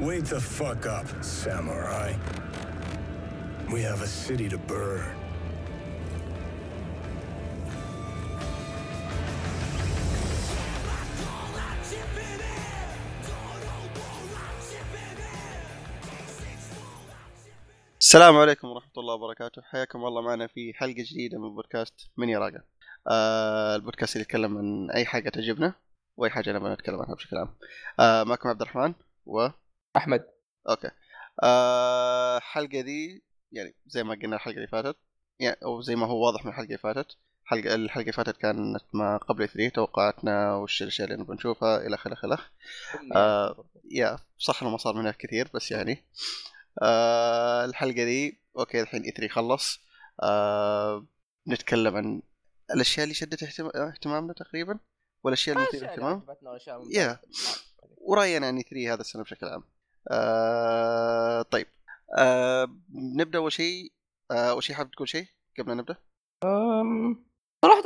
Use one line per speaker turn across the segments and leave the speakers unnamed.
Wake the fuck up, samurai. We have a city to burn.
السلام عليكم ورحمة الله وبركاته، حياكم الله معنا في حلقة جديدة من بودكاست من يراقب. آه البودكاست اللي يتكلم عن أي حاجة تعجبنا وأي حاجة نبغى نتكلم عنها بشكل عام. آه معكم عبد الرحمن و
احمد
اوكي آه الحلقة ذي يعني زي ما قلنا الحلقة اللي فاتت يعني أو زي ما هو واضح من الحلقة اللي فاتت الحلقة الحلقة اللي فاتت كانت ما قبل ثري توقعاتنا وش الأشياء اللي نبغى نشوفها إلى آخره إلى آخره. آه
نعم.
يا صح انه ما صار منها كثير بس يعني آه الحلقه دي اوكي الحين اي 3 خلص آه نتكلم عن الاشياء اللي شدت اهتم- اهتمامنا تقريبا والاشياء اللي مثيره اهتمام يا. وراينا عن اي 3 هذا السنه بشكل عام آه طيب آه نبدا اول شيء آه اول شيء حابب تقول شيء قبل لا نبدا
أم، صراحة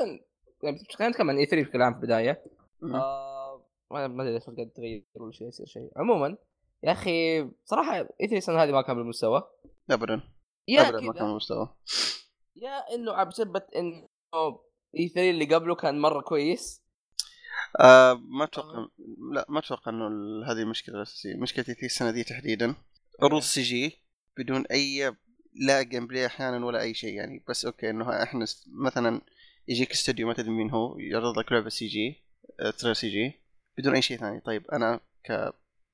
يعني خلينا نتكلم عن اي 3 بكلام في البداية
مم.
آه، ما ما ادري اذا قاعد تغير ولا شيء يصير شيء عموما يا اخي صراحة اي 3 السنة هذه ما كان بالمستوى
ابدا
يا
ابدا ما كان
كذا
مستوى
يا انه عم بسبة انه اي 3 E اللي قبله كان مرة كويس
آه ما اتوقع لا ما اتوقع انه ال- هذه المشكله الاساسيه مشكلتي في السنه دي تحديدا عروض سي جي بدون اي لا جيم بلاي احيانا ولا اي شيء يعني بس اوكي انه احنا س- مثلا يجيك استوديو ما تدري مين هو يعرض لك لعبه سي جي آه، تريلر سي جي بدون اي شيء ثاني طيب انا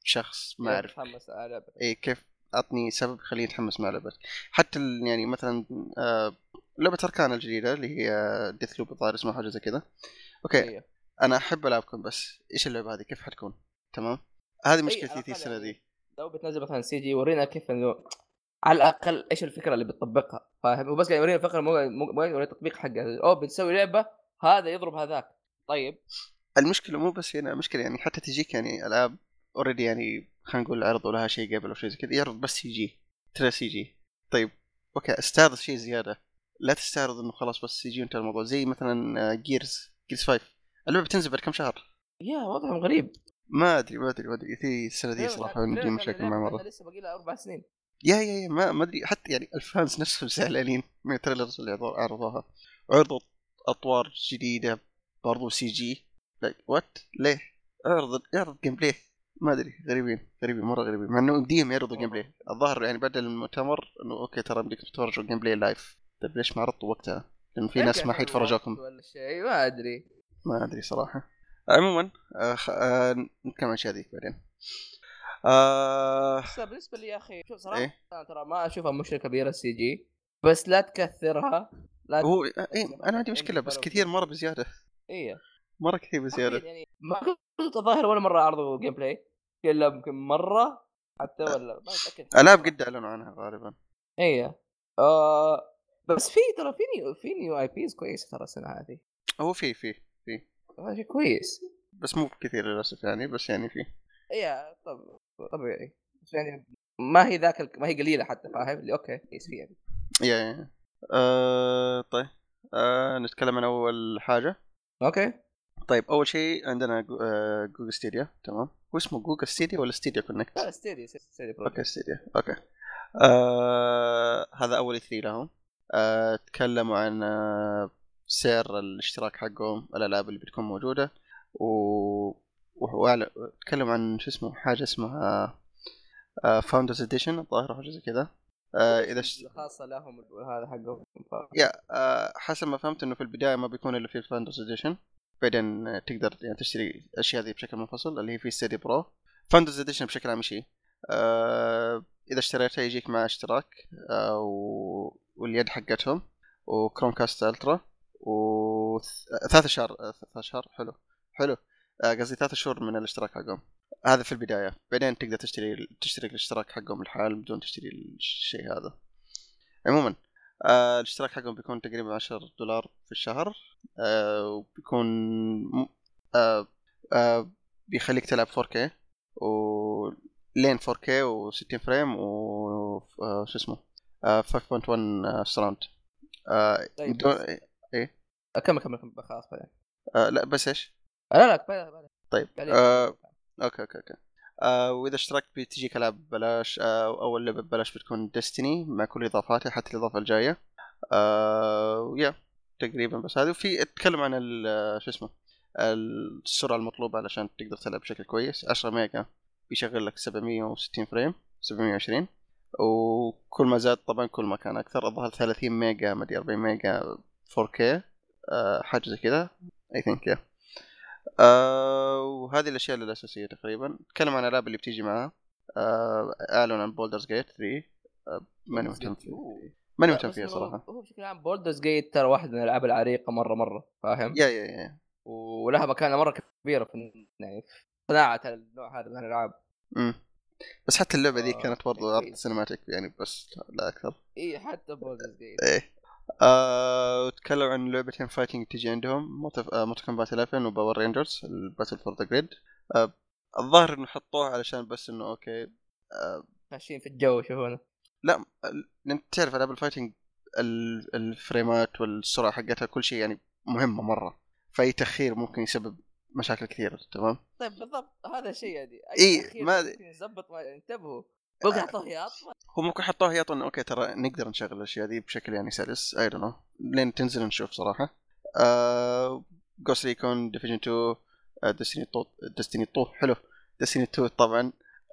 كشخص ما اعرف
متحمس على لعبة.
اي كيف اعطني سبب خليني اتحمس مع لعبتك حتى ال- يعني مثلا آه لعبه اركان الجديده اللي هي ديث لوب الظاهر اسمها حاجه زي كذا اوكي
إيه.
انا احب العبكم بس ايش اللعبه هذه كيف حتكون تمام هذه مشكلتي
على
في
الأقل
السنه
يعني.
دي
لو بتنزل مثلا سي جي ورينا كيف انه على الاقل ايش الفكره اللي بتطبقها فاهم وبس قاعد يورينا الفكره مو مو مو قاعد يورينا التطبيق حقها او بنسوي لعبه هذا يضرب هذاك طيب
المشكله مو بس هنا المشكله يعني حتى تجيك يعني العاب اوريدي يعني خلينا نقول عرضوا لها شيء قبل او شيء زي كذا يعرض بس سي جي ترى سي جي طيب اوكي استعرض شيء زياده لا تستعرض انه خلاص بس سي جي وانتهى الموضوع زي آه، مثلا جيرز جيرز 5 اللعبه بتنزل بعد كم شهر
يا وضعهم غريب
ما ادري ما ادري ما ادري في السنه دي صراحه عندي مشاكل مع مره
لسه باقي لها اربع سنين
يا يا يا ما ما ادري حتى يعني الفانز نفسهم زعلانين من التريلرز اللي عرضوا- عرضوها عرضوا اطوار جديده برضو سي جي لايك وات ليه؟ اعرض اعرض جيم بلاي ما ادري غريبين غريبين مره غريبين مع انه يمديهم يعرضوا جيم بلاي الظاهر يعني بعد المؤتمر انه اوكي ترى يمديك تتفرجوا جيم بلاي لايف طيب ليش ما عرضتوا وقتها؟ لانه
إيه،
في ناس ما
يمكن
حيتفرجوكم
ولا شيء ما ادري
ما ادري صراحه عموما آه خ... آه نتكلم عن الاشياء ذيك بعدين آه
بس بالنسبه لي يا اخي شوف صراحه
إيه.
أنا ترى ما اشوفها مشكله كبيره السي جي بس لا تكثرها لا
هو إيه انا عندي مشكله بس كثير مره بزياده
ايه
مره كثير بزياده
يعني ما كنت الظاهر ولا مره عرضوا جيم بلاي الا يمكن مره حتى ولا ما متاكد
العاب قد اعلنوا عنها غالبا
اي إيه. آه بس في ترى في نيو في نيو اي بيز كويسه ترى السنه هذه
هو في في في
هذا شيء كويس
بس مو كثير للاسف يعني بس يعني في
اي طب طبيعي بس يعني ما هي ذاك ال- ما هي قليله حتى فاهم اللي اوكي كويس فيها
يا يا يا. آه طيب آه نتكلم عن اول حاجه
اوكي
طيب اول شيء عندنا جو- آه، جوجل ستيديا تمام هو اسمه جوجل ستيديا ولا ستيديا كونكت؟
لا ستيدي ستيدي برو
اوكي ستيديا اوكي آه هذا اول ثري لهم آه تكلموا عن آه سعر الاشتراك حقهم الالعاب اللي بتكون موجوده و و- وأعل- تكلموا عن شو اسمه حاجه اسمها فاوندرز اديشن الظاهر أو حاجه زي كذا آه اذا ش...
خاصه لهم هذا حقهم
يا آه حسب ما فهمت انه في البدايه ما بيكون الا في الفاندرز اديشن بعدين آه، تقدر يعني تشتري الاشياء ذي بشكل منفصل اللي هي في ستيدي برو فاندرز اديشن بشكل عام شيء آه اذا اشتريتها يجيك مع اشتراك آه و... واليد حقتهم وكروم كاست الترا وثلاث اشهر آه، ثلاث اشهر حلو حلو آه، قصدي ثلاث شهور من الاشتراك حقهم هذا في البدايه بعدين تقدر تشتري تشترك الاشتراك حقهم الحال بدون تشتري الشيء هذا عموما آه الاشتراك حقهم بيكون تقريبا 10 دولار في الشهر آه وبيكون م- آه آه بيخليك تلعب 4K و لين 4K و60 فريم و آه، شو اسمه آه 5.1 سراوند آه
طيب.
دو-
كمل كمل كمل خلاص بعدين
آه لا بس ايش؟
لا يعني لا كفايه
طيب
بعدين.
آه اوكي اوكي اوكي آه واذا اشتركت بتجيك العاب ببلاش آه اول لعبه ببلاش بتكون ديستني مع كل اضافاتها حتى الاضافه الجايه آه ويا تقريبا بس هذه وفي اتكلم عن ال- آه، شو اسمه السرعه المطلوبه علشان تقدر تلعب بشكل كويس 10 ميجا بيشغل لك 760 فريم 720 وكل ما زاد طبعا كل ما كان اكثر الظاهر 30 ميجا مدري 40 ميجا 4K آه حاجه زي كذا اي ثينك يا آه، وهذه الاشياء الاساسيه تقريبا نتكلم عن الالعاب اللي بتيجي معها آه اعلن عن بولدرز جيت 3 آه ماني مهتم فيه ماني مهتم فيها صراحه
هو بشكل عام بولدرز جيت ترى واحد من الالعاب العريقه مره مره فاهم
يا يا يا
ولها مكانه مره كبيره في يعني في صناعه النوع هذا من الالعاب
مم. بس حتى اللعبه ذي
آه،
كانت برضو
أكيد.
عرض سينماتيك يعني بس لا اكثر
اي حتى بولدرز جيت
ايه آه، وتكلموا عن لعبتين فايتنج تجي عندهم آه، موتو كومبات 11 وباور رينجرز الباتل فور ذا جريد آه، الظاهر انه حطوه علشان بس آه، انه اوكي
ماشيين في الجو شوفونا
لا لان تعرف العاب الفايتنج ال- الفريمات والسرعه حقتها كل شيء يعني مهمه مره فاي تاخير ممكن يسبب مشاكل كثيره تمام
طيب بالضبط هذا الشيء يعني
إيه،
أخير
ما- آه.
ممكن يزبط ما انتبهوا بقى اعطوه يا أطفال.
هو ممكن حطوها هي انه اوكي ترى نقدر نشغل الاشياء دي بشكل يعني سلس اي دونت نو لين تنزل نشوف آه، صراحه جوست ريكون ديفيجن 2 ديستني طو ديستني طو حلو ديستني 2 طبعا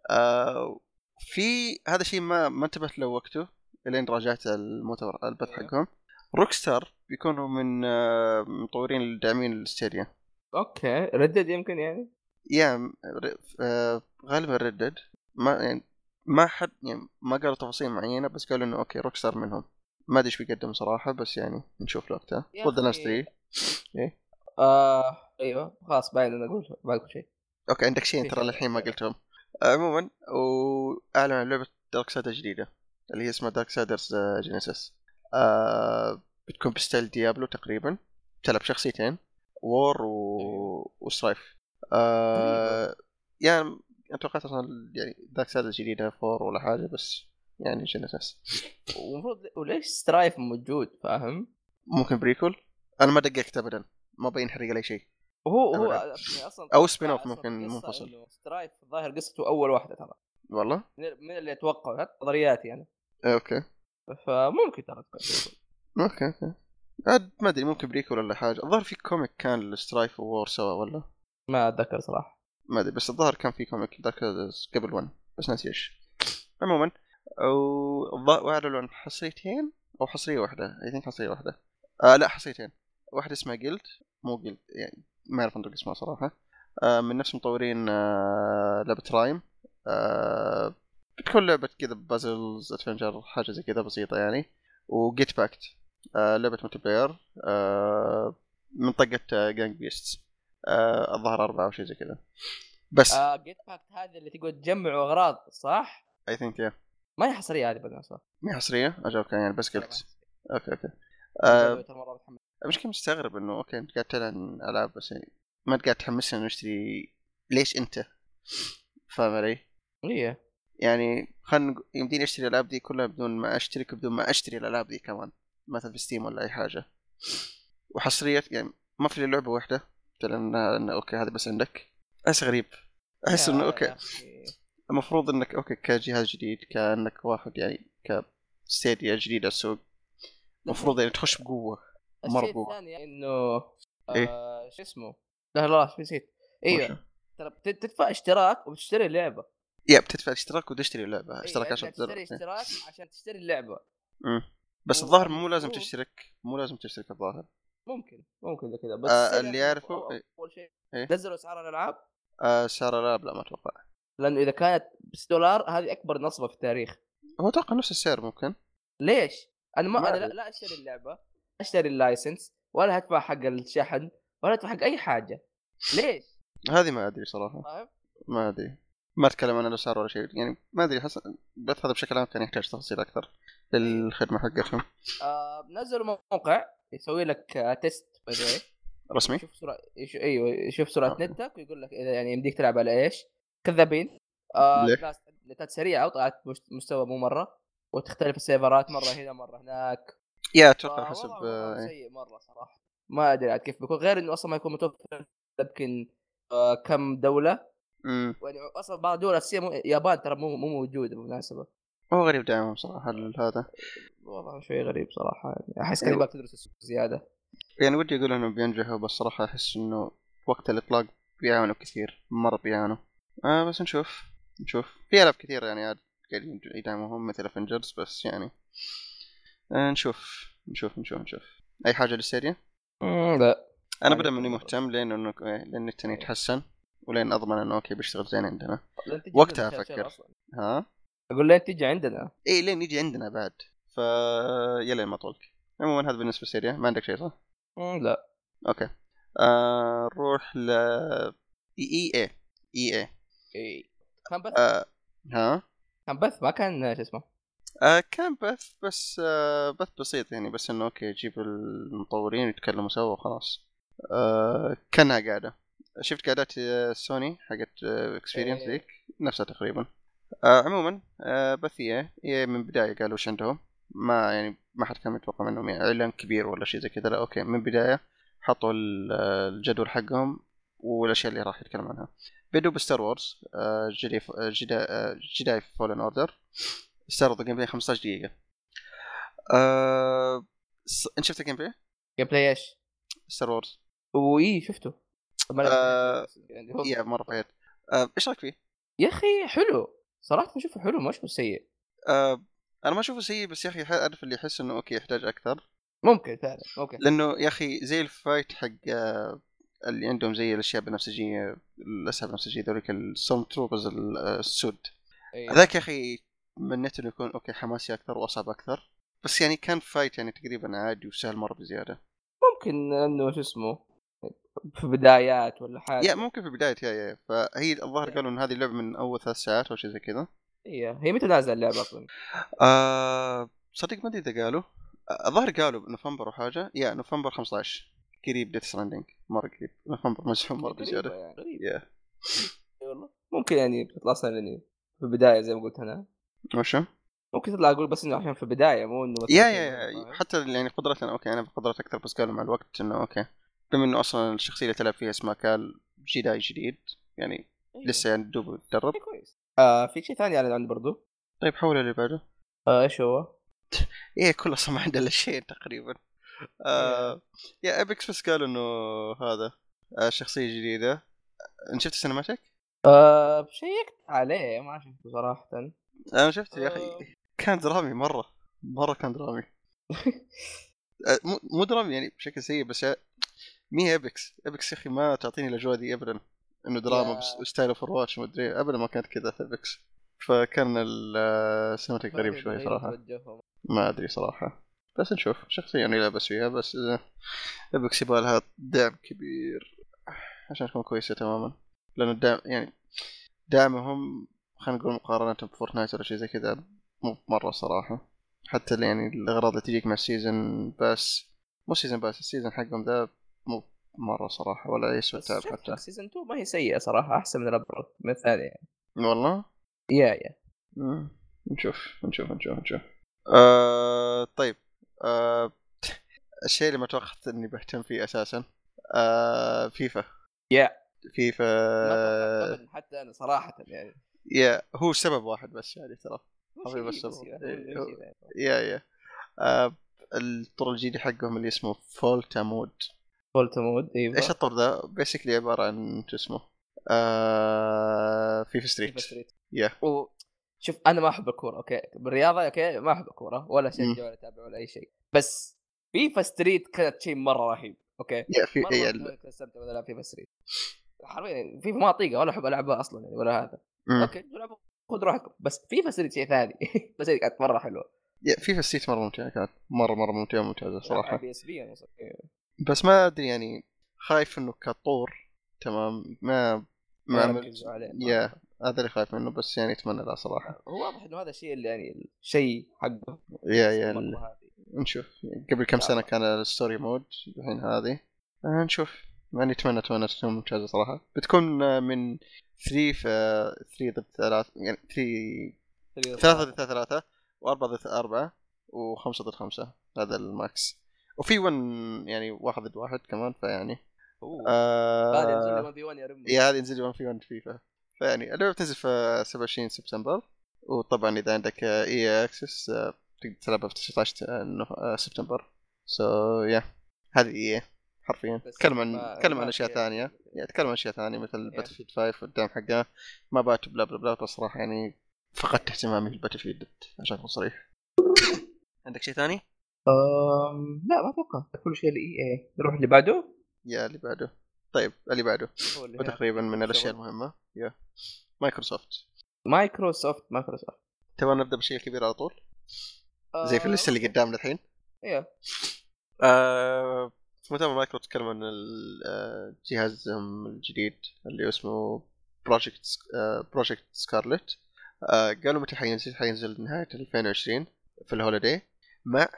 آه، في هذا الشيء ما ما انتبهت له وقته الين راجعت المؤتمر البث
أيوه.
حقهم روكستار بيكونوا من آه، مطورين الداعمين للستيديا
اوكي ردد يمكن يعني
يا م- ر- آه، غالبا ردد ما يعني ما حد يعني ما قالوا تفاصيل معينه بس قالوا انه اوكي روكستار منهم ما ادري ايش بيقدم صراحه بس يعني نشوف له وقتها
يا
ضد ناس
أخي.
3
آه ايوه خلاص بعد انا اقول بعد كل شيء
اوكي عندك شيء
في
ترى
شيء.
للحين ما قلتهم عموما واعلن عن لعبه دارك سايدر جديده اللي هي اسمها دارك سايدرز جينيسيس آه، بتكون بستايل ديابلو تقريبا تلعب شخصيتين وور و...
أيوة.
وسترايف آه... يعني اتوقع اصلا يعني دارك سايدر جديده فور ولا حاجه بس يعني جينيسيس
ومفروض وليش سترايف موجود فاهم؟
ممكن بريكول انا ما دققت ابدا ما بين حرق على أي شيء
وهو هو
أبداً.
أصلاً- اصلا
أو spin-off
أصلاً
ممكن
القصة
منفصل.
إنه سترايف ظاهر قصته اول واحده ترى
والله آه،
من- من اللي اتوقع حتى نظرياتي يعني
اوكي
فممكن ترى تكون.
اوكي اوكي عاد ما ادري ممكن بريكول ولا حاجه الظاهر في كوميك كان للسترايف وور سوا ولا
ما اتذكر صراحه
ما ادري بس الظاهر كان في كوميك ذاك قبل ون بس ناسي ايش عموما والظاهر واعلنوا عن حصريتين او حصريه واحده اي ثينك حصريه واحده آه لا حصريتين واحده اسمها جلد مو جلد يعني ما اعرف انطق اسمها صراحه آه من نفس مطورين آه لعبه رايم آه بتكون لعبه كذا بازلز ادفنجر حاجه زي كذا بسيطه يعني وجيت باكت آه لعبه ملتي بلاير آه من طقه جانج بيست آه الظاهر اربعه او شيء زي كذا بس
آه جيت باكت هذه اللي تقعد تجمع اغراض صح؟
اي ثينك يا
ما هي حصريه هذه بدنا صح؟
مي حصريه اجاوبك يعني بس قلت اوكي اوكي آه،
آه
مش كم مستغرب انه اوكي انت قاعد تعلن العاب بس يعني ما أنت قاعد تحمسنا انه نشتري ليش انت؟ فاهم علي؟
ايه
يعني خلينا يمديني اشتري الالعاب دي كلها بدون ما اشترك بدون ما اشتري الالعاب دي كمان مثلا في ستيم ولا اي حاجه وحصريه يعني ما في إلا لعبه واحده تعلن انه اوكي هذا بس عندك احس غريب احس انه
يا
اوكي
أخي.
المفروض انك اوكي كجهاز جديد كانك واحد يعني كستيديا جديد على السوق المفروض يعني تخش بقوه مرة
الشيء
قوة.
الثاني انه
إيه؟
آه شو اسمه لا لا نسيت ايوه
وش-
ترى بت- تدفع اشتراك وبتشتري لعبه
يا بتدفع اشتراك وتشتري اللعبه اشتراك
إيه،
10
إنك تشتري
دولار إيه.
اشتراك عشان تشتري اللعبه
مم. بس الظاهر مو لازم
أوه.
تشترك مو لازم تشترك الظاهر
ممكن ممكن زي كذا بس
آه،
السعر
اللي
يعني
يعرفه-
أو- أو-
إيه.
اول شيء
إيه.
نزلوا اسعار الالعاب
آه سعر الالعاب لا ما اتوقع
لانه اذا كانت بس دولار هذه اكبر نصبه في التاريخ
هو اتوقع نفس السعر ممكن
ليش؟ انا ما
ما
انا لا,
أدري.
لا اشتري اللعبه اشتري اللايسنس ولا هدفع حق الشحن ولا هدفع حق اي حاجه ليش؟ طيب،
هذه ما ادري صراحه
فاهم؟
ما ادري ما اتكلم عن الاسعار ولا شيء يعني ما ادري حس البث هذا بشكل عام كان يحتاج تفاصيل اكثر للخدمه حقتهم
آه نزلوا موقع يسوي لك آه تيست by the way.
رسمي
يشوف سرعه يش... ايوه يشوف سرعه
أوكي.
نتك ويقول لك اذا يعني يمديك تلعب على ايش؟ كذابين آه
ليه؟
ناس نتات سريعه وطلعت مش- مستوى مو مره وتختلف السيرفرات مره هنا مره هناك
يا
فوضع
اتوقع حسب
وضعهم
آه،
سيء مره صراحه ما ادري عاد كيف بيكون غير انه اصلا ما يكون متوفر يمكن آه كم دوله
امم
يعني اصلا بعض الدول الاسيويه مو- اليابان ترى مو مو موجوده بالمناسبه
هو غريب دائما بصراحه ال- هذا
والله شوي غريب صراحه يعني احس
أيوة.
كان يبغاك تدرس السوق زياده
يعني ودي اقول انهم بينجحوا بس صراحه احس انه وقت الاطلاق بيعانوا كثير مره بيعانوا آه بس نشوف نشوف في العاب كثير يعني عاد قاعدين يدعموهم مثل افنجرز بس يعني آه نشوف نشوف نشوف نشوف اي حاجه للسيريا
مم، لا
انا
يعني
بدا مني
مرة.
مهتم لانه إنه- إيه، لان النت يتحسن ولين اضمن انه اوكي بيشتغل زين عندنا
لين تجي
وقتها
عندنا
أفكر.
أصلاً.
ها
اقول لين تجي عندنا
اي لين يجي عندنا بعد ف يلا ما طولك عموما هذا بالنسبه للسيريا ما عندك شيء صح؟
مم، لا
اوكي آه، نروح ل إيه. اي اي اي اي
إي. كان بث
آه، ها
كان بث ما كان شو اسمه
آه، كان بث بس آه، بث بسيط يعني بس انه اوكي يجيب المطورين يتكلموا سوا وخلاص آه، كانها قاعده شفت قاعدات آه، سوني حقت اكسبيرينس
إيه.
ذيك نفسها تقريبا آه، عموما آه، بث اي إيه من البدايه قالوا وش عندهم ما يعني ما حد كان متوقع منهم يعني اعلان كبير ولا شيء زي كذا لا اوكي من البدايه حطوا ال- آه، الجدول حقهم والاشياء اللي راح يتكلم عنها بدوا بستار وورز آه، جداي آه، جداي فولن اوردر استعرضوا جيم بلاي 15 دقيقة آه، س- انت شفت الجيم بلاي؟
جيم بلاي ايش؟
ستار وورز
واي شفته طب أنا-
آه،
يعني هو-
يا مرة فايت آه، ايش رايك فيه؟
يا اخي حلو صراحه اشوفه حلو مش هو سيء
آه، انا ما اشوفه سيء بس يا اخي عارف اللي يحس انه اوكي يحتاج اكثر
ممكن فعلا اوكي
لانه يا اخي زي الفايت حق آه، اللي عندهم زي الاشياء البنفسجية الاسهم البنفسجية ذوليك السورم تروبرز ال- آه، السود
إي.
هذاك يا اخي تمنيت انه يكون اوكي حماسي اكثر واصعب اكثر بس يعني كان فايت يعني تقريبا عادي وسهل مره بزياده
ممكن انه شو اسمه في بدايات ولا حاجه
يا ممكن في بدايه يا يا فهي الظاهر
يا.
قالوا ان هذه اللعبه من اول ثلاث ساعات او شيء زي كذا
هي هي متى نازله اللعبه اصلا؟
آه صدق ما ادري اذا قالوا آه، الظاهر قالوا بنوفمبر او حاجه يا نوفمبر 15 قريب ديث ستراندنج مره قريب نوفمبر مزحوم مره
غريبة
بزياده
يعني، غريبة.
يا
إي والله ممكن يعني تطلع سنه يعني في البدايه زي ما قلت انا
وشو؟
ممكن تطلع اقول بس انه عشان في البدايه مو انه مثلاً
يا
شيء
يا
مرة،
يا
فاهم؟
حتى يعني قدرتنا اوكي انا بقدرات اكثر بس قالوا مع الوقت انه اوكي بما انه اصلا الشخصيه اللي تلعب فيها اسمها كال جيداي جديد يعني
إي.
لسه يعني دوب تدرب
شيء كويس آه في شيء ثاني اعلن عنه برضو
طيب حول اللي بعده
آه، ايش هو؟
ايه كله اصلا ما عنده الا شيء تقريبا آه يا ابيكس بس قالوا انه هذا آه شخصيه جديده انت شفت السينماتيك؟
آه شيكت عليه ما شفته صراحه
انا شفت يا
آه.
اخي كان درامي مره مره كان درامي آه، مو- مو درامي يعني بشكل سيء بس يا- مي هي ابيكس ابيكس يا اخي ما تعطيني الاجواء دي ابدا انه دراما
يا.
بس- وستايل اوف واتش ما ادري ابدا ما كانت كذا في ابيكس فكان ال- آه، السينماتيك غريب شوي صراحه ما ادري صراحه بس نشوف شخصيا يعني لا بس فيها بس اذا ابيكس يبغى لها دعم كبير عشان تكون كويسه تماما لانه الدعم يعني دعمهم خلينا نقول مقارنه بفورتنايت ولا شيء زي كذا مو مره صراحه حتى اللي يعني الاغراض اللي تجيك مع السيزون باس مو سيزون باس السيزون حقهم ذا مو مره صراحه ولا يسوى التعب حتى
سيزون 2 ما هي سيئه صراحه احسن من الأول من الثانيه يعني
والله
يا يا
مم. اه، نشوف نشوف نشوف نشوف آه طيب آه الشيء اللي ما توقعت اني بهتم فيه اساسا آه فيفا
Yeah.
فيفا
ما
آه،
توقعت أبداً حتى انا صراحه يعني
يا هو سبب واحد بس يعني ترى
هو
حبيبي
شيء
بس
بس
أبغى.
يعني،
إيه،
هو
هو-
شيء يعني.
يا يا آه الطور الجديد حقهم اللي اسمه فولتا مود
فولت مود ايوه
ايش الطور ذا؟ بيسكلي عباره عن شو اسمه آه فيفا ستريت
فيفا ستريت
يا.
و... شوف انا ما احب الكوره اوكي بالرياضه اوكي ما احب الكوره ولا
مم.
اشجع ولا اتابع ولا اي شيء بس فيفا ستريت كانت شيء مره رهيب اوكي
يا في إيه،
مره
يا-
كنت استمتع وانا العب فيفا ستريت حرفيا فيفا ما اطيقها ولا احب العبها اصلا يعني ولا هذا
مم.
اوكي العبها خذ راحكم بس فيفا ستريت شيء ثاني بس هي كانت مره حلوه
يا فيفا ستريت مره ممتعه كانت مره مره ممتعه ممتازه صراحه
بي يعني، اس بي
بس ما ادري يعني خايف انه كطور تمام ما ما عمل يا هذا اللي خايف منه بس يعني اتمنى لا صراحه
هو واضح انه هذا الشيء اللي يعني الشيء حقه
يا يا ال-
المرة هذه.
نشوف قبل كم
لا،
سنه
لا.
كان الستوري مود الحين هذه آه، نشوف يعني اتمنى اتمنى تكون ممتازه صراحه بتكون آه، من 3 في 3 ضد 3 يعني 3 3 ضد 3 و4 ضد 4 و5 ضد 5 هذا الماكس وفي 1 يعني واحد ضد واحد كمان فيعني
أوه.
آه
هذا ينزل لي 1v1 يا رمي
إيه، يا هذه ينزل 1 في 1 فيفا فيعني اللعبه بتنزل في 27 سبتمبر وطبعا اذا عندك اي اكسس آه، تقدر تلعبها في 19 آه، نوف- آه، سبتمبر سو يا هذه اي حرفيا
بس
تكلم عن
ما-
تكلم عن
ما
اشياء
في-
ثانيه يعني تكلم عن اشياء ثانيه مثل
Yeah.
باتل فيلد 5 والدعم حقها ما بات بلا بلا بلا بس صراحه يعني فقدت اهتمامي في الباتل فيلد عشان اكون صريح عندك شيء ثاني؟
أم... لا ما اتوقع كل شيء لاي اي نروح اللي بعده
يا اللي بعده طيب اللي بعده
هو اللي هنا.
وتقريبا من الاشياء
شغل.
المهمه يا مايكروسوفت
مايكروسوفت مايكروسوفت
تبغى نبدا بالشيء الكبير على طول
آه،
زي في اللسته اللي قدامنا الحين
ايه
آه، في مؤتمر مايكرو تكلم عن ال- آه، جهازهم الجديد اللي اسمه آه، بروجكت بروجكت سكارلت آه، قالوا متى حينزل حينزل نهاية 2020 في الهوليدي مع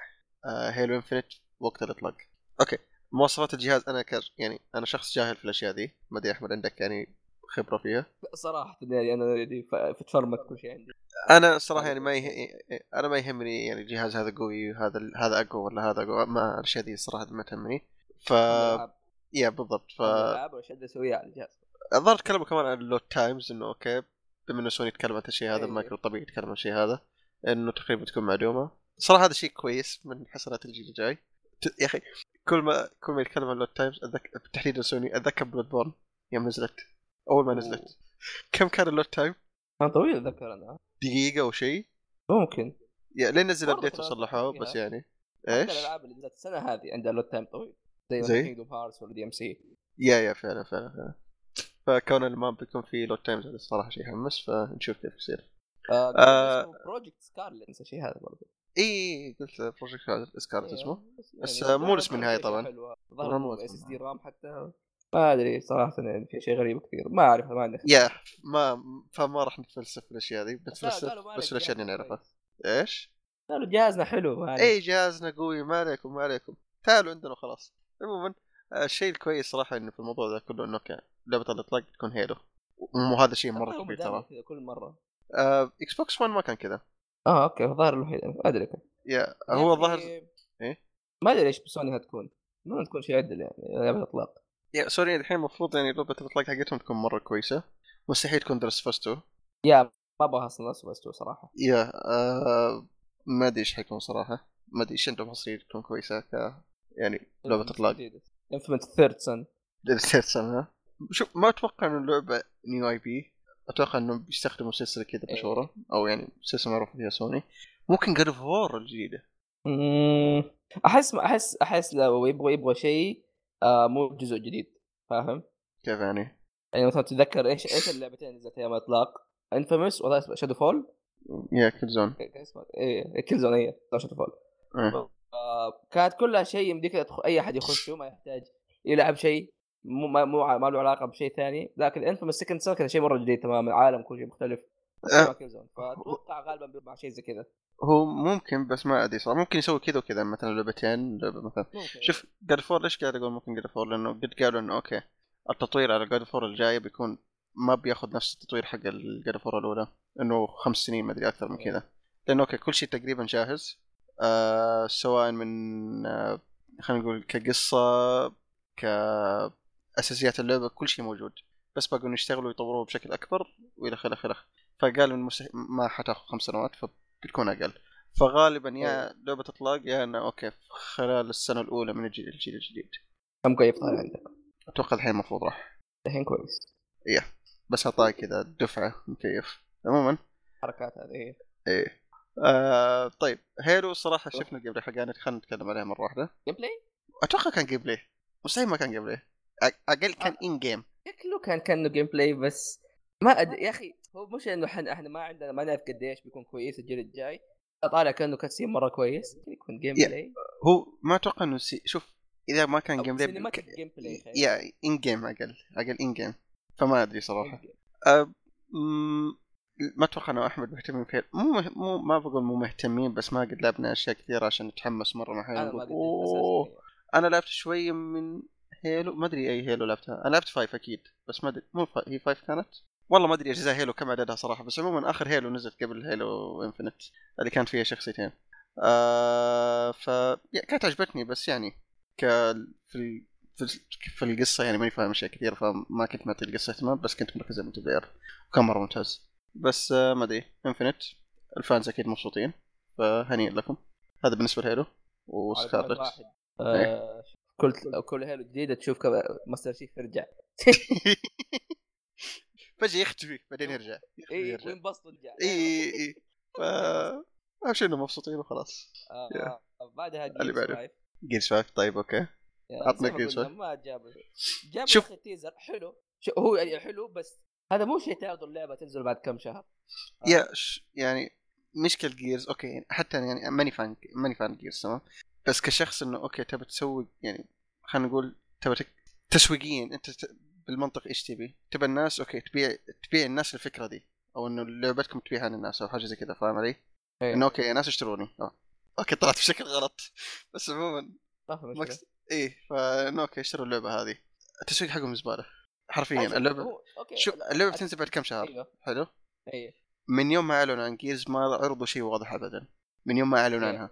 هيلو انفنت وقت الاطلاق اوكي مواصفات الجهاز انا كر يعني انا شخص جاهل في الاشياء دي ما ادري احمد عندك يعني خبره فيها
صراحه يعني انا دي ف- فتفرمت كل شيء عندي
انا الصراحه يعني ما يه... انا ما يهمني يعني الجهاز هذا قوي هذا هذا اقوى ولا هذا اقوى ما الاشياء دي الصراحه ما تهمني ف
الالعاب
يا بالضبط آه، ف
الالعاب والاشياء اللي اسويها على الجهاز
الظاهر تكلموا كمان عن اللود تايمز انه اوكي بما انه سوني تكلم عن الشيء هذا
أيوه.
مايكرو طبيعي يتكلم عن الشيء هذا انه تقريبا تكون معدومه صراحه هذا شيء كويس من حسنات الجيل الجاي ت- يا اخي كل ما كل ما يتكلم عن لود تايمز أتذكر تحديدا سوني اتذكر بلود بورن يوم نزلت اول ما نزلت كم كان اللود تايم؟
كان آه، طويل اتذكر انا
دقيقه او شيء
ممكن
يا- لين نزل
برضه
ابديت
ترى
وصلحوه
فيها.
بس يعني
ايش؟
ايش؟
الالعاب اللي نزلت السنه هذه عندها لود تايم طويل زي
زي؟
كينجدوم هارتس ولا دي ام سي
يا يا فعلا فعلا فعلا فكون إنه ما بيكون في لود تايمز هذا الصراحه شيء يحمس فنشوف كيف يصير آه.
بروجكت سكارلت نفس الشيء هذا برضه
اي قلت بروجكت سكارلت
إيه،
اسمه
بس,
بس
يعني
مو رسمي
ظهر
نهائي
فيها
طبعاً.
حلوة.
ظهر مو
ظهر
رسمي
اس اس دي رام حتى ما ادري صراحه يعني في شيء غريب كثير ما اعرف ما عندي
يا ما فما راح نتفلسف في الاشياء دي
لا، قالوا
بنتفلسف
ما
بس في
عليك
الاشياء اللي
جهازنا
نعرفها إيه،
كويس.
ايش؟
قالوا جهازنا حلو ما عليك.
اي جهازنا قوي ما عليكم ما عليكم تعالوا عندنا وخلاص عموما آه، الشيء الكويس صراحه انه في الموضوع ذا كله انه كان لعبه الاطلاق تكون هيلو مو هذا شيء مره
هم
كبير
دايماً
ترى
كذا كل مره
آه، اكس بوكس 1 ما كان كذا
اه
آه،
اوكي الظاهر الوحيد ما ادري كان.
يا هو
يعني
الظاهر إيه؟
ما ادري ايش بسوني هتكون ما تكون شيء عدل يعني لعبه اطلاق
يا سوري الحين المفروض يعني لعبه الاطلاق حقتهم تكون مره كويسه مستحيل تكون درس فاستو
يا ما ابغاها اصلا بس صراحه
يا آه ما ادري ايش حيكون صراحه ما ادري ايش عندهم حصريه تكون كويسه ك يعني لعبه اطلاق
انفمنت ثيرد سن
للثيرد سنه شوف ما اتوقع انه اللعبه نيو اي بي اتوقع انهم بيستخدموا سلسله كذا
إيه.
مشهوره او يعني سلسله معروفه فيها سوني ممكن جاد اوف وور الجديده
احس احس احس لو يبغى يبغى شيء آه مو جزء جديد فاهم؟
كيف يعني؟
يعني مثلا تتذكر ايش ايش اللعبتين اللي نزلت ايام الاطلاق انفيمس والله شادو فول
يا كل زون
كان اسمها ايه كل زون ايه شادو فول
آه.
آه، كانت كلها شيء يمديك يدخل اي احد يخش فيه ما يحتاج يلعب شيء مو ما, مو ع- ما له علاقه بشيء ثاني لكن انفيمس سكند سن كان شيء مره جديد تماما عالم كل شيء مختلف
أه.
مع كل زون. فاتوقع غالبا بيطلع شيء زي كذا
هو ممكن بس ما ادري صراحه ممكن يسوي كذا وكذا مثلا لعبتين لعبه مثلا
ممكن
شوف جاد فور ليش قاعد اقول ممكن جاد فور لانه قد قالوا انه اوكي التطوير على جاد فور الجاي بيكون ما بياخذ نفس التطوير حق الجاد فور الاولى انه خمس سنين ما ادري اكثر من كذا لانه اوكي كل شيء تقريبا جاهز آه سواء من آه خلينا نقول كقصه كاساسيات اللعبه كل شيء موجود بس بقوا إنه يشتغلوا ويطوروه بشكل اكبر والى اخره إلى آخره. فقال من المستح... ما حتاخذ خمس سنوات فبتكون اقل فغالبا يا
إيه.
لعبه اطلاق يا انه اوكي خلال السنه الاولى من الجيل الجيل الجديد
كم كيف طالع عندك
اتوقع الحين المفروض راح
الحين كويس
بس اعطاه كذا دفعه مكيف عموما
حركات هذه إيه.
ايه آه طيب هيلو صراحه شفنا قبل حقنا خلينا نتكلم عليها مره واحده
جيم بلاي
اتوقع كان قبل ايه مستحيل ما كان قبل ايه اقل
آه.
كان ان جيم
شكله كان كانه جيم بلاي بس ما ادري يا اخي هو مش انه احنا احنا ما عندنا ما نعرف قديش بيكون كويس الجيل الجاي طالع كانه كاتسين مره كويس يكون جيم
يا.
بلاي
هو ما اتوقع انه سي... شوف اذا ما كان
أو
جيم بلاي
cinematic gameplay خير.
يا ان جيم اقل اقل ان جيم فما ادري صراحه
Game-
أه، مم، ما اتوقع انا واحمد مهتمين فيها مو مه... مو ما بقول مو مهتمين بس ما قد لعبنا اشياء كثيره عشان نتحمس مره مع هيلو
انا
نقول،
ما قدرت
أوه،
أساساً.
انا لعبت شويه من هيلو ما ادري اي هيلو لعبتها انا لعبت فايف اكيد بس ما ادري مو فا... هي فايف كانت والله ما ادري اجزاء هيلو كم عددها صراحه بس عموما اخر هيلو نزلت قبل هيلو انفنت اللي كان فيها شخصيتين آه ف يا، كانت عجبتني بس يعني ك في ال- في في القصه يعني ماني فاهم اشياء كثير فما كنت معطي القصه اهتمام بس كنت مركز على الملتي بلاير وكان مره ممتاز بس آه، ما ادري انفنت الفانز اكيد مبسوطين فهنيئا لكم هذا بالنسبه لهيلو وسكارلت إيه.
آه، كل كل هيلو جديده تشوف كذا ماستر شيف يرجع
فجاه يختفي بعدين يرجع يختفي
اي
يرجع. إيه.
إيه، وينبسط أيوة، رجع
اي اي اي ف اهم شيء انهم مبسوطين وخلاص
آه،
يا.
آه، بعدها
اللي
Gears
بعده.
five.
جيرز 5 طيب اوكي
يا
عطنا
زي ما
Gears
قلنا،
five.
ما جابوا جابوا
شوف.
شوف تيزر حلو شو هو يعني حلو بس هذا مو شيء تعرض اللعبه تنزل بعد كم شهر
يا ش... يعني مشكلة جيرز اوكي يعني حتى أنا يعني ماني فان ماني فان جيرز تمام بس كشخص انه اوكي تبى تسوق يعني خلينا نقول تبى تك... تسويقيا انت ت... بالمنطق ايش تبي؟ تبى الناس اوكي تبيع تبيع الناس الفكرة دي او انه لعبتكم تبيعها للناس او حاجة زي كذا فاهم علي؟
إيه.
انه اوكي الناس يشتروني أوه. اوكي طلعت بشكل غلط بس عموما
ما في مشكله
مكس... ايه فانه اوكي اشتروا اللعبة هذه التسويق حقهم زبالة حرفيا
أجل،
اللعبة آه.
هو- اوكي
شوف
لا،
اللعبة بتنزل بعد كم شهر
ايوه
حلو؟
ايوه
من يوم ما اعلنوا عن جيرز ما عرضوا شيء واضح ابدا من يوم ما اعلنوا
إيه.
عنها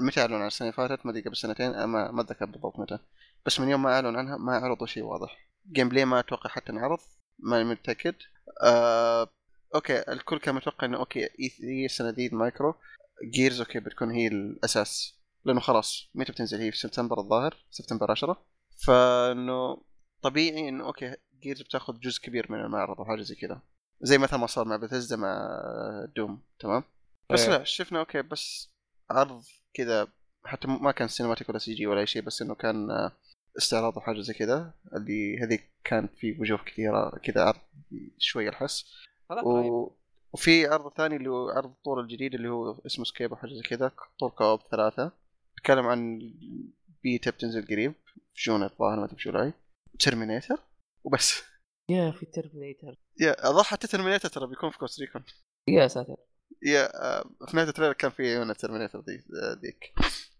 متى اعلنوا عنها السنه اللي فاتت ما ادري قبل سنتين أنا ما ما اتذكر بالضبط متى بس من يوم ما اعلنوا عنها ما عرضوا شيء واضح جيم بلاي ما اتوقع حتى انعرض ماني متاكد آه... اوكي الكل كان متوقع انه اوكي اي 3 السنه دي المايكرو جيرز اوكي بتكون هي الاساس لانه خلاص متى بتنزل هي في سبتمبر الظاهر سبتمبر 10 فانه طبيعي انه اوكي جيرز بتاخذ جزء كبير من المعرض او حاجه زي كذا زي مثلا ما صار مع بثزدا مع دوم تمام بس
إيه.
لا شفنا اوكي بس عرض كذا حتى ما كان سينماتيك ولا سي جي ولا اي شيء بس انه كان آه، استعراض وحاجه زي كذا اللي هذيك كان في وجوه كثيره كذا عرض شويه الحس
هذا رهيب.
و... وفي عرض ثاني اللي هو عرض الطور الجديد اللي هو اسمه سكيب او حاجه زي كذا طور كواب ثلاثه تكلم عن بيتا بتنزل قريب في جون الظاهر ما ادري في جولاي ترمينيتر وبس
يا في ترمينيتر
يا اظن حتى ترمينيتر ترى بيكون في كوستريكون
يا ساتر
يعني
ي
يا آه، في نهايه التريلر كان في عيون الترمينيتر دي آه، ذيك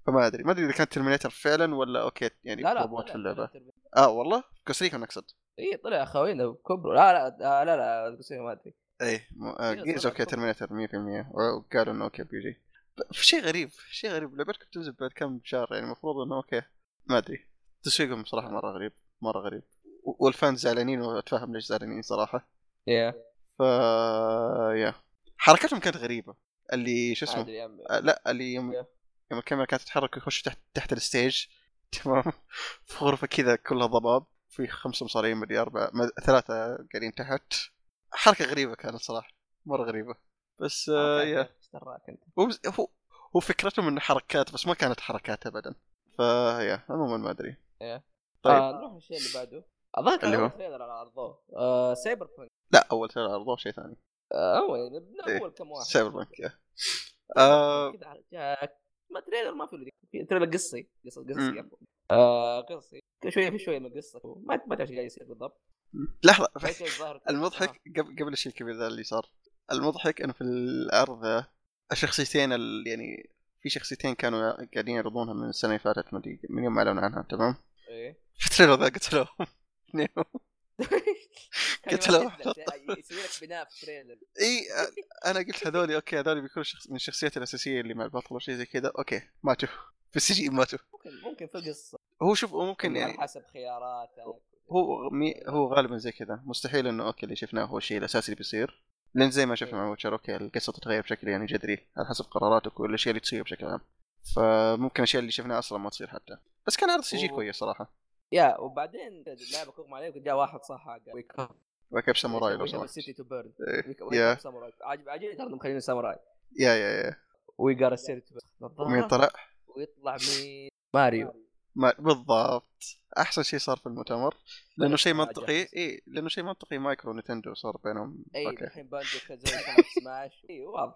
فما ادري ما ادري اذا كانت ترمينيتر فعلا ولا اوكي يعني
لا لا
روبوت
طلع-
في اللعبه
طلع Terminator.
اه والله كوستريكون اقصد
اي طلع اخوينا كبروا لا لا آه، لا لا قصير ما ادري
ايه م- آه،
إيه،
جيز
طلع
اوكي
طلع.
ترمينيتر 100% وقالوا انه اوكي بيجي ب- شيء غريب شيء غريب لعبتكم بتنزل بعد كم شهر يعني المفروض انه اوكي ما ادري تسويقهم صراحه مره غريب مره غريب و- والفانز زعلانين واتفهم ليش زعلانين صراحه
يا
ف يا حركتهم كانت غريبه اللي شو
ما
اسمه
ادري يا عمي.
آه، لا اللي يوم
Yeah.
يوم الكاميرا كانت تتحرك ويخش تحت تحت الستيج تمام في غرفه كذا كلها ضباب في خمسه مصارعين مدري اربعه ما- ثلاثه قاعدين تحت حركه غريبه كانت صراحه مره غريبه بس آه
أوكي،
يا
ايش دراك انت
هو بس- هو هو فكرتهم انه حركات بس ما كانت حركات ابدا فيا عموما ما ادري
Yeah.
طيب
آه، نروح للشيء اللي بعده الظاهر كان
اللي هو؟
أول تريلر على عرضوه آه، سايبر بانك
لا اول ترى عرضوه شيء ثاني
آه، اول من
إيه،
اول كم واحد
سايبر بانك يا. آه
كذا على جاك ما تريلر ما في له ذيك. في تريلر قصي قصص قصصي
مم.
عفوا. آه قصي شويه في شويه من القصه ما ما تعرف ايش قاعد يصير بالضبط
لحظه
بس الظاهر
طيب. المضحك قبل قبل الشيء الكبير ذا اللي صار المضحك انه في العرض ذا الشخصيتين ال- يعني في شخصيتين كانوا قاعدين يعرضونها من السنه اللي فاتت ما أدري من يوم ما اعلنوا عنها تمام
آه، إيه.
في التريلر ذا قتلوهم اثنينهم.
كان
قلت له.
يوحد لك، يسوي لك بناء في التريلر
اي أ- انا قلت هذول اوكي هذول بيكونوا شخص من الشخصيات الاساسيه اللي مع البطل وشي زي كذا اوكي ماتوا في السي جي ماتوا
ممكن ممكن في القصه
هو شوف هو ممكن
على
يعني
حسب خياراتك
هو مي هو غالبا زي كذا مستحيل انه اوكي اللي شفناه هو الشيء الاساسي اللي بيصير لان زي ما
إيه.
شفنا مع ويتشر اوكي القصه تتغير بشكل يعني جذري على حسب قراراتك والاشياء اللي تسويها بشكل عام فممكن الاشياء اللي شفناها اصلا ما تصير حتى بس كان عرض سي جي
هو-
كويس صراحه
يا وبعدين اللعبه كوم عليه جاء واحد صح قال ويك اب
وكيف ساموراي لو سمحت
سيتي تو بيرن
إيه.
ويك
يا.
اب ساموراي عاجب عاجبني ترى إنهم مخلينه ساموراي
يا يا يا
وي قال السيتي تو بيرن
مين طلع
ويطلع مين ماريو
ما بالضبط احسن شيء صار في المؤتمر لانه شيء منطقي
جاهز.
اي لانه شيء منطقي مايكرو ونتندو صار بينهم
اي
اوكي
إيه، الحين باندو كازوي سماش اي واضح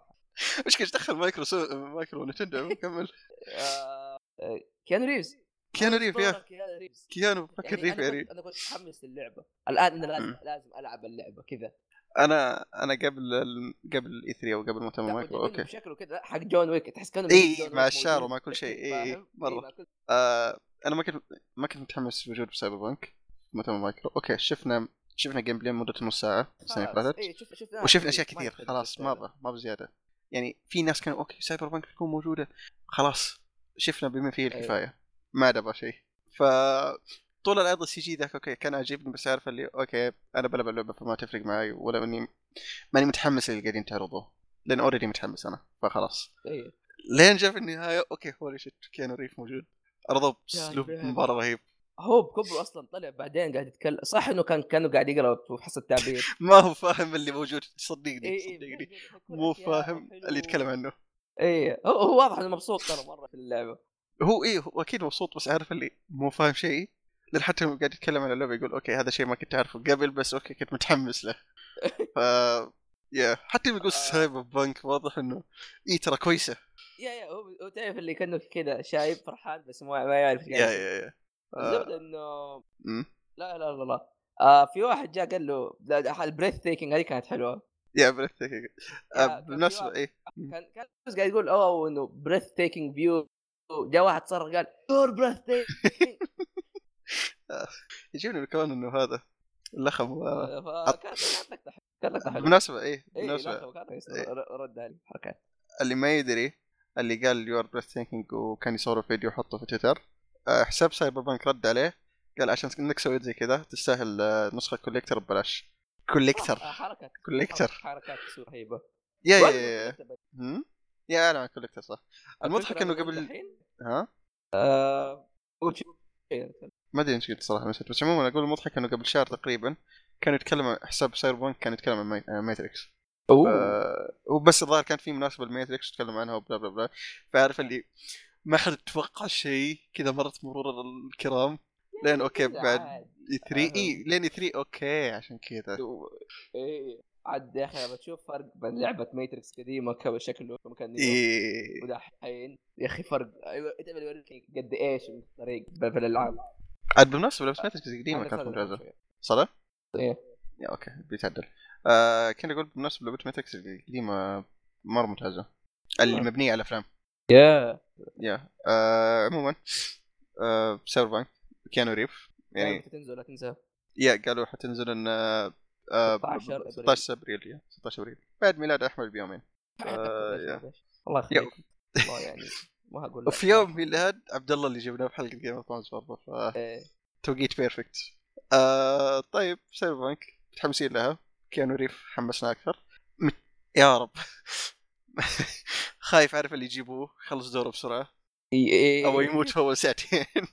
ايش كيف دخل مايكرو سو... مايكرو ونتندو كمل
آه، آه، كيانو ريفز
كيانو ريف يا
دورك كيانو ريفز
كيانو فكر
يعني
ريف
أنا
يا
كنت-
ريف
انا كنت متحمس للعبه الان انا لازم
مم.
لازم العب اللعبه كذا
انا انا قبل ال... قبل الاي 3 او قبل مؤتمر
لا،
مايكرو
وجايبينه
اوكي
بشكله كذا حق جون ويك تحس كانه
إيه،
جون ويك
مع الشعر
موجود.
ومع كل شيء. إيه،
فاهم؟
إيه، مرة.
إيه، مع كل-
آه انا ما كنت ما كنت متحمس لوجود سايبر بانك مؤتمر مايكرو اوكي شفنا شفنا جيم بلاي مدة نص ساعة السنة اللي
خلاص.
فاتت
إيه، شفت- شفناها
وشفنا
كثير،
اشياء
ما
كثير
يحتاج
خلاص ما
تتابع.
ابغى ما بزيادة يعني في ناس كانوا اوكي سايبر بانك بتكون
إيه.
موجودة خلاص شفنا بما فيه الكفاية ما عاد ابغى شيء ف طول العرض السي جي ذاك اوكي كان عاجبني بس عارف اللي اوكي انا بلعب اللعبه فما تفرق معي ولا اني ماني متحمس للي قاعدين تعرضوه لان اوريدي متحمس انا فخلاص
إيه.
لين جاء في النهايه اوكي هولي شيت كيانو ريف موجود عرضوه باسلوب
رب.
مره رهيب
هو بكبره اصلا طلع بعدين قاعد يتكلم صح انه كان كانه قاعد يقرا في حصه التعبير
ما هو فاهم اللي موجود صدقني
إيه، إيه،
صدقني
بيقول
مو
لك يا
فاهم
حلو.
اللي يتكلم عنه
ايه هو, هو واضح انه مبسوط ترى مره في اللعبه
هو ايه هو اكيد مبسوط بس عارف اللي مو فاهم شيء لان حتى لما قاعد يتكلم عن اللعبه يقول اوكي هذا شيء ما كنت اعرفه قبل بس اوكي كنت متحمس له ف يا حتى لما يقول
آه.
سايبر بانك واضح انه اي ترى كويسه
يا يا هو, هو تعرف اللي كانه كذا شايب فرحان بس ما, ما يعرف
يا
يعني
يا يا آه،
الزبده انه
مم.
لا لا لا لا آه في واحد جاء قال له لا، ده- البريث تيكينج هذه كانت حلوه
يا بريث تيكينج. آه،
يا، كان في
بالمناسبه
واحد-
ايه
كان كان الناس قاعد يقول اوه انه بريث تيكينج فيو جاء واحد صرخ قال يور بريث تيكينج
يجيبني كمان انه هذا اللخم آه.
فكانت كانت لقطه حلوه كانت لقطه حلوه
بالمناسبه ايه
اي
بالمناسبه إيه.
رد علي الحركات
اللي ما يدري اللي قال يور بريث ثينكينج وكان يصور فيديو وحطه في تويتر آه، حساب سايبر بانك رد عليه قال عشان انك سويت زي كذا تستاهل آه، نسخه كوليكتر ببلاش
آه،
كوليكتر
حركات
كوليكتر
حركات تصوير رهيبه
يا يا يا يا. هم؟ يا انا كوليكتر صح المضحك
الفكرة
إنه قبل-
الحين،
ها
آه، قول شيء. إيه.
ما ادري ايش قلت صراحه نسيت بس عموما اقول المضحك انه قبل شهر تقريبا كان يتكلم عن- حساب سايبر بانك كان يتكلم عن ماي- آه، ماتريكس آه، وبس الظاهر كان في مناسبه الماتريكس تكلم عنها وبلا بلا بلا فعارف اللي ما حد توقع شيء كذا مرت مرور الكرام لين اوكي
كذا
بعد
عادي.
اي 3 اي لين اي 3 اوكي عشان كذا
و- ايه عاد يا اخي بتشوف فرق بين لعبه ماتريكس قديمه كو- شكله مكان
إيه.
ودحين يا اخي فرق ايوه انت اللي يوريك قد ايش الطريق ب- في الالعاب
عاد بالمناسبه لعبه ماتريكس القديمه
هذا
كانت
فرق
ممتازه
شوية.
صح؟
إيه.
يا اوكي بيتعدل آه كنت اقول بالمناسبه لعبه ماتريكس القديمه مره ممتازه اللي
آه.
مبنيه على افلام
يا
يا آه عموما آه سايبر بانك كيانو ريف يعني
يعني تنزل لا تنسى
يا قالوا حتنزل ان آه، آه،
16 أبريل.
16 ابريل يا 16 ابريل بعد ميلاد احمد بيومين آه، يا.
الله يخليك والله يعني ما هقول لك.
وفي يوم ميلاد عبد الله اللي جبناه في حلقه جيم اوف ثرونز برضه
إيه.
فتوقيت بيرفكت آه طيب سايبر بانك متحمسين لها كيانو ريف حمسنا اكثر مت... يا رب خايف عارف اللي يجيبوه يخلص دوره بسرعه
إيه، إيه،
او
إيه.
يموت في اول ساعتين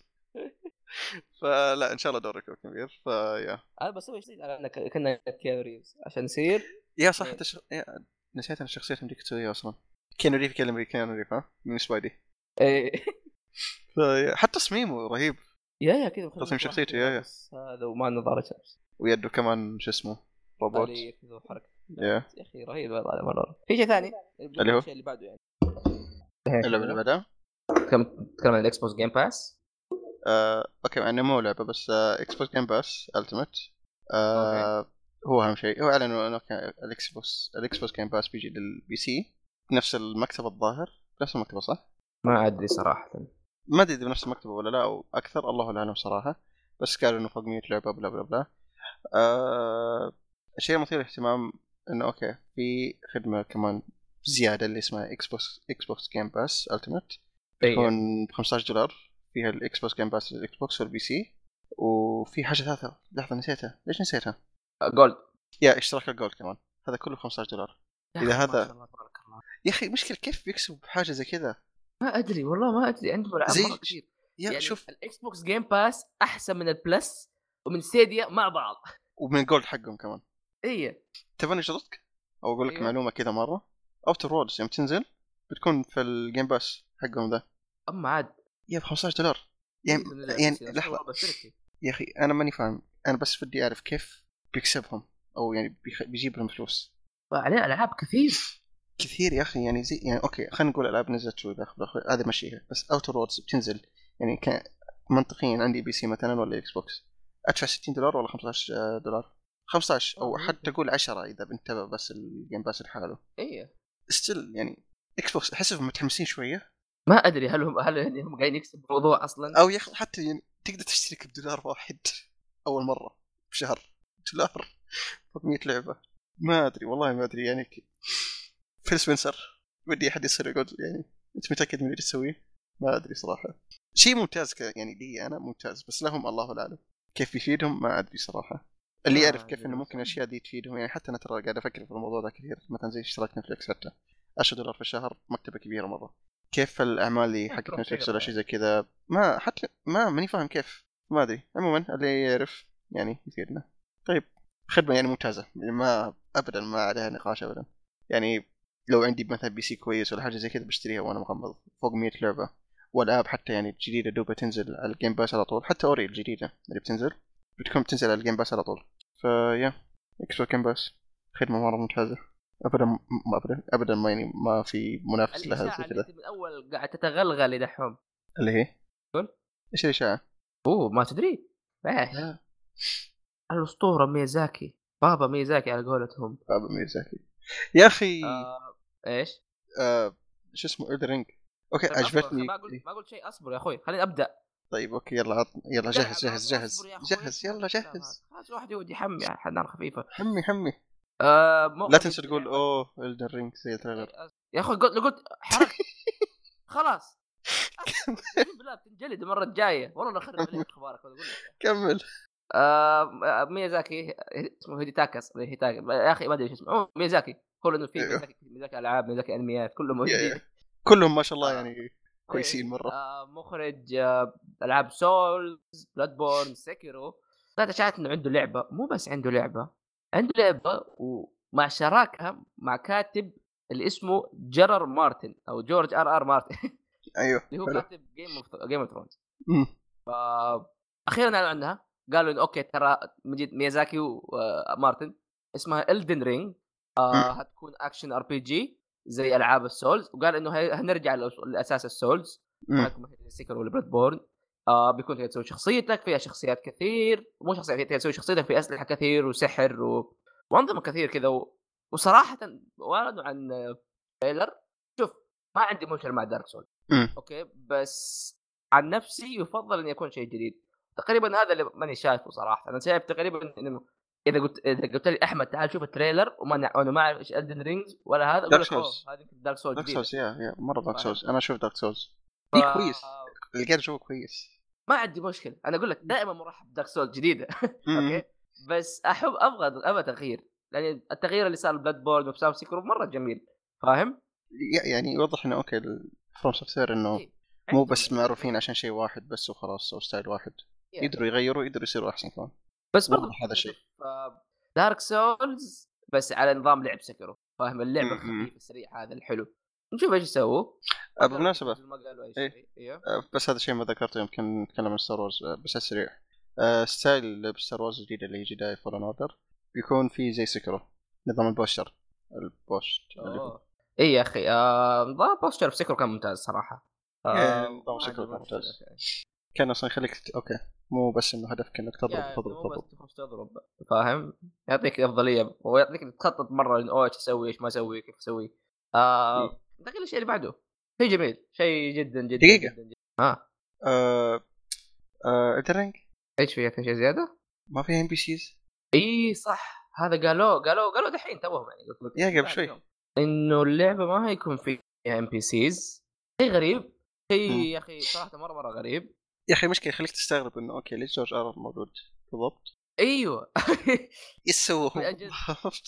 فلا ان شاء الله دورك يكون كبير فيا
انا بسوي شيء انا ك- كنا كيانو ريفز عشان يصير
يا صح
إيه.
تش... يا... نسيت انا شخصية امريكا تسويها اصلا كيانو ريف يكلم كيانو ريف ها من سبايدي
إيه.
فيا- حتى تصميمه رهيب
يا يا كذا مخلص
تصميم شخصيته، يا، يا.
بس هذا ومع نظاره شمس
ويده كمان شو اسمه روبوت
آلية كذا وحركة.
يا
يا اخي رهيب هذا هذا مره في شيء ثاني
اللي هو؟
الشيء اللي بعده يعني
اللعبة
أيوه.
اللي بعدها
كم تتكلم عن الاكس بوكس جيم باس
آه، اوكي مع انه مو لعبة بس آه، اكس بوكس جيم باس التيمت آه، هو اهم شيء هو اعلنوا انه كان الاكس بوكس الاكس بوكس جيم باس بيجي للبي سي نفس المكتب الظاهر نفس المكتبة صح؟
ما ادري صراحه
ما ادري اذا بنفس المكتبه ولا لا او اكثر الله اعلم صراحه بس قالوا انه فوق 100 لعبه بلا بلا بلا آه الشيء المثير للاهتمام انه اوكي في خدمه كمان زياده اللي اسمها اكس بوكس اكس بوكس جيم باس التيمت
إيه.
تكون ب 15 دولار فيها الاكس بوكس جيم باس للاكس بوكس والبي سي وفي حاجه ثالثه لحظه نسيتها ليش نسيتها؟
جولد
يا اشتراك الجولد كمان هذا كله ب 15 دولار إذا هذا- يا اخي مشكله كيف بيكسبوا بحاجه زي كذا
ما ادري والله ما ادري عندهم العاب
زي-
مرة كثير
يا
يعني
شوف
شوف الاكس بوكس جيم باس احسن من البلس ومن ستيديا مع بعض إيه،
ومن الجولد حقهم كمان
اي
تبغاني اشرطك او اقول لك
أيوه.
معلومه كذا مره اوتر رودز يوم تنزل بتكون في الجيم باس حقهم ذا
اما عاد إيه،
يا ب 15 دولار يعني يعني لحظه يا اخي انا ماني فاهم انا بس بدي اعرف كيف بيكسبهم او يعني بيخ... بيجيب لهم فلوس
عليه العاب كثير
كثير يا اخي يعني زي يعني اوكي خلينا نقول العاب نزلت شوي داخل داخل- هذه مشيها بس اوتر رودز بتنزل يعني ك... منطقيا عندي بي سي مثلا ولا اكس بوكس ادفع 60 دولار ولا 15 دولار 15 او
آه،
حتى
ممكن.
قول 10 اذا بنتبه بس الجيم باس لحاله
اي
ستيل يعني اكس بوكس احسهم متحمسين شويه
ما ادري هل هم هل يعني هم قاعدين يكسبوا الموضوع اصلا
او ياخذ حتى يعني تقدر تشترك بدولار واحد اول مره بشهر دولار فوق 100 لعبه ما ادري والله ما ادري يعني ك- فيل سبنسر ودي احد يصير يقول يعني انت متاكد من اللي تسويه؟ ما ادري صراحه شيء ممتاز ك... يعني لي انا ممتاز بس لهم الله اعلم كيف بيفيدهم ما ادري صراحه اللي
آه،
يعرف كيف انه
بالضبط.
ممكن الاشياء دي تفيدهم يعني حتى انا ترى قاعد افكر في الموضوع ده كثير مثلا زي اشتراك نتفلكس حتى 10 دولار في الشهر مكتبه كبيره مره كيف الاعمال اللي حقت
أتوقع
نتفلكس
كذا.
ولا شيء زي كذا ما حتى ما ماني فاهم كيف ما ادري عموما اللي يعرف يعني يفيدنا طيب خدمه يعني ممتازه يعني ما ابدا ما عليها نقاش ابدا يعني لو عندي مثلا بي سي كويس ولا حاجه زي كذا بشتريها وانا مغمض فوق 100 لعبه والعاب حتى يعني الجديده دوبها تنزل على الجيم باس على طول حتى اوري الجديده اللي بتنزل بتكون بتنزل على الجيم باس على طول فيا اكس جيم باس خدمه مره ممتازه ابدا م- ابدا ابدا ما يعني ما في منافس لها
الاشاعه
زي
اللي
كذا
أنت من اول قاعد تتغلغل يا دحوم
اللي هي
قول.
ايش الاشاعه؟
اوه ما تدري ايش
لا.
الاسطوره ميزاكي بابا ميزاكي على قولتهم
بابا ميزاكي يا اخي
آه، ايش
آه شو اسمه اولدرينج اوكي
طيب، أصبر،
عجبتني
ما قلت ما قلت شيء اصبر يا اخوي خليني ابدا
طيب اوكي يلا عط- يلا جهز
لا،
جهز
أصبر
جهز
يا أخوي،
جهز
أصبر.
يلا جهز
خلاص واحد يقعد يحمي على حنان خفيفه
حمي حمي
آه، مو-
لا تنسى تقول اوه الدر رينج زي تريلر
يا اخوي قلت قلت حرك خلاص أصبر، أقسم بالله بتنجلد المره الجايه والله لا اخرب عليك اخبارك ولا أقول لك.
كمل
آه، ميازاكي اسمه هيديتاكاس ولا هيتاكا يا اخي ما ادري شو اسمه أوه، ميازاكي هو لانه في
أيوه.
ميازاكي ميازاكي العاب ميازاكي انميات كلهم
يا-
موجودين
يا. كلهم ما شاء الله يعني كويسين مره
آه، مخرج آه، العاب سولز بلاد بورن سكيرو طلعت اشاعات انه عنده لعبه مو بس عنده لعبه عنده لعبه ومع شراكه مع كاتب اللي اسمه جرر مارتن او جورج ار ار مارتن
ايوه
اللي هو
حلو.
كاتب جيم اوف جيم اوف ثرونز
مم.
اخيرا اعلنوا عنها قالوا انه اوكي ترى مجد ميازاكي ومارتن اسمها الدن رينج آه هتكون اكشن ار بي جي زي العاب السولز وقال انه هي- هنرجع للأس- لاساس السولز
مم.
معكم سيكر ولا بلاد بورن آه بيكون تقدر تسوي شخصيتك فيها شخصيات كثير مو شخصيات تقدر تسوي شخصيتك في اسلحه كثير وسحر و... وانظمه كثير كذا و... وصراحه واعلنوا عن آه، تريلر شوف ما عندي مشكله مع دارك سول
مم.
اوكي بس عن نفسي يفضل ان يكون شيء جديد تقريبا هذا اللي ماني شايفه صراحه انا شايف تقريبا انه اذا قلت اذا قلت لي احمد تعال شوف التريلر وما انا ما اعرف ايش الدن رينجز ولا هذا
Dark
اقول لك أوه،
Souls.
هذه دارك سول
دارك
جديده
سولز يا يا مره دارك
فاهم.
سولز انا اشوف دارك سولز
ف-
دي كويس اللي قاعد اشوفه كويس
ما عندي مشكله انا اقول
إمم.
لك دائما مرحب بدارك سول جديده
مم.
اوكي بس احب ابغى ابغى تغيير يعني التغيير اللي صار بلاد بورن وبساو سيكرو مره جميل فاهم؟
يع- يعني يوضح انه اوكي فروم سوفتوير انه
إيه.
مو
عندهم
بس
يعني-
معروفين عشان شيء واحد بس وخلاص او ستايل واحد
يعني.
يقدروا يغيروا يقدروا يصيروا احسن كمان
بس برضو آه،
واضح هذا الشيء.
دارك سولز بس على نظام لعب سكرو فاهم اللعبه
م- م.
الخفيفه السريعه هذا الحلو نشوف ايش يسووا
آه، بالمناسبة.
ما قالوا اي
إيه.
شيء ايوه
آه، بس هذا الشيء ما ذكرته يمكن نتكلم عن ستار وورز آه، بس على السريع آه، ستايل لعب ستار وورز الجديد اللي هي جداي فولن اوردر بيكون فيه زي سكرو نظام البوشر البوشت اللي هو-
أوه. اي يا اخي آه، نظام بوستر في سكرو كان ممتاز صراحه
إيه،
آه،
نظام
ما
سكرو كان
عندي مشكلة.
ممتاز. كان اصلا يخليك ت- اوكي مو بس انه هدفك انك
يا،
تضرب تضرب
مو بس
تضرب
تخش تضرب فاهم يعطيك افضليه ويعطيك تخطط مره انه أوه، ايش اسوي ايش ما اسوي كيف اسوي
إيه.
آه دقيقه الشيء اللي بعده شيء جميل شيء جدا جدا
دقيقة.
جدا, جدا. ها
آه، آه، الدرينج
ايش فيها في شيء زياده؟
ما فيها ام بي سيز
اي صح هذا قالوه قالوه قالوه دحين توهم يعني قلت لك
يا قبل
بعد
شوي.
يوم. انه اللعبه ما هيكون فيها ام بي سيز شيء غريب شيء
مم.
يا اخي صراحه مره مره غريب
يا اخي مشكله يخليك تستغرب انه اوكي ليش جورج ار آر موجود بالضبط
ايوه
ايش سوى
من
هو
أجل-
بالضبط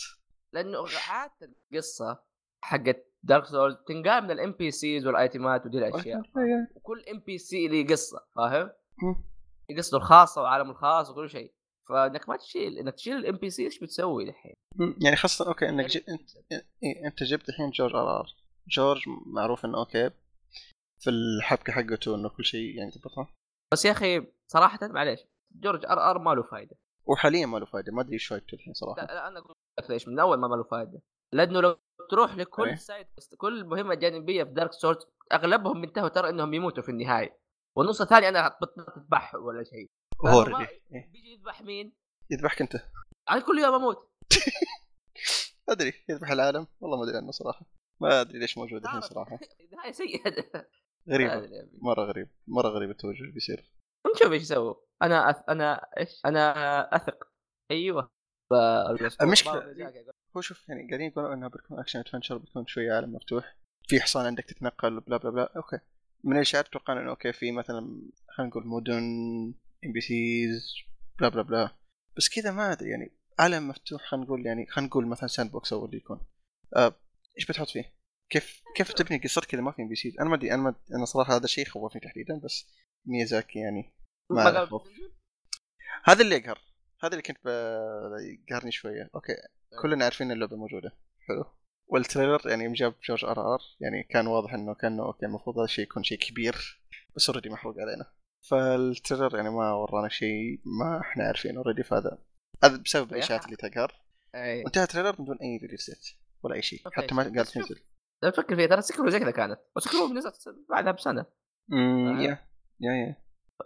لانه عاده القصه حقت دارك سولز تنقال من الام بي سيز والايتمات ودي الاشياء وكل ام بي سي له قصه فاهم؟
مم.
له قصته الخاصه وعالمه الخاص وكل شيء فانك ما تشيل انك تشيل الام بي سي ايش بتسوي دحين؟
مم. يعني خاصه اوكي انك
غريب
جي... انت
جداً.
إيه، انت جبت الحين جورج ار ار جورج معروف انه اوكي في الحبكه حقته انه كل شيء يعني ضبطها
بس يا اخي صراحه معليش جورج ار ار ما له فائده
وحاليا ما له فائده ما ادري ايش فائدته الحين
لا,
صراحه
لا انا اقول لك ليش من اول ما ما له فائده لانه لو تروح
إيه.
لكل سايد كويست كل مهمه جانبيه في دارك سورس اغلبهم انتهوا ترى انهم يموتوا في النهايه والنص الثاني انا بطلت اذبح ولا شيء
هو
فما-
already. إيه.
بيجي يذبح مين؟
يذبحك انت
انا كل يوم اموت
ادري يذبح العالم والله ما ادري عنه صراحه ما ادري ليش موجود الحين صراحه
النهايه سيئه هذا
غريبه
اللي أبيه.
مره غريب مره غريب التوجه اللي بيصير
نشوف ايش يسووا انا أث... انا ايش انا اثق ايوه ف-
المشكلة- هو شوف يعني قاعدين يقولوا انها بتكون اكشن ادفنشر بتكون شويه عالم مفتوح في حصان عندك تتنقل بلا بلا بلا اوكي من الاشياء اتوقع انه اوكي في مثلا خلينا نقول مدن ام بي سيز بلا بلا بلا بس كذا ما ادري يعني عالم مفتوح خلينا نقول يعني خلينا نقول مثلا ساند بوكس هو اللي يكون آه، ايش بتحط فيه؟ كيف كيف تبني قصتك كذا ما في ام بي سيز؟ انا ما ادري انا ما أدري- انا صراحه هذا الشيء خوفني تحديدا بس ميازاكي يعني ما
ما
أعرف. هذا اللي يقهر هذا اللي كنت ب- يقهرني شويه اوكي كلنا عارفين اللعبه موجوده حلو والتريلر يعني يوم جاب جورج ار ار يعني كان واضح انه كانه اوكي المفروض هذا الشيء يكون شيء كبير بس اوريدي محروق علينا فالتريلر يعني ما ورانا شيء ما احنا عارفين اوريدي فهذا هذا بسبب الاشاعات اللي تقهر
إيه.
وانتهى التريلر من دون اي ريليز ديت ولا اي شيء
أوكي.
حتى ما قال
بس شوف.
تنزل
لو تفكر فيها ترى سكرو زي كذا كانت وسكرو نزلت بعدها بسنه
امم
آه.
يا يا يا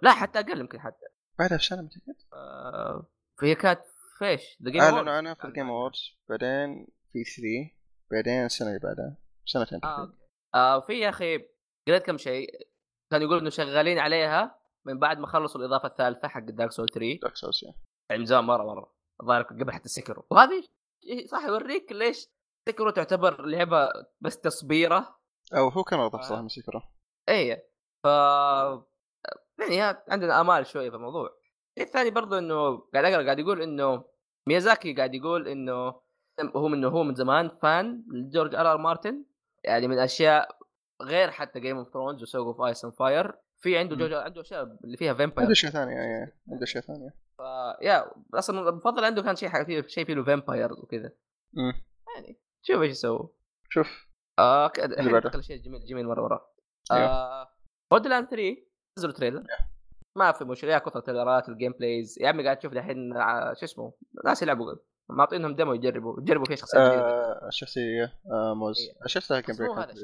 لا حتى اقل يمكن حتى
بعدها بسنه متاكد
آه، فهي كانت فيش ذا
اعلنوا عنها في الجيم اووردز بعدين في 3 بعدين السنه اللي بعدها سنتين
آه، أوكي. آه في يا اخي قريت كم شيء كان يقول انه شغالين عليها من بعد ما خلصوا الاضافه الثالثه حق دارك سول 3
دارك سولز يعني.
يعني من زمان مره مره الظاهر قبل حتى سكرو وهذه إيه، صح يوريك ليش سكرو تعتبر لعبه بس تصبيره
او Oh, هو كان واضح
آه.
صراحه من سكره
اي إيه. ف يعني ها- عندنا امال شويه في الموضوع الشيء الثاني برضه انه قاعد اقرا قاعد يقول انه ميازاكي قاعد يقول انه هو من هو من زمان فان لجورج ار ار مارتن يعني من اشياء غير حتى جيم اوف ثرونز وسوق اوف ايس اند فاير في عنده
مم.
جورج عنده اشياء اللي فيها
عنده
فامباير
اشياء ثانيه يعني عنده اشياء ثانيه
يا اصلا المفضل عنده كان شيء حاجة فيه شيء فيه له فامبايرز وكذا
مم.
يعني شوف ايش يسوي
شوف
اه
بعده.
كذا شيء جميل جميل مره وراه
أيوه.
هود لاند 3 نزلوا تريلر ما في مشكله يا كثر تريلرات الجيم بلايز يا عمي قاعد تشوف دحين آه، شو اسمه ناس يلعبوا معطينهم ديمو يجربوا يجربوا فيه شخصيات جديدة.
آه، الشخصيه آه، موز
إيه.
شفتها كان
بس مو
بريك
هذا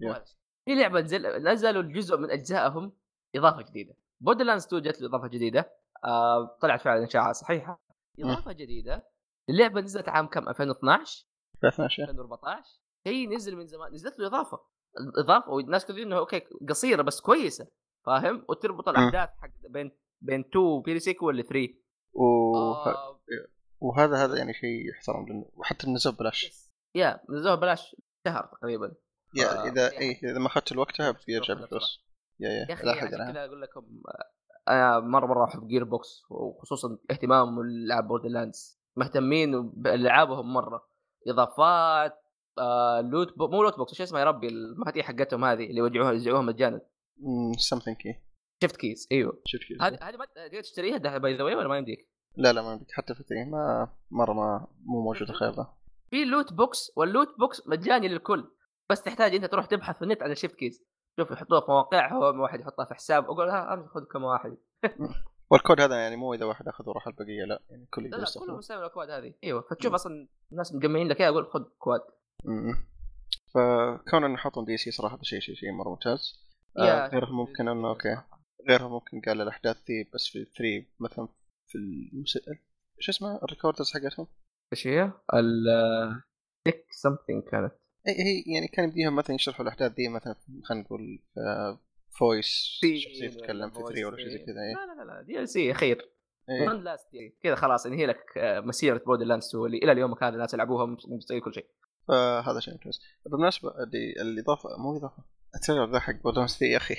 يا.
وهذا الشيء. في لعبه نزل نزلوا جزء من اجزائهم اضافه جديده بودرلاندز 2 جت له اضافه جديده آه طلعت فعلا اشاعه صحيحه اضافه جديده اللعبه نزلت عام كم 2012
ثلاث اشياء
2014 شيء نزل من زمان نزلت له اضافه اضافه والناس كثير انه اوكي قصيره بس كويسه فاهم وتربط الاحداث حق بين بين 2 وبين سيكول 3 آه،
وه- وهذا هذا يعني شيء يحترم لأنه- وحتى نزل ببلاش
يا نزلوها ببلاش شهر تقريبا
يا
آه،
اذا
يعني.
اي اذا ما اخذت وقتها بيرجع
بصراحة.
بالفلوس يا يا
يا اخي
لا حق
عشان
لها.
كذا اقول لكم آه، انا مره مره احب جير بوكس وخصوصا اهتمامهم للعب بوردر لاندز مهتمين بالعابهم مره اضافات آه لوت بو... مو لوت بوكس شو اسمه يا ربي المفاتيح حقتهم هذه اللي يوزعوها يوزعوها مجانا
something كي
شفت كيس ايوه
شوف كذا
هذه هذه ما تقدر تشتريها ده باي ذا ولا ما يمديك؟
لا لا ما عندك حتى في الثاني. ما مره ما مو موجود الخيار ذا
في لوت بوكس واللوت بوكس مجاني للكل بس تحتاج انت تروح تبحث في النت عن الشيفت كيز شوف يحطوها في مواقعهم واحد يحطها في حساب اقول ها امشي خذ كم واحد
والكود هذا يعني مو اذا واحد اخذ وراح البقيه لا يعني كل
لا لا كلهم
يستخدمه
يسوون الاكواد هذه ايوه فتشوف اصلا الناس مجمعين لك اياها اقول خذ كواد
مم. فكون انه يحطون دي سي صراحه شيء شيء شيء مره ممتاز آه،
يا-
غير ممكن انه اوكي غيرها ممكن قال الاحداث دي بس في 3 مثلا في المس... شو اسمه الريكوردرز حقتهم
ايش هي؟ ال تك سمثينج كانت
هي هي يعني كان يمديهم مثلا يشرحوا الاحداث دي مثلا خلينا نقول فويس شخصيه تتكلم في 3 ولا شيء زي كذا إيه.
لا لا لا لا دي ال سي خير
إيه.
وان لاست كذا خلاص انهي لك آه، مسيره بودر لاندز اللي الى اليوم هذا الناس يلعبوها مستوي كل شيء
فهذا شيء ممتاز بالمناسبه اللي الاضافه مو اضافه التريلر ذا حق بودرز 3 يا اخي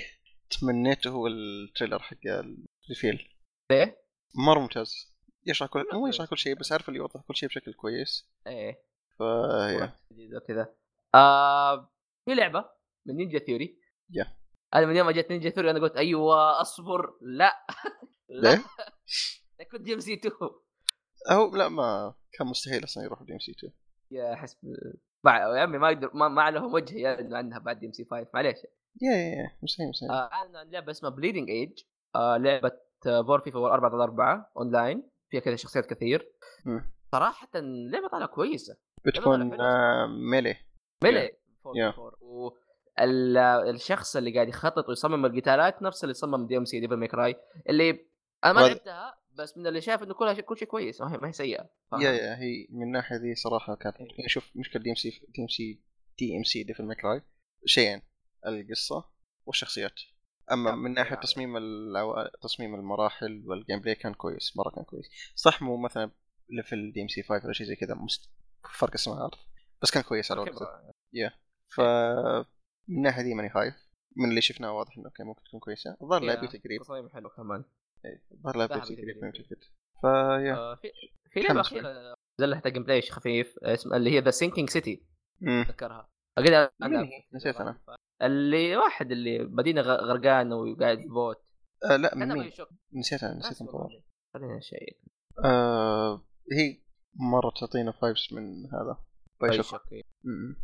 تمنيته هو التريلر حق الريفيل
ليه؟
مره ممتاز يشرح كل مو يشرح كل شيء بس عارف اللي يوضح كل شيء بشكل كويس يعني،
ايه
فا
جديده وكذا آه في لعبه من نينجا ثيوري
Yeah.
انا من يوم ما جت نينجا ثيوري انا قلت ايوه اصبر لا لا
ليه؟
أنا كنت جيم سي 2
هو لا ما كان مستحيل اصلا يروح دي ام سي 2
يا حسب مع... يا عمي ما اقدر ما, ما لهم وجه يعلنوا عنها بعد دي ام سي 5 معليش
يا يا يا مستحيل مستحيل
آه، اعلنوا عن لعبه اسمها بليدنج ايج آه لعبه آه، فور فيفا 4 ضد 4 اونلاين فيها كذا شخصيات كثير
مم.
صراحه لعبه طالعه كويسه
بتكون آه، ميلي
ملي فور
Yeah.
فور و ال- الشخص اللي قاعد يخطط ويصمم القتالات نفس اللي صمم دي ام سي ديفل ميكراي اللي انا ما
وهذا-
لعبتها بس من اللي شاف انه كلها شيء كل شيء كويس ما هي, ما هي سيئه
يا يا هي من الناحيه ذي صراحه كانت يعني شوف مشكله دي ام سي دي ام سي دي ام سي ديفل ماكراي شيئين القصه والشخصيات اما
طب،
من ناحيه
يعني.
تصميم العو... تصميم المراحل والجيم بلاي كان كويس مره كان كويس صح مو مثلا ليفل دي ام سي 5 ولا شيء زي كذا مست... فرق السماء والأرض، بس كان كويس على وقته
كبرة.
ف من الناحيه دي ماني خايف من اللي شفناه واضح انه اوكي ممكن تكون كويسه الظاهر لعبه تقريب
تصميم حلو كمان
الظاهر لعبه
لعبة
تقريب
تقريب.
ما متاكد فيا
آه، في في لعبه
تحمس شوي.
اخيره نزلها حق بلاي خفيف آه، اسمها اللي هي ذا سينكينج سيتي
مم.
اتذكرها اقدر
من هي؟ نسيت انا
اللي واحد اللي مدينه غ- غرقانه وقاعد في بوت
آه لا من
كان
مين؟
مالي شغل.
نسيت انا نسيت
ناس
المطور
والله. خلينا شيء
آه هي مره تعطينا فايبس من هذا طيب، باي
طيب،
شوك مم.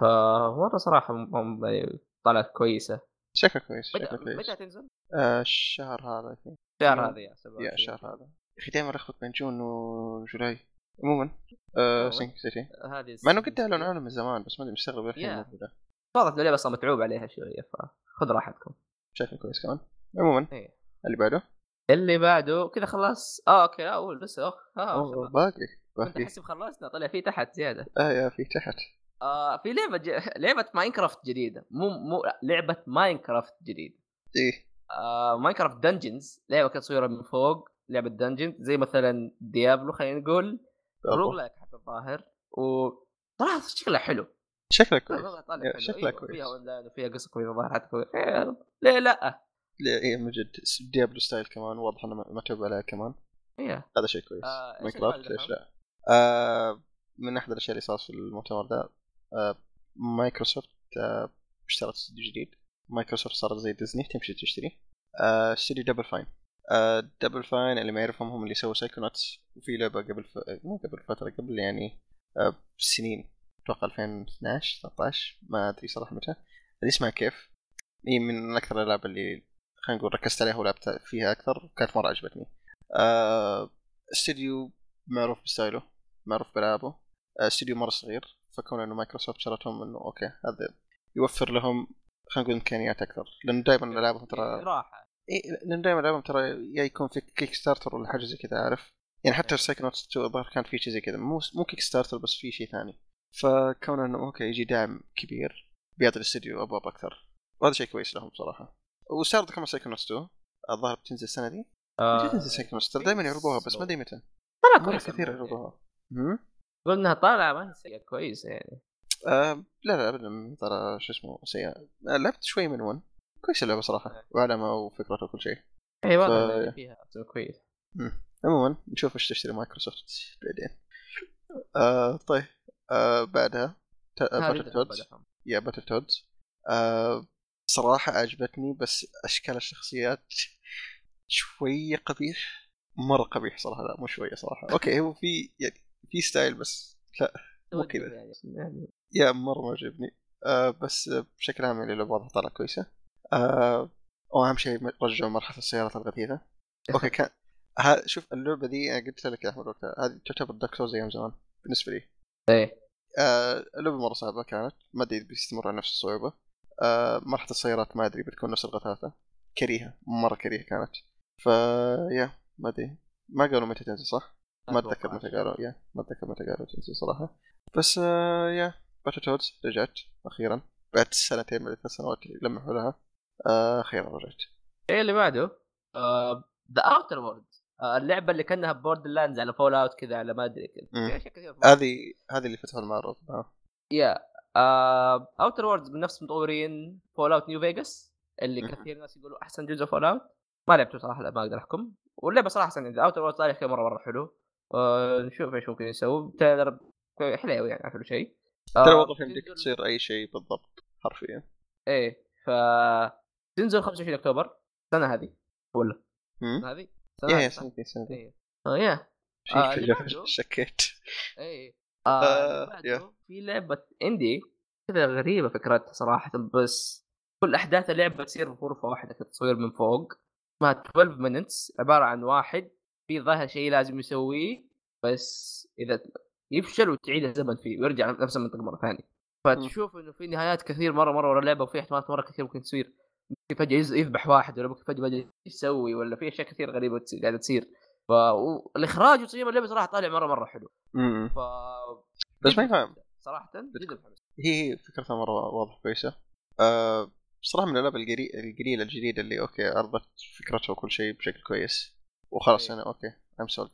فمره صراحه م- م- يعني طلعت كويسه
شكله كويس
متى
شكله
متى
كويس
تنزل؟
آه، الشهر هذا الحين
الشهر
يوم-
هذا يا سبعة
طيب، يا
وعشرين.
الشهر هذا يا اخي دائما اخبط بين جون وجولاي عموما آه
عموماً.
سينك سيتي
هذه
مع انه قد اعلنوا عنه من زمان بس ما ادري مستغرب الحين
يا.
موجوده
صارت اللعبه اصلا متعوب عليها شويه فخذ راحتكم
شكله كويس كمان عموما
إيه.
اللي بعده
اللي بعده كذا خلاص اه اوكي لا اول لسه اوه آه،
أوه، إيه.
شباب.
باقي
كنت
باقي
احسب خلصنا طلع في تحت زياده
اه يا في تحت
آه في لعبه ج... لعبه ماينكرافت جديده مو مو لا، لعبه ماينكرافت جديده
ايه
آه ماينكرافت دنجنز لعبه كانت صغيره من فوق لعبه دنجنز زي مثلا ديابلو خلينا نقول روج لايك حتى الظاهر و صراحه شكلها حلو
شكله كويس
طالع طالع حلو
شكلها
شكلها
كويس.
كويس فيها اونلاين وفيها قصه كويسه الظاهر حتى كويس. إيه، ليه لا؟
لا، ايه من جد ديابلو ستايل كمان واضح انه ما- ما توب عليها كمان
إيه.
هذا شيء كويس
آه، إيش
ماينكرافت
الفائدة
ليش لا آه من احد الاشياء اللي صارت في المؤتمر ذا آه مايكروسوفت آه اشترت استوديو جديد مايكروسوفت صارت زي ديزني تمشي تشتري آه، استوديو دبل فاين آه دبل فاين اللي ما يعرفهم هم اللي سووا سايكوناتس وفي لعبه قبل ف... مو قبل فتره قبل يعني آه سنين اتوقع 2012 13 ما ادري صراحه متى اللي اسمها كيف هي من اكثر الالعاب اللي خلينا نقول ركزت عليها ولعبت فيها اكثر وكانت مره عجبتني آه، استوديو معروف بستايله معروف بألعابه آه، استوديو مرة صغير فكون انه مايكروسوفت شرتهم انه اوكي هذا يوفر لهم خلينا نقول امكانيات اكثر لانه دائما العابهم ترى
راحه
إيه لانه دائما العابهم ترى يا يكون في كيك ستارتر ولا حاجه زي كذا عارف يعني حتى في سايكونوتس 2 الظاهر كان في شيء زي كذا مو مو كيك ستارتر بس في شيء ثاني فكون انه اوكي يجي دعم كبير بيعطي الاستوديو ابواب اكثر وهذا شيء كويس لهم بصراحه واستعرضوا كمان سايكونوتس 2 الظاهر بتنزل السنه دي
آه،
متى تنزل سايكونوتس ترى دائما يعرضوها بس ما ادري متى
طلع
مره
كويسة.
كثير يعرضوها هم؟
قلنا انها طالعه ما هي سيئه كويسه يعني
آه لا لا ابدا ترى شو اسمه سيء آه، لعبت شوي من ون كويسه اللعبه صراحه وعلمها وفكرتها وكل شيء
اي
ف-
واضح إن فيها أصلاً كويس
عموما نشوف ايش تشتري مايكروسوفت بعدين آه طيب آه بعدها تا- آه،
هذه
باتل تودز
تتبدأهم.
يا باتل تودز آه صراحة عجبتني بس أشكال الشخصيات شوية قبيح مرة قبيح صراحة لا مو شوية صراحة أوكي هو في يعني في ستايل بس لا مو كذا
يعني- يعني
يا مره ما عجبني آه بس آه، بشكل عام يعني الوضع طلع كويسه آه واهم شيء م- رجعوا مرحله السيارات الغثيثه اوكي كان ها شوف اللعبه دي أنا قلت لك يا احمد وقتها هذه تعتبر دارك سوز ايام زمان بالنسبه لي
ايه
آه اللعبه مره صعبه كانت ما ادري بيستمر على نفس الصعوبه آه مرحله السيارات ما ادري بتكون نفس الغثاثه كريهه مره كريهه كانت فا يا ما ادري ما قالوا متى تنزل صح؟ ما اتذكر متى قالوا يا ما اتذكر متى قالوا تنزل صراحه بس آه يا باتل تودز رجعت اخيرا بعد سنتين ولا ثلاث سنوات لمحوا لها آه اخيرا رجعت
ايه اللي بعده آه، ذا اوتر وورد اللعبه آه، اللي كانها بوردر لاندز على فول اوت كذا على ما ادري
مم.
كذا في أشياء كثير
هذه هذه اللي فتحوا المعرض آه.
يا اوتر وورد من نفس مطورين فول اوت نيو فيجاس اللي
مم.
كثير ناس يقولوا احسن جزء فول اوت ما لعبته صراحه لا ما اقدر احكم واللعبه صراحه احسن اوتر وورد طالع كذا مره مره حلو آه، نشوف ايش ممكن يسوي ترى حلو يعني على كل شيء آه،
ترى والله يمديك
بتنزل-
تصير اي شيء بالضبط حرفيا
ايه ف تنزل 25 اكتوبر السنه هذه ولا
مم.
السنه هذه
يا
السنه
يا
هذه صح؟
سنتين سنتين
ايه آه، يا آه، اللي بعده.
شكيت
ايه
آه،
آه
يا.
بعده في لعبة اندي كذا غريبة فكرتها صراحة بس كل أحداث اللعبة تصير في غرفة واحدة كده تصوير من فوق اسمها 12 minutes عبارة عن واحد في ظاهر شيء لازم يسويه بس إذا يفشل وتعيد الزمن فيه ويرجع نفس المنطقة مرة ثانية فتشوف انه في نهايات كثير مره مره ورا اللعبه وفي احتمالات مره كثير ممكن تصير ممكن فجاه يز- يذبح واحد ولا ممكن فجاه ما أدري ايش يسوي ولا في اشياء كثير غريبه تصير- قاعده تصير ف... والاخراج وتصميم اللعبه صراحه طالع مره مره حلو
مم.
ف
بس ما يفهم
صراحه جدا متحمس
هي هي فكرتها مره واضحه كويسه أه بصراحه من الالعاب القري- القليله الجديده اللي اوكي عرضت فكرتها وكل شيء بشكل كويس وخلاص
أيوة.
انا اوكي ام سولد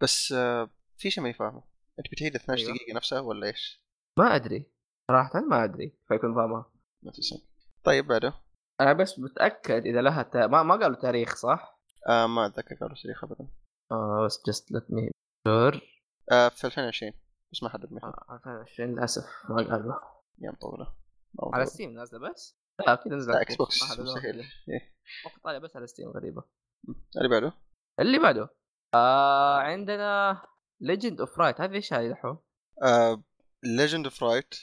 بس أه في شيء ماني فاهمه انت بتعيد 12
أيوة.
دقيقه نفسها ولا ايش؟
ما ادري صراحه ما ادري فيكون فاهمها
ما تسمع طيب بعده
انا بس متاكد اذا لها تا... ما ما قالوا تاريخ صح؟
آه ما اتذكر قالوا تاريخ ابدا
آه بس جست لت مي شور
آه في 2020 بس ما حدد
آه.
متى
2020 للاسف ما قالوا
ايام طويله
على ستيم نازله بس؟ لا اكيد نزلت
لا، اكس بوكس
ما حد-
مستحيل إيه.
وقت طالع بس على ستيم غريبه
اللي بعده
اللي بعده آه عندنا ليجند اوف رايت هذه ايش هذه دحوم؟
آه، ليجند اوف رايت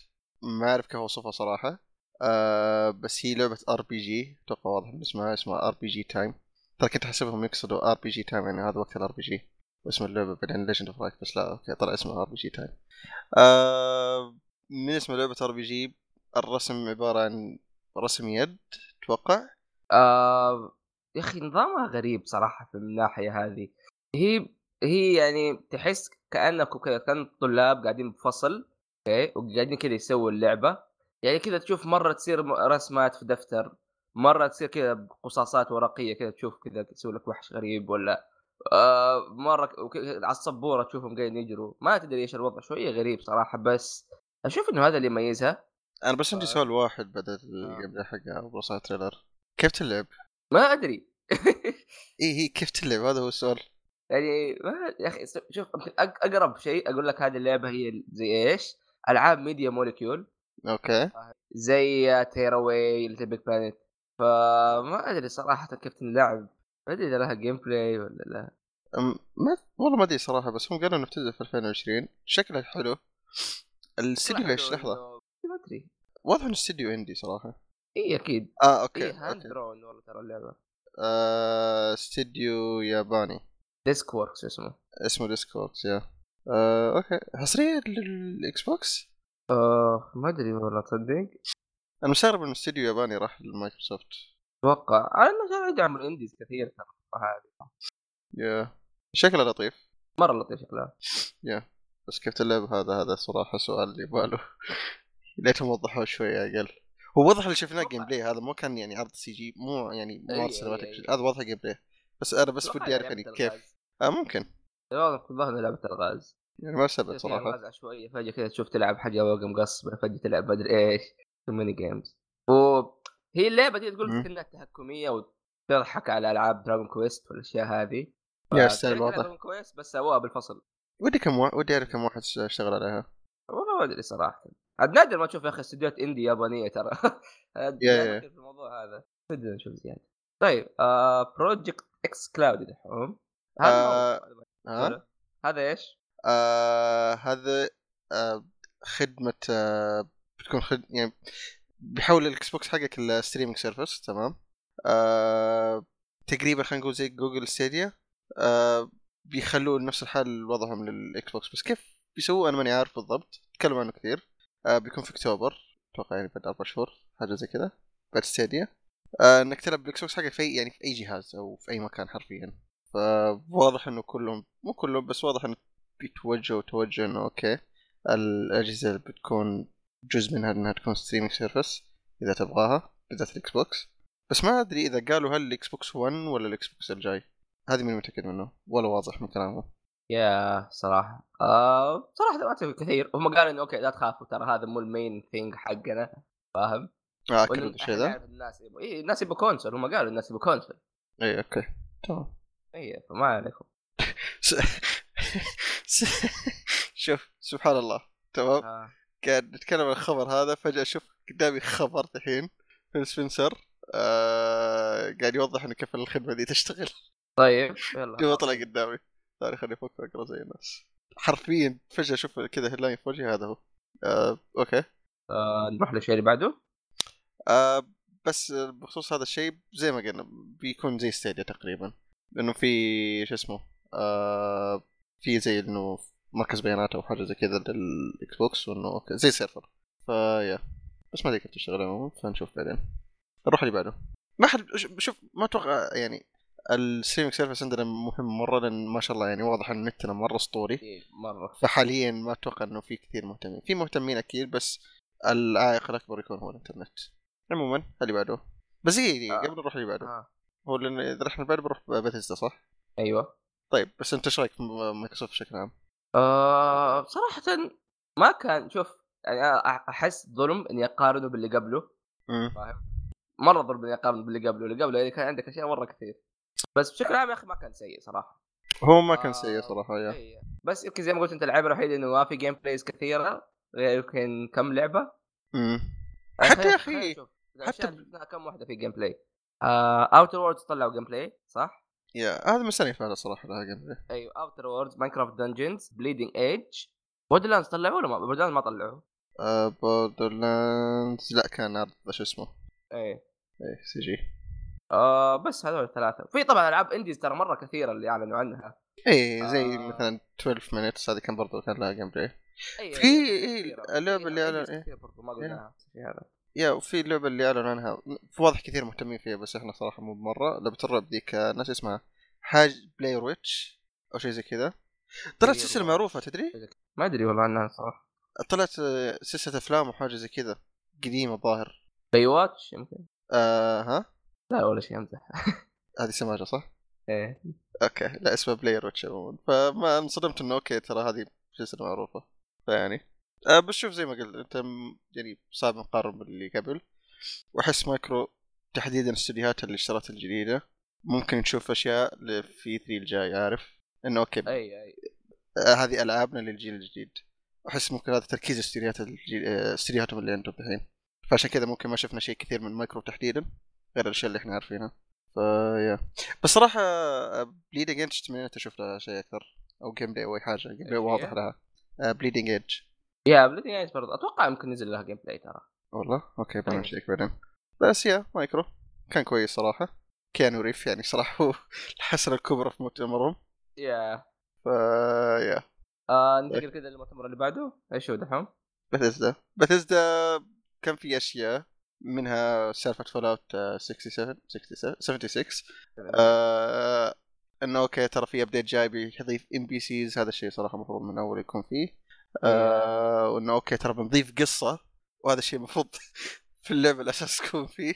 ما اعرف كيف اوصفها صراحه آه بس هي لعبه ار بي جي اتوقع واضح من اسمها اسمها ار بي جي تايم ترى كنت احسبهم يقصدوا ار بي جي تايم يعني هذا وقت الار بي جي واسم اللعبه بعدين ليجند اوف رايت بس لا اوكي طلع اسمها ار بي جي تايم آه، من اسم لعبه ار بي جي الرسم عباره عن رسم يد اتوقع
آه يا اخي نظامها غريب صراحه في الناحيه هذه هي هي يعني تحس كانكم كذا كان طلاب قاعدين بفصل اوكي وقاعدين كذا يسووا اللعبه يعني كذا تشوف مره تصير م- رسمات في دفتر مره تصير كذا بقصاصات ورقيه كذا تشوف كذا تسوي لك وحش غريب ولا آه مره ك- وك- على السبوره تشوفهم قاعدين يجروا ما تدري ايش الوضع شويه غريب صراحه بس اشوف انه هذا اللي يميزها
انا بس عندي
آه.
سؤال واحد بعد الجيم بلاي حقها او بوصلها تريلر كيف تلعب؟
ما ادري
اي هي كيف تلعب هذا هو السؤال
يعني ما يا اخي س- شوف يمكن أق- اقرب شيء اقول لك هذه اللعبه هي زي ايش؟ العاب ميديا موليكيول
اوكي
زي تيراواي ليتل بيج بلانيت فما ادري صراحه كيف تنلعب ما ادري اذا لها جيم بلاي ولا لا
أم ما والله ما ادري صراحه بس هم قالوا انه بتنزل في 2020 شكلها حلو الاستديو ليش لحظه
ما ادري
واضح انه استديو اندي صراحه
اي اكيد
اه اوكي
اي هاند
أوكي.
درون والله ترى اللعبه
آه، استديو ياباني
ديسك وركس اسمه
اسمه ديسكورد يا آه، اوكي حصريه للاكس بوكس
آه ما ادري والله تصدق
انا مستغرب انه استديو ياباني راح لمايكروسوفت
اتوقع على انه كان يدعم الانديز كثير ترى هذه
يا شكله لطيف
مره لطيف شكلها
بس كيف تلعب هذا هذا صراحه سؤال اللي باله ليتهم وضحوه شوي اقل هو واضح اللي شفناه جيم بلاي هذا مو كان يعني عرض سي جي مو يعني مو
أي-
عرض
أي-
سينماتيك
أي.
هذا واضح جيم بلاي بس انا بس ودي اعرف يعني كيف آه ممكن
واضح في الظاهر إنها لعبه الغاز
يعني ما سبت
صراحه
صراحه
الغاز عشوائيه فجاه كذا تشوف تلعب حاجه وقع مقصبه فجاه تلعب إيه، ما ادري ايش ميني جيمز وهي اللعبه دي تقول
مم.
لك انها تحكميه وتضحك على العاب دراجون كويست والاشياء هذه
يا استاذ
فتعرف إنها
واضح
دراجون كويست بس سووها بالفصل
ودي كم وا- ودي اعرف كم واحد اشتغل عليها
والله ما ادري صراحه عاد نادر ما تشوف يا اخي استديوهات اندي يابانيه ترى عاد
يا-
ما
يا.
أفكر في الموضوع هذا بدنا نشوف زياده طيب آه بروجكت اكس كلاود دحوم هذا
آه،
موضوع.
ها
هذا ايش؟
آه هذا آه خدمه آه بتكون خد يعني بيحول الاكس بوكس حقك لستريمينج سيرفيس تمام آه تقريبا خلينا نقول زي جوجل ستيديا آه بيخلوه نفس الحال وضعهم للاكس بوكس بس كيف بيسووه انا ماني عارف بالضبط تكلموا عنه كثير آه بيكون في اكتوبر اتوقع يعني بعد اربع شهور حاجه زي كذا بعد ستيديا آه انك تلعب بالاكس بوكس حقك في أي- يعني في اي جهاز او في اي مكان حرفيا فواضح انه كلهم مو كلهم بس واضح انه بيتوجهوا توجه انه اوكي الاجهزه اللي بتكون جزء منها انها تكون ستريمينج سيرفيس اذا تبغاها بالذات الاكس بوكس بس ما ادري اذا قالوا هل الاكس بوكس 1 ولا الاكس بوكس الجاي هذه ماني متاكد منه ولا واضح من كلامه
يا صراحة آه صراحة ما تفرق كثير هم قالوا انه اوكي لا تخافوا ترى هذا مو المين ثينج حقنا فاهم؟
اه
وإنه
اكد الشيء
إحنا
ذا
نعرف الناس يبغوا اي الناس يبغوا كونسول هم قالوا الناس يبغوا كونسول
اي اوكي إيه، تمام
اي فما عليكم
شوف سبحان الله تمام
آه.
قاعد نتكلم عن الخبر هذا فجأة أشوف قدامي خبر الحين فيل سبنسر آه قاعد يوضح انه كيف الخدمة دي تشتغل
طيب يلا
هو طلع قدامي ثاني خليني افك واقرا زي الناس حرفيا فجأة اشوف كذا هيدلاين في وجهي هذا هو آه اوكي
آه نروح للشيء اللي بعده
آه بس آه، بخصوص هذا الشيء زي ما قلنا بيكون زي ستيديا تقريبا لانه في شو اسمه آه في زي انه مركز بيانات او حاجه زي كذا للاكس بوكس وانه أوكي، زي سيرفر فيا بس ما ادري كيف تشتغل عموما فنشوف بعدين نروح اللي بعده ما حد ش- شوف ما اتوقع يعني الستريمينج سيرفيس عندنا مهم مره لان ما شاء الله يعني واضح ان نتنا مره اسطوري
إيه مرة
فحاليا ما اتوقع انه في كثير مهتمين في مهتمين اكيد بس العائق الاكبر يكون هو الانترنت عموما اللي بعده بس هي هي
آه.
قبل نروح اللي بعده
آه.
هو لان اذا رحنا اللي بعده بنروح بثيسدا صح؟
ايوه
طيب بس انت ايش رايك في م- مايكروسوفت بشكل عام؟
آه صراحة ما كان شوف يعني أنا أح- احس ظلم اني اقارنه باللي قبله
مم.
فاهم مره ضرب اللي قبل باللي قبله اللي قبله يعني كان عندك اشياء مره كثير بس بشكل عام يا اخي ما كان سيء صراحه
هو ما كان
آه،
سيء صراحه يا
إيه. بس يمكن زي ما قلت انت العيب الوحيد انه ما في جيم بلايز كثيره غير يمكن كم لعبه
مم.
يعني
حتى يا
خلينا-
أخي،
خلينا نشوف.
حتى
الأشياء اللي شفناها كم واحده في جيم بلاي اوتر ووردز طلعوا جيم بلاي صح؟
يا هذا مسألة فعلا صراحه لها قبل
ايوه اوتر ووردز ماينكرافت دنجنز بليدنج ايج بودرلاندز طلعوا ولا ما بودرلاندز ما طلعوا؟
بوردرلاندز آه، لا كان عرض شو اسمه
ايه
ايه سي جي
آه بس هذول الثلاثه في طبعا العاب انديز ترى مره كثيره اللي اعلنوا عنها
ايه زي
آه.
مثلا 12 مينتس هذه كان برضو كان لها جيم بلاي
أيوة،
في-
أيوة،
إيه،
كثيرة.
اللعبة اللي
إنديز
أعلن- إيه.
كثير برضو ما قلناها في هذا
يا وفي اللعبة اللي اعلن عنها واضح كثير مهتمين فيها بس احنا صراحة مو بمرة لعبة الرعب ذيك آه، ناس اسمها حاج بلاير ويتش او شيء زي كذا طلعت
Blair
سلسلة
Witch.
معروفة تدري؟
ما ادري والله عنها صراحه
طلعت آه، سلسلة افلام وحاجة زي كذا قديمة الظاهر
باي واتش يمكن
آه ها
لا ولا شيء امزح
هذه سماجة صح؟
ايه
اوكي لا اسمها بلاير ويتش عموما فما انصدمت انه اوكي ترى هذه سلسلة معروفة فيعني أه بشوف زي ما قلت انت م- يعني صعب نقارن باللي قبل واحس مايكرو تحديدا الاستديوهات اللي اشترت الجديدة ممكن نشوف اشياء ل- في 3 الجاي عارف انه اوكي
اي اي
آه هذه العابنا للجيل الجديد احس ممكن هذا تركيز استديوهات الجي- آه، استديوهاتهم اللي عندهم الحين فعشان كذا ممكن ما شفنا شيء كثير من مايكرو تحديدا غير الاشياء اللي احنا عارفينها فيا بس صراحه بليدنج ايدج تمنيت اشوف لها شيء اكثر او جيم بلاي او اي حاجه جيم بلاي
إيش هي؟
واضح لها آه، بليدنج ايدج
يا بليدنج ايج برضه اتوقع يمكن نزل لها جيم بلاي ترى
والله اوكي
طيب.
بنعمل شيء بعدين بس يا مايكرو كان كويس صراحه كيانو ريف يعني صراحه هو الحسنه الكبرى في مؤتمرهم
يا
فيا
آه ننتقل كذا للمؤتمر اللي بعده ايش هو دحوم؟
بثزدا بثزدا كان في اشياء منها آه، سالفه فول اوت 67 67 76 آه انه اوكي ترى في ابديت جاي بيضيف ام بي سيز هذا الشيء صراحه المفروض من اول يكون فيه آه وانه اوكي ترى بنضيف قصه وهذا الشيء المفروض في اللعبه الاساس تكون فيه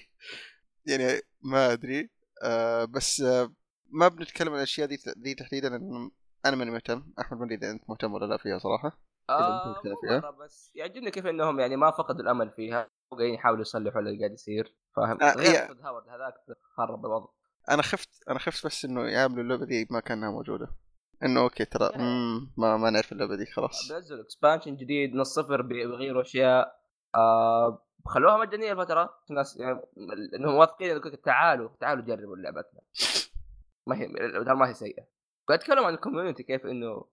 يعني ما ادري آه بس آه ما بنتكلم عن الاشياء دي دي تحديدا لأن انا ماني مهتم احمد ما ادري اذا انت مهتم ولا لا فيها صراحه
آه
كذا
مو
فيها.
مرة بس يعجبني كيف انهم يعني ما فقدوا الامل فيها وقاعدين يحاولوا يصلحوا اللي قاعد يصير فاهم؟
آه،
غير
يا.
خد هاورد هذاك خرب الوضع
انا خفت انا خفت بس انه يعملوا اللعبه دي ما كانها موجوده انه اوكي ترى
لا.
مم، ما ما نعرف اللعبه دي خلاص
بنزلوا اكسبانشن آه، جديد من الصفر بي- بيغيروا اشياء آه خلوها مجانيه لفتره الناس يعني انهم واثقين يقول لك تعالوا تعالوا جربوا لعبتنا ما هي ترى ما هي سيئه قاعد اتكلم عن الكوميونتي كيف انه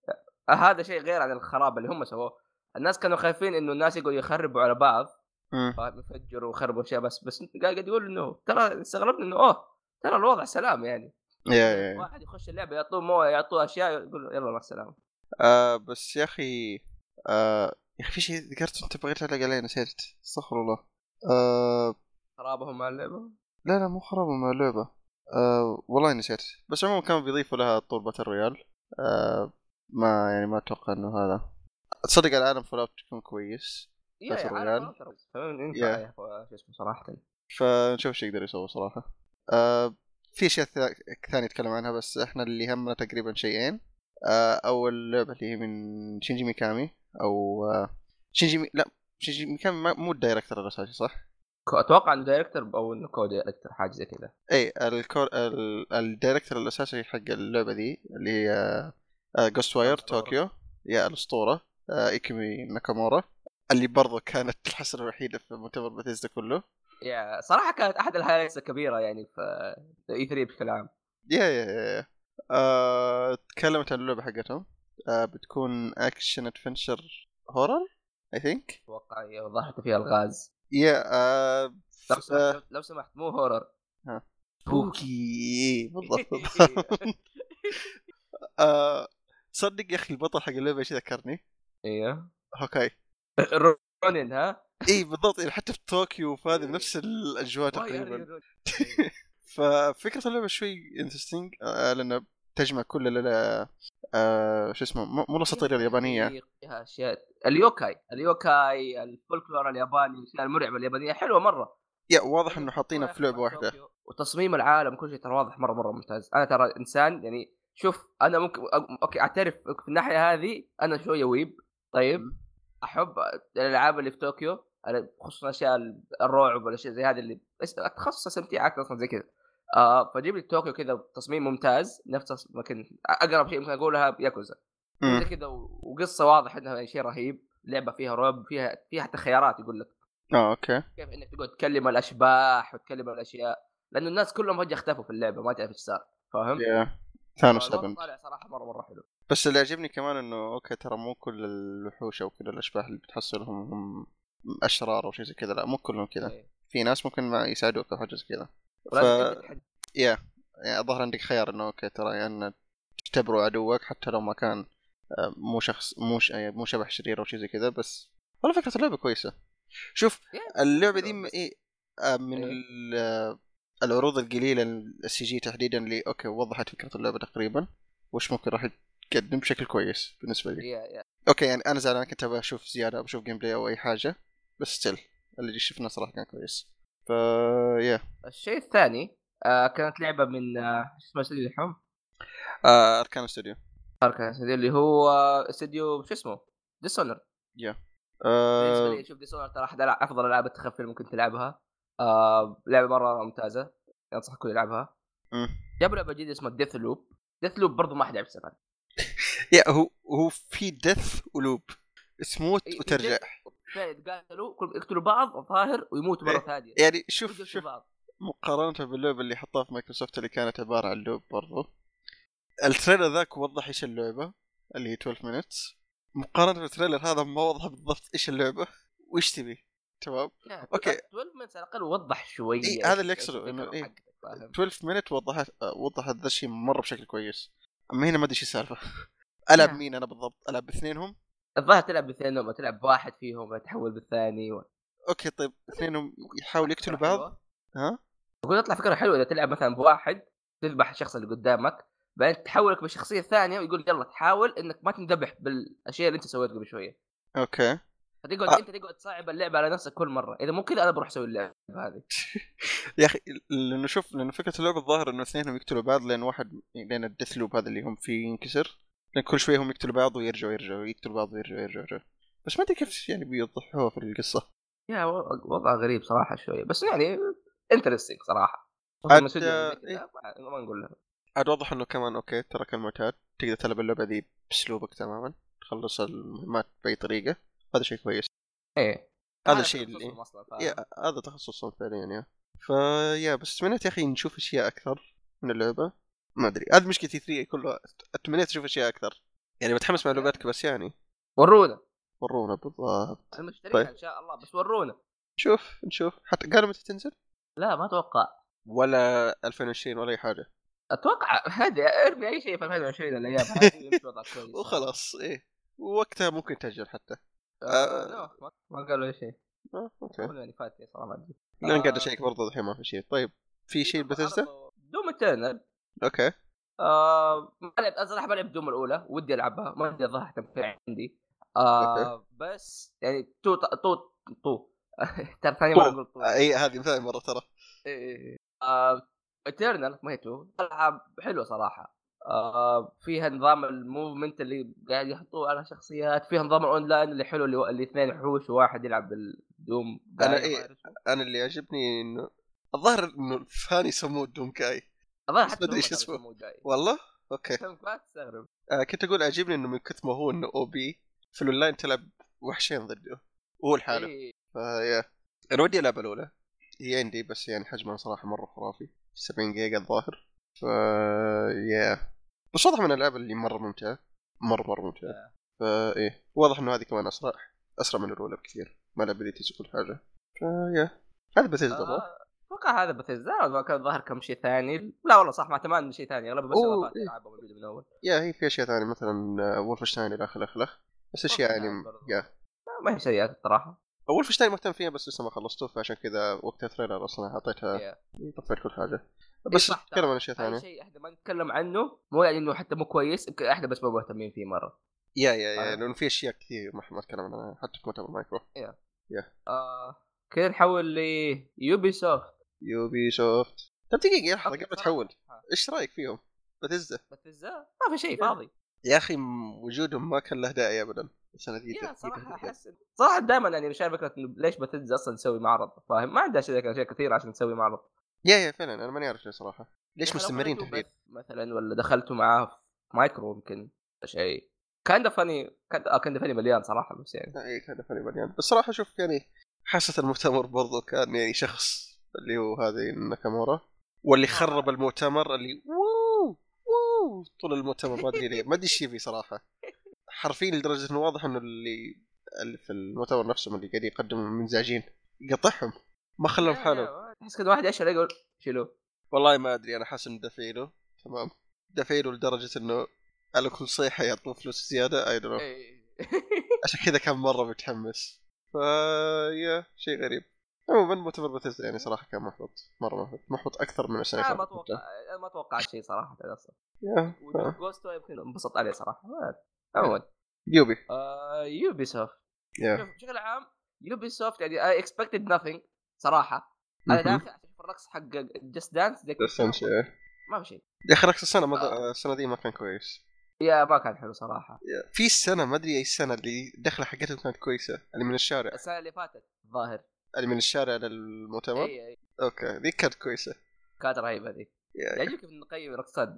آه هذا شيء غير عن الخراب اللي هم سووه الناس كانوا خايفين انه الناس يقولوا يخربوا على بعض
مم.
فاهم يفجروا ويخربوا اشياء بس بس قاعد يقول انه ترى استغربنا انه اوه ترى الوضع سلام يعني
يا يا يا.
واحد يخش اللعبه يعطوه مويه يعطوه اشياء يقول له يلا مع السلامه
آه بس يا اخي آه يا اخي في شيء ذكرته انت بغيت تعلق عليه نسيت استغفر الله آه
خرابهم مع اللعبه
لا لا مو خراب مع اللعبه آه والله نسيت بس عموما كانوا بيضيفوا لها طور باتل رويال آه ما يعني ما اتوقع انه هذا تصدق العالم فول اوت تكون كويس
يا
Battle
يا عالم ترى ينفع
يا.
يا أخو، شو اسمه صراحه
فنشوف ايش يقدر يسوي صراحه آه في اشياء ثا- ثانيه نتكلم عنها بس احنا اللي همنا تقريبا شيئين آه اول لعبه اللي هي من شينجي ميكامي او آه شينجي مي... لا شينجي ميكامي ما- مو الدايركتور الاساسي صح؟
كو- اتوقع انه دايركتر او انه كو دايركتر حاجه زي كذا
اي الكور ال... الدايركتور الاساسي حق اللعبه دي اللي هي آه، جوست واير
الأسطورة.
طوكيو يا الاسطوره آه ايكيمي ناكامورا اللي برضه كانت الحسنه الوحيده في مؤتمر باتيستا كله
يا صراحه كانت احد الهايلايتس الكبيره يعني في اي 3 بشكل عام
يا يا يا يا. آه، تكلمت عن اللعبه حقتهم آه، بتكون اكشن ادفنشر هورر اي ثينك
اتوقع يا ظهرت فيها الغاز
يا آه،
لو
ف-
سمحت لو- لو سمحت مو هورر
ها.
سبوكي
إي، بالضبط بالضبط. آه، صدق يا اخي البطل حق اللعبه ايش ذكرني؟
ايوه
هوكاي
رونين ها
اي بالضبط يعني حتى في طوكيو فهذا بنفس الاجواء تقريبا ففكره اللعبه شوي انترستنج لان تجمع كل ال- ال- آه، شو اسمه مو- مو الاساطير اليابانيه
فيها اشياء اليوكاي اليوكاي الفولكلور الياباني الاشياء المرعبه اليابانيه حلوه مره
يا واضح انه حاطينها في لعبه واحده
وتصميم العالم كل شيء ترى واضح مره مره ممتاز انا ترى انسان يعني شوف انا ممكن أ- اوكي اعترف في الناحيه هذه انا شويه ويب طيب احب الالعاب اللي في طوكيو خصوصا اشياء الرعب والاشياء زي هذه اللي تخصص استمتع اكثر اصلا زي كذا آه فجيب لي طوكيو كذا بتصميم ممتاز نفس ممكن اقرب شيء ممكن اقولها بياكوزا زي كذا و- وقصه واضح انها شيء رهيب لعبه فيها رعب فيها فيها حتى خيارات يقول لك
اه اوكي
كيف انك تقعد تكلم الاشباح وتكلم الاشياء لانه الناس كلهم فجاه اختفوا في اللعبه ما تعرف ايش صار فاهم؟
يا ثانوس
فالوضع
طبعا
طالع صراحه مره مره حلو
طيب، بس اللي عجبني كمان انه اوكي ترى مو كل الوحوش او كل الاشباح اللي بتحصلهم هم اشرار او شيء زي كذا لا مو كلهم كذا
إيه.
في ناس ممكن ما يساعدوك او حاجه زي كذا
ولازم تبدأ تحدد-
يعني الظاهر عندك خيار انه اوكي ترى يا يعني تختبروا عدوك حتى لو ما كان آه، مو شخص مو ش... يعني مو شبح شرير او شيء زي كذا بس والله فكره اللعبه كويسه شوف
يا.
اللعبه دي م... إيه آه، من
إيه.
ال- آه، العروض القليله السي جي تحديدا اللي اوكي وضحت فكره اللعبه تقريبا وش ممكن راح تقدم بشكل كويس بالنسبه لي
يا- يا.
اوكي يعني انا زعلان كنت ابغى اشوف زياده بشوف جيم بلاي او اي حاجه بس ستيل اللي شفناه صراحه كان كويس فا يا
الشيء الثاني آه كانت لعبه من آه، شو اسمه استوديو الحين؟
آه، اركان ستوديو
كان استوديو اللي هو آه، استوديو شو اسمه؟ ديسونر
آه.
بالنسبه لي شوف ديسونر ترى احد ألع- افضل العاب التخفي اللي ممكن تلعبها آه لعبه مره ممتازه انصح الكل يلعبها
مم.
جابوا لعبه جديده اسمها ديث لوب ديث لوب برضه ما حد يعرف يسمعها
يا هو هو في دث ولوب تموت
إيه،
وترجع
فعلا يتقاتلوا كلهم يقتلوا بعض الظاهر ويموتوا مره
إيه.
ثانيه
يعني شوف
يقتلوا
شوف
بعض
مقارنة باللعبة اللي حطوها في مايكروسوفت اللي كانت عبارة عن لوب برضو التريلر ذاك وضح ايش اللعبة اللي هي 12 مينتس مقارنة بالتريلر هذا ما وضح بالضبط ايش اللعبة وايش تبي تمام
يعني
أوكي.
12 minutes على الاقل وضح يعني شويه
إيه، هذا اللي
إيش
أقصده، إنه
الفكرة
إيه.
حقتك، فاهم؟
12 مينت وضحت آه، وضحت ذا الشيء مرة بشكل كويس اما هنا ما ادري ايش السالفة العب
نعم.
مين انا بالضبط العب باثنينهم
الظاهر تلعب باثنين وما تلعب بواحد فيهم تحول بالثاني و...
اوكي طيب اثنينهم يحاولوا يقتلوا
فكرة
بعض
حلوة.
ها
اقول تطلع فكره حلوه اذا تلعب مثلا بواحد تذبح الشخص اللي قدامك بعدين تحولك بشخصيه ثانيه ويقول يلا تحاول انك ما تنذبح بالاشياء اللي انت سويتها قبل شويه
اوكي
فتقعد
آه.
انت تقعد تصعب اللعبه على نفسك كل مره اذا مو كذا انا بروح اسوي اللعبه هذه
يا اخي لانه شوف لانه فكره اللعبه الظاهر انه اثنينهم يقتلوا بعض لان واحد لان الديث لوب هذا اللي هم فيه ينكسر لان كل شويه هم يقتلوا بعض ويرجعوا يرجعوا يقتلوا بعض ويرجعوا يرجعوا يرجعوا بس ما ادري كيف يعني بيوضحوها في القصه
يا و- وضع غريب صراحه شويه بس يعني انترستنج صراحه
حتى-
من
آه،
استوديو زي كذا، ما ما نقول لها
عاد واضح انه كمان اوكي ترى كالمعتاد تقدر تلعب اللعبه ذي باسلوبك تماما تخلص المهمات باي طريقه هذا شيء كويس
ايه
هذا الشيء اللي-
تخصصهم أصلاً، فاهم؟
يا هذا تخصصهم فعليا يا فيا بس تمنيت يا اخي نشوف اشياء اكثر من اللعبه ما ادري هذه مشكلتي 3 كلها اتمنيت اشوف اشياء اكثر يعني بتحمس مع لعباتك بس يعني
ورونا
ورونا بالضبط
المشتركين
طيب.
ان شاء الله بس ورونا
نشوف نشوف حتى قالوا متى تنزل
لا ما اتوقع
ولا 2020 ولا اي حاجه
اتوقع هذا ارمي اي شيء في 2020 الايام هذه يمشي وضعك كويس
وخلاص ايه وقتها ممكن تاجل حتى
آه، لا، ما- ما قالوا اي شيء
آه، اوكي
كله يعني فاتني صراحه ما ادري
لان قاعد
آه. إيه،
اشيك برضه الحين ما في شيء طيب في شيء بتزدا
دوم اترنال
اوكي
آه ما لعب أنا صراحه ما لعب دوم الاولى ودي العبها ما ادري الظاهر تنفع عندي آه بس يعني تو تو تو ترى ثاني
تو.
مره اقول تو
آه، اي هذه ثاني مره ترى
إيه، آه، اترنال ما هي تو العاب حلوه صراحه آه فيها نظام الموفمنت اللي قاعد يحطوه على شخصيات فيها نظام الاونلاين اللي حلو اللي, اللي اثنين وحوش وواحد يلعب بالدوم
أنا
قاعد
إيه.
ما أعرف.
انا اللي عجبني انه الظاهر انه الثاني سموه دومكاي
الظاهر
بس
حتى
ما أدري
هم
إيش
كانوا
اسمه.
يسموه داي.
والله اوكي
ما تستغرب
آه كنت اقول عجبني انه من كثر ما هو انه او بي في الاونلاين تلعب وحشين ضده هو لحاله
إيه.
فيا انا ودي العب الاولى هي عندي بس يعني حجمها صراحه مره خرافي 70 جيجا الظاهر ف يا بس واضح من الالعاب اللي مره ممتعه مره مره ممتعه
آه.
فا ايه واضح انه هذه كمان اسرع اسرع من الاولى بكثير ما لعبتي كل حاجه فيا هذا بثيل آه.
آه، اتوقع هذا بثزدا كان ظاهر كم شيء ثاني لا والله صح ما تمان شيء ثاني اغلبها بس
أوه،
اضافات
إيه.
العابها موجوده من اول
يا هي في اشياء ثانيه مثلا آه، وولفشتاين الى اخره الى اخره بس اشياء يعني
وولفشتاين برضو.
يا
ما- ما هي سيئات الصراحه
وولفشتاين مهتم فيها بس لسه ما خلصته فعشان كذا وقتها تريلر اصلا اعطيتها
يا.
طفيت كل حاجه بس
إيه، صح،
تتكلم عن اشياء
هذا
ثانيه
شيء احنا ما نتكلم عنه مو يعني انه حتى مو كويس يمكن احنا بس ما مهتمين فيه مره
يا يا يا
آه.
لانه في اشياء كثير ما ما تكلمنا عنها حتى في مؤتمر مايكرو
آه كذا نحول ليوبي سوفت
يوبي سوفت طب دقيقه لحظه
أوكي،
قبل تحول
صراحة.
ايش رايك فيهم؟ بتزة
بثزدا ما في شيء فاضي
يا اخي م- وجودهم ما كان له داعي ابدا صناديق
لا
ترتيب
صراحه
هكذا.
احس صراحه دائما يعني مش عارف فكره انه ليش بتنزل اصلا تسوي معرض فاهم ما عندها شيء اشياء كثيره عشان تسوي معرض
يا يا فعلا انا ماني عارف ليه صراحه ليش
يعني لو
مستمرين
خرجتوا
تحديد
بث مثلا ولا دخلتوا معاه في مايكرو يمكن شيء كان فاني كان آه كان فاني مليان صراحه بس يعني
اي إيه، كان فني مليان بس صراحه شوف يعني حاسه المؤتمر برضو كان يعني شخص اللي هو هذه ناكامورا واللي
آه.
خرب المؤتمر اللي ووو ووو طول المؤتمر ما ادري ليه ما ادري ايش يبي صراحه حرفيا لدرجه انه واضح انه اللي اللي في المؤتمر نفسهم اللي قاعدين يقدموا منزعجين قطعهم ما خلهم
لا،
حالهم
لا، تحس كذا واحد يشعر يقول شيلوه
والله ما ادري انا حاسس انه دافعينه تمام دافعينه لدرجه انه على كل صيحه يعطون فلوس زياده اي دونت
إيه.
عشان كذا كان مره متحمس فا يا شيء غريب عموما مؤتمر بثيسدا يعني صراحه كان محبط مره محبط محبط اكثر من السنه
انا
اللي
ما
فاتت
اتوقع أنا ما توقعت شيء صراحه اصلا
يا، آه.
وجوستو يمكن انبسط عليه صراحه ما- عموما
يوبي
آه، يوبي سوفت
يا
شوف بشكل عام يوبي سوفت يعني اي اكسبكتد نثينج صراحه انا
مهم.
داخل عشان أشوف الرقص حق جست دانس ذاك
بس أهم شيء. يا
ما في شيء
اخي رقص السنه ما
آه.
السنه دي ما كان كويس
يا ما كان حلو صراحه
يا، في السنه ما ادري اي السنه اللي دخله حقتهم كانت كويسه اللي من الشارع
السنه اللي فاتت الظاهر
اللي من الشارع للمؤتمر
اي اي
اوكي ذيك كانت كويسه
كانت رهيبه ذيك
يا.
يعجبك ان نقيم الرقصات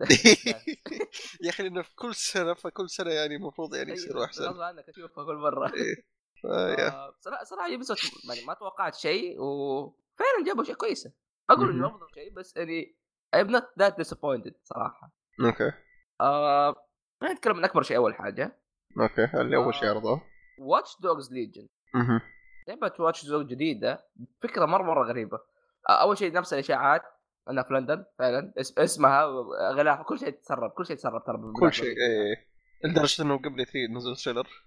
يا اخي لانه في كل سنه فكل سنه يعني المفروض يعني يصيروا احسن
غصب عنك اشوفها كل مره
آه، يا.
أيوة، آه، صراحه صراحه يوبي سوفت يعني ما توقعت شيء وفعلا جابوا شيء كويسه اقول انه
مهم.
افضل شيء بس يعني I'm not that disappointed صراحه
اوكي
آه ما نتكلم عن اكبر شيء اول حاجه
اوكي اللي اول
آه.
شيء عرضوه
واتش دوجز ليجن
مهم.
لعبه واتش دوج جديده فكره مره مره غريبه آه، اول شيء نفس الاشاعات انها في لندن فعلا اس- اسمها غلاف كل شيء تسرب كل شيء تسرب ترى بالمناسبة.
كل شيء ايه لدرجه انه قبل E 3 نزل تريلر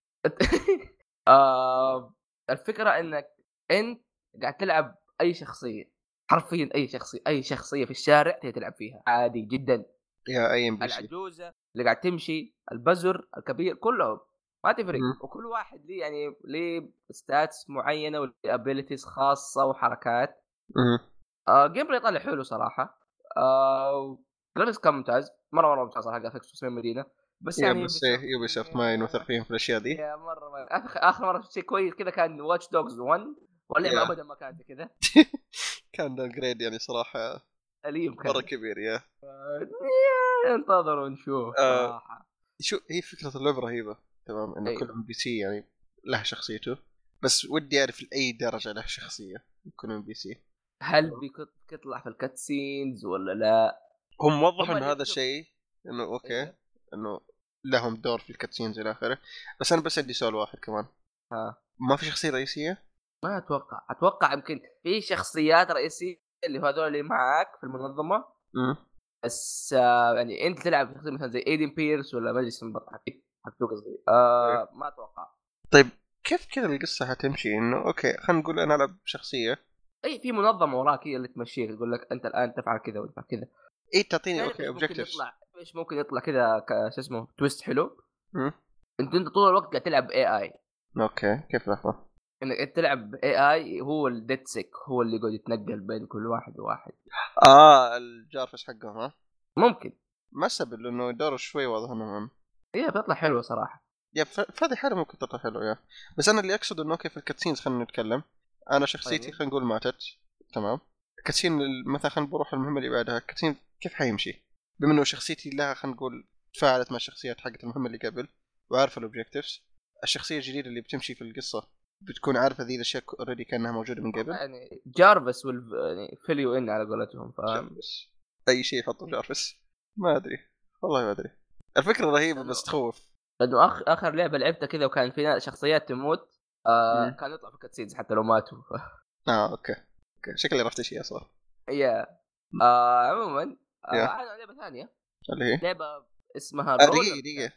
آه الفكره انك انت قاعد تلعب اي شخصيه حرفيا اي شخصيه اي شخصيه في الشارع تقدر تلعب فيها عادي جدا
يا اي ام بي سي
العجوزه اللي قاعد تمشي البزر الكبير كلهم ما تفرق
مم.
وكل واحد ليه يعني ليه ستاتس معينه والابيلتيز خاصه وحركات
مهم.
آه جيم بلاي طالع حلو صراحه آه جرافيكس كان ممتاز مره مره ممتاز صراحه جرافيكس تصميم مدينه بس
يا
يعني
بس إيه، يوبي سوفت ما ينوثق فيهم في الاشياء دي
يا مره ما آخر, اخر مره شفت شيء كويس كذا كان واتش دوجز 1 واللعبه
يا.
ابدا ما كانت كذا
كان داون جريد يعني صراحه
اليم كان
مره كبير يا
يا، انتظر ونشوف
آه.
صراحه
شو هي فكره اللعبه رهيبه تمام انه
أيوة.
كل ام بي سي يعني له شخصيته بس ودي اعرف لاي درجه له شخصيه كل ام بي سي آه.
هل بيكت- بتطلع في الكت سينز ولا لا؟
هو موضح
هم أيوه.
انه
اللي
هذا
يكتب-
شيء انه
إيه.
اوكي انه لهم دور في الكاتسينز الى اخره بس انا بس عندي سؤال واحد كمان
ها.
ما في شخصيه رئيسيه؟
ما اتوقع اتوقع يمكن في شخصيات رئيسيه اللي هذول اللي معك في المنظمه
امم
بس آه يعني انت تلعب شخصيه مثلا زي ايدن بيرس ولا مجلس المبطل حقي حق قصدي آه ما اتوقع
كيف كذا القصه حتمشي انه اوكي خلينا نقول انا العب شخصيه
اي في منظمه وراك هي اللي تمشيك تقول لك انت الان تفعل كذا وتفعل كذا
اي إيه، تعطيني
تعرف
اوكي
إيش يعني ممكن
اوبجكتيفز
يطلع ايش ممكن يطلع كذا ك- شو اسمه تويست حلو انت انت طول الوقت قاعد تلعب اي اي
اوكي كيف لحظه
انك انت تلعب اي اي هو الديد سيك هو اللي يقعد يتنقل بين كل واحد وواحد
اه الجارفس حقهم ها
ممكن إيه،
ما سبب لانه دوره شوي واضح انه مهم
هي بتطلع حلوه صراحه
يا ف- فهذه حاله ممكن تطلع حلوه يا بس انا اللي اقصد انه اوكي في الكاتسينز خلينا نتكلم انا شخصيتي
طيب.
خلينا نقول ماتت تمام كاتسين ال- مثلا خلينا بروح المهمه اللي بعدها كاتسين كيف حيمشي؟ بما انه شخصيتي لها خلينا نقول تفاعلت مع الشخصيات حقت المهمه اللي قبل وعارفه الاوبجكتيفز الشخصيه الجديده اللي بتمشي في القصه بتكون عارفه ذي الاشياء اوريدي كانها موجوده من قبل
يعني جارفس والف... يعني فيليو ان على قولتهم ف
جارفس اي آه. شيء يحطه جارفس ما ادري والله ما ادري الفكره رهيبه بس تخوف
لانه اخر اخر لعبه لعبتها كذا وكان في شخصيات تموت آه
مم.
كان يطلع في كاتسينز حتى لو ماتوا ف...
اه اوكي اوكي شكلي عرفت ايش هي اصلا
يا آه عموما آه
يا.
عن لعبه ثانيه
اللي هي
لعبه اسمها
آه،
رولر
دقيقه دقيقه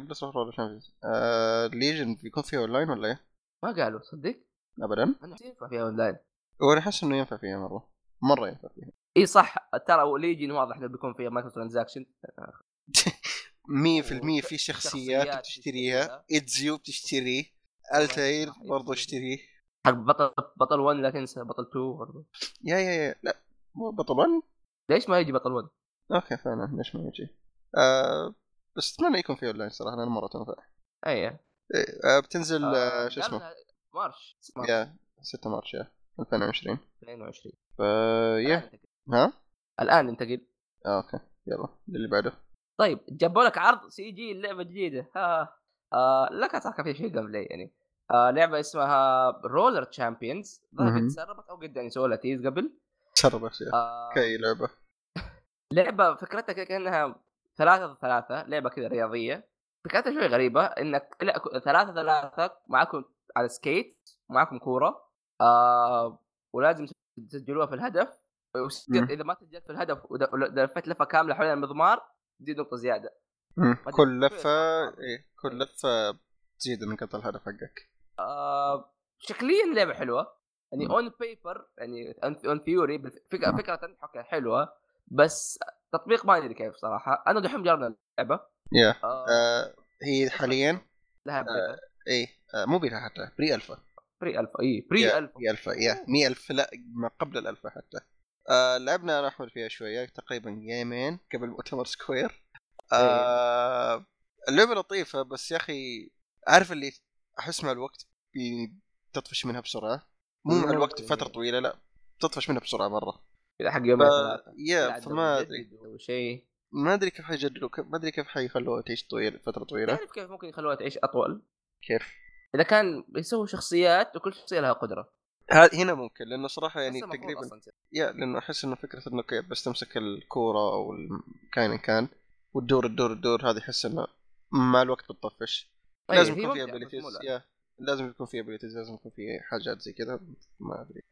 قبل صفر ولا شمس آه ليجن بيكون فيها اونلاين ولا ايه؟
ما قالوا تصدق
ابدا
انا حسيت ينفع فيها اونلاين
وانا احس انه ينفع فيها مره مره ينفع فيها
اي صح ترى ليجن واضح انه بيكون فيها مايكرو ترانزاكشن
100% في شخصيات
شخصيات
بتشتريها
بتشتريها.
ايدزيو بتشتريه التاير
صح،
برضه
يبقى.
اشتريه
حق بطل بطل 1 لا تنسى بطل 2 برضه
يا يا يا لا مو بطل ون
ليش ما يجي بطل 1
اوكي فعلا ليش ما يجي آه بس اتمنى يكون فيه اونلاين صراحه انا مره تنفع
اي
إيه، آه، بتنزل آه،
آه،
شو اسمه
قبلها مارش مارش
يا 6 مارس يا 2020
22
فا
الآن
يا
انتقل.
ها
الان انتقل
آه، اوكي يلا اللي بعده
طيب جابوا لك عرض سي جي لعبه جديده ها آه لا كانت صراحة في شيء قبل يعني آه لعبه اسمها رولر تشامبيونز
مهم.
قد تسربت او قد يعني سووا لها تيز قبل
تسرب يا
آه
كي لعبه
لعبه فكرتها كده كانها ثلاثة ضد ثلاثة لعبة كذا رياضية فكرتها شوي غريبة انك لا ك- ثلاثة ثلاثة معاكم على سكيت معاكم كورة آه ولازم تسجلوها في الهدف ويصير
مم.
اذا ما سجلت في الهدف ود- ولفيت لفة كاملة حول المضمار تزيد نقطة زيادة
مم.
بعدين
كل
شوي
لفه
صعب.
إيه كل لفه تزيد من قطع الهدف حقك
آه شكليا لعبة حلوة يعني
مم.
اون بيبر يعني اون ثيوري
مم.
فكرة فكرة تضحك حلوة بس تطبيق ما ادري كيف صراحة انا دحين جربنا اللعبة
يا
آه
آه، هي حاليا
لها بيتا.
ايه آه، مو بيها حتى بري الفا
بري الفا اي بري
يا،
الفا
بري الفا يا مي الفا لا ما قبل الالفا حتى آه لعبنا انا احمد فيها شويه تقريبا جيمين قبل مؤتمر سكوير
إيه.
آه اللعبه لطيفه بس يا اخي عارف اللي احس مع الوقت بي- تطفش منها بسرعه مو مع الوقت فتره طويله لا تطفش منها بسرعه مره
كذا حق
ف...
يومين ثلاثة
يا فما ادري
شيء
ما ادري كيف حيجددوا كيف- ما ادري كيف حيخلوها تعيش طويل فتره طويله
تعرف كيف ممكن يخلوها تعيش اطول
كيف
اذا كان يسووا شخصيات وكل شخصيه لها قدره
ه- هنا ممكن لانه صراحه يعني
بس المفروض
تقريبا
أصلاً تصير.
يا لانه احس انه فكره انه كيف بس تمسك الكوره او الم- كائن إن كان وتدور تدور تدور هذه احس انه مع الوقت بتطفش
طيب،
لازم
هي
يكون في
ممتعة،
ابيلتيز
بس مو
يا لازم يكون في ابيلتيز لازم يكون في حاجات زي كذا ما ادري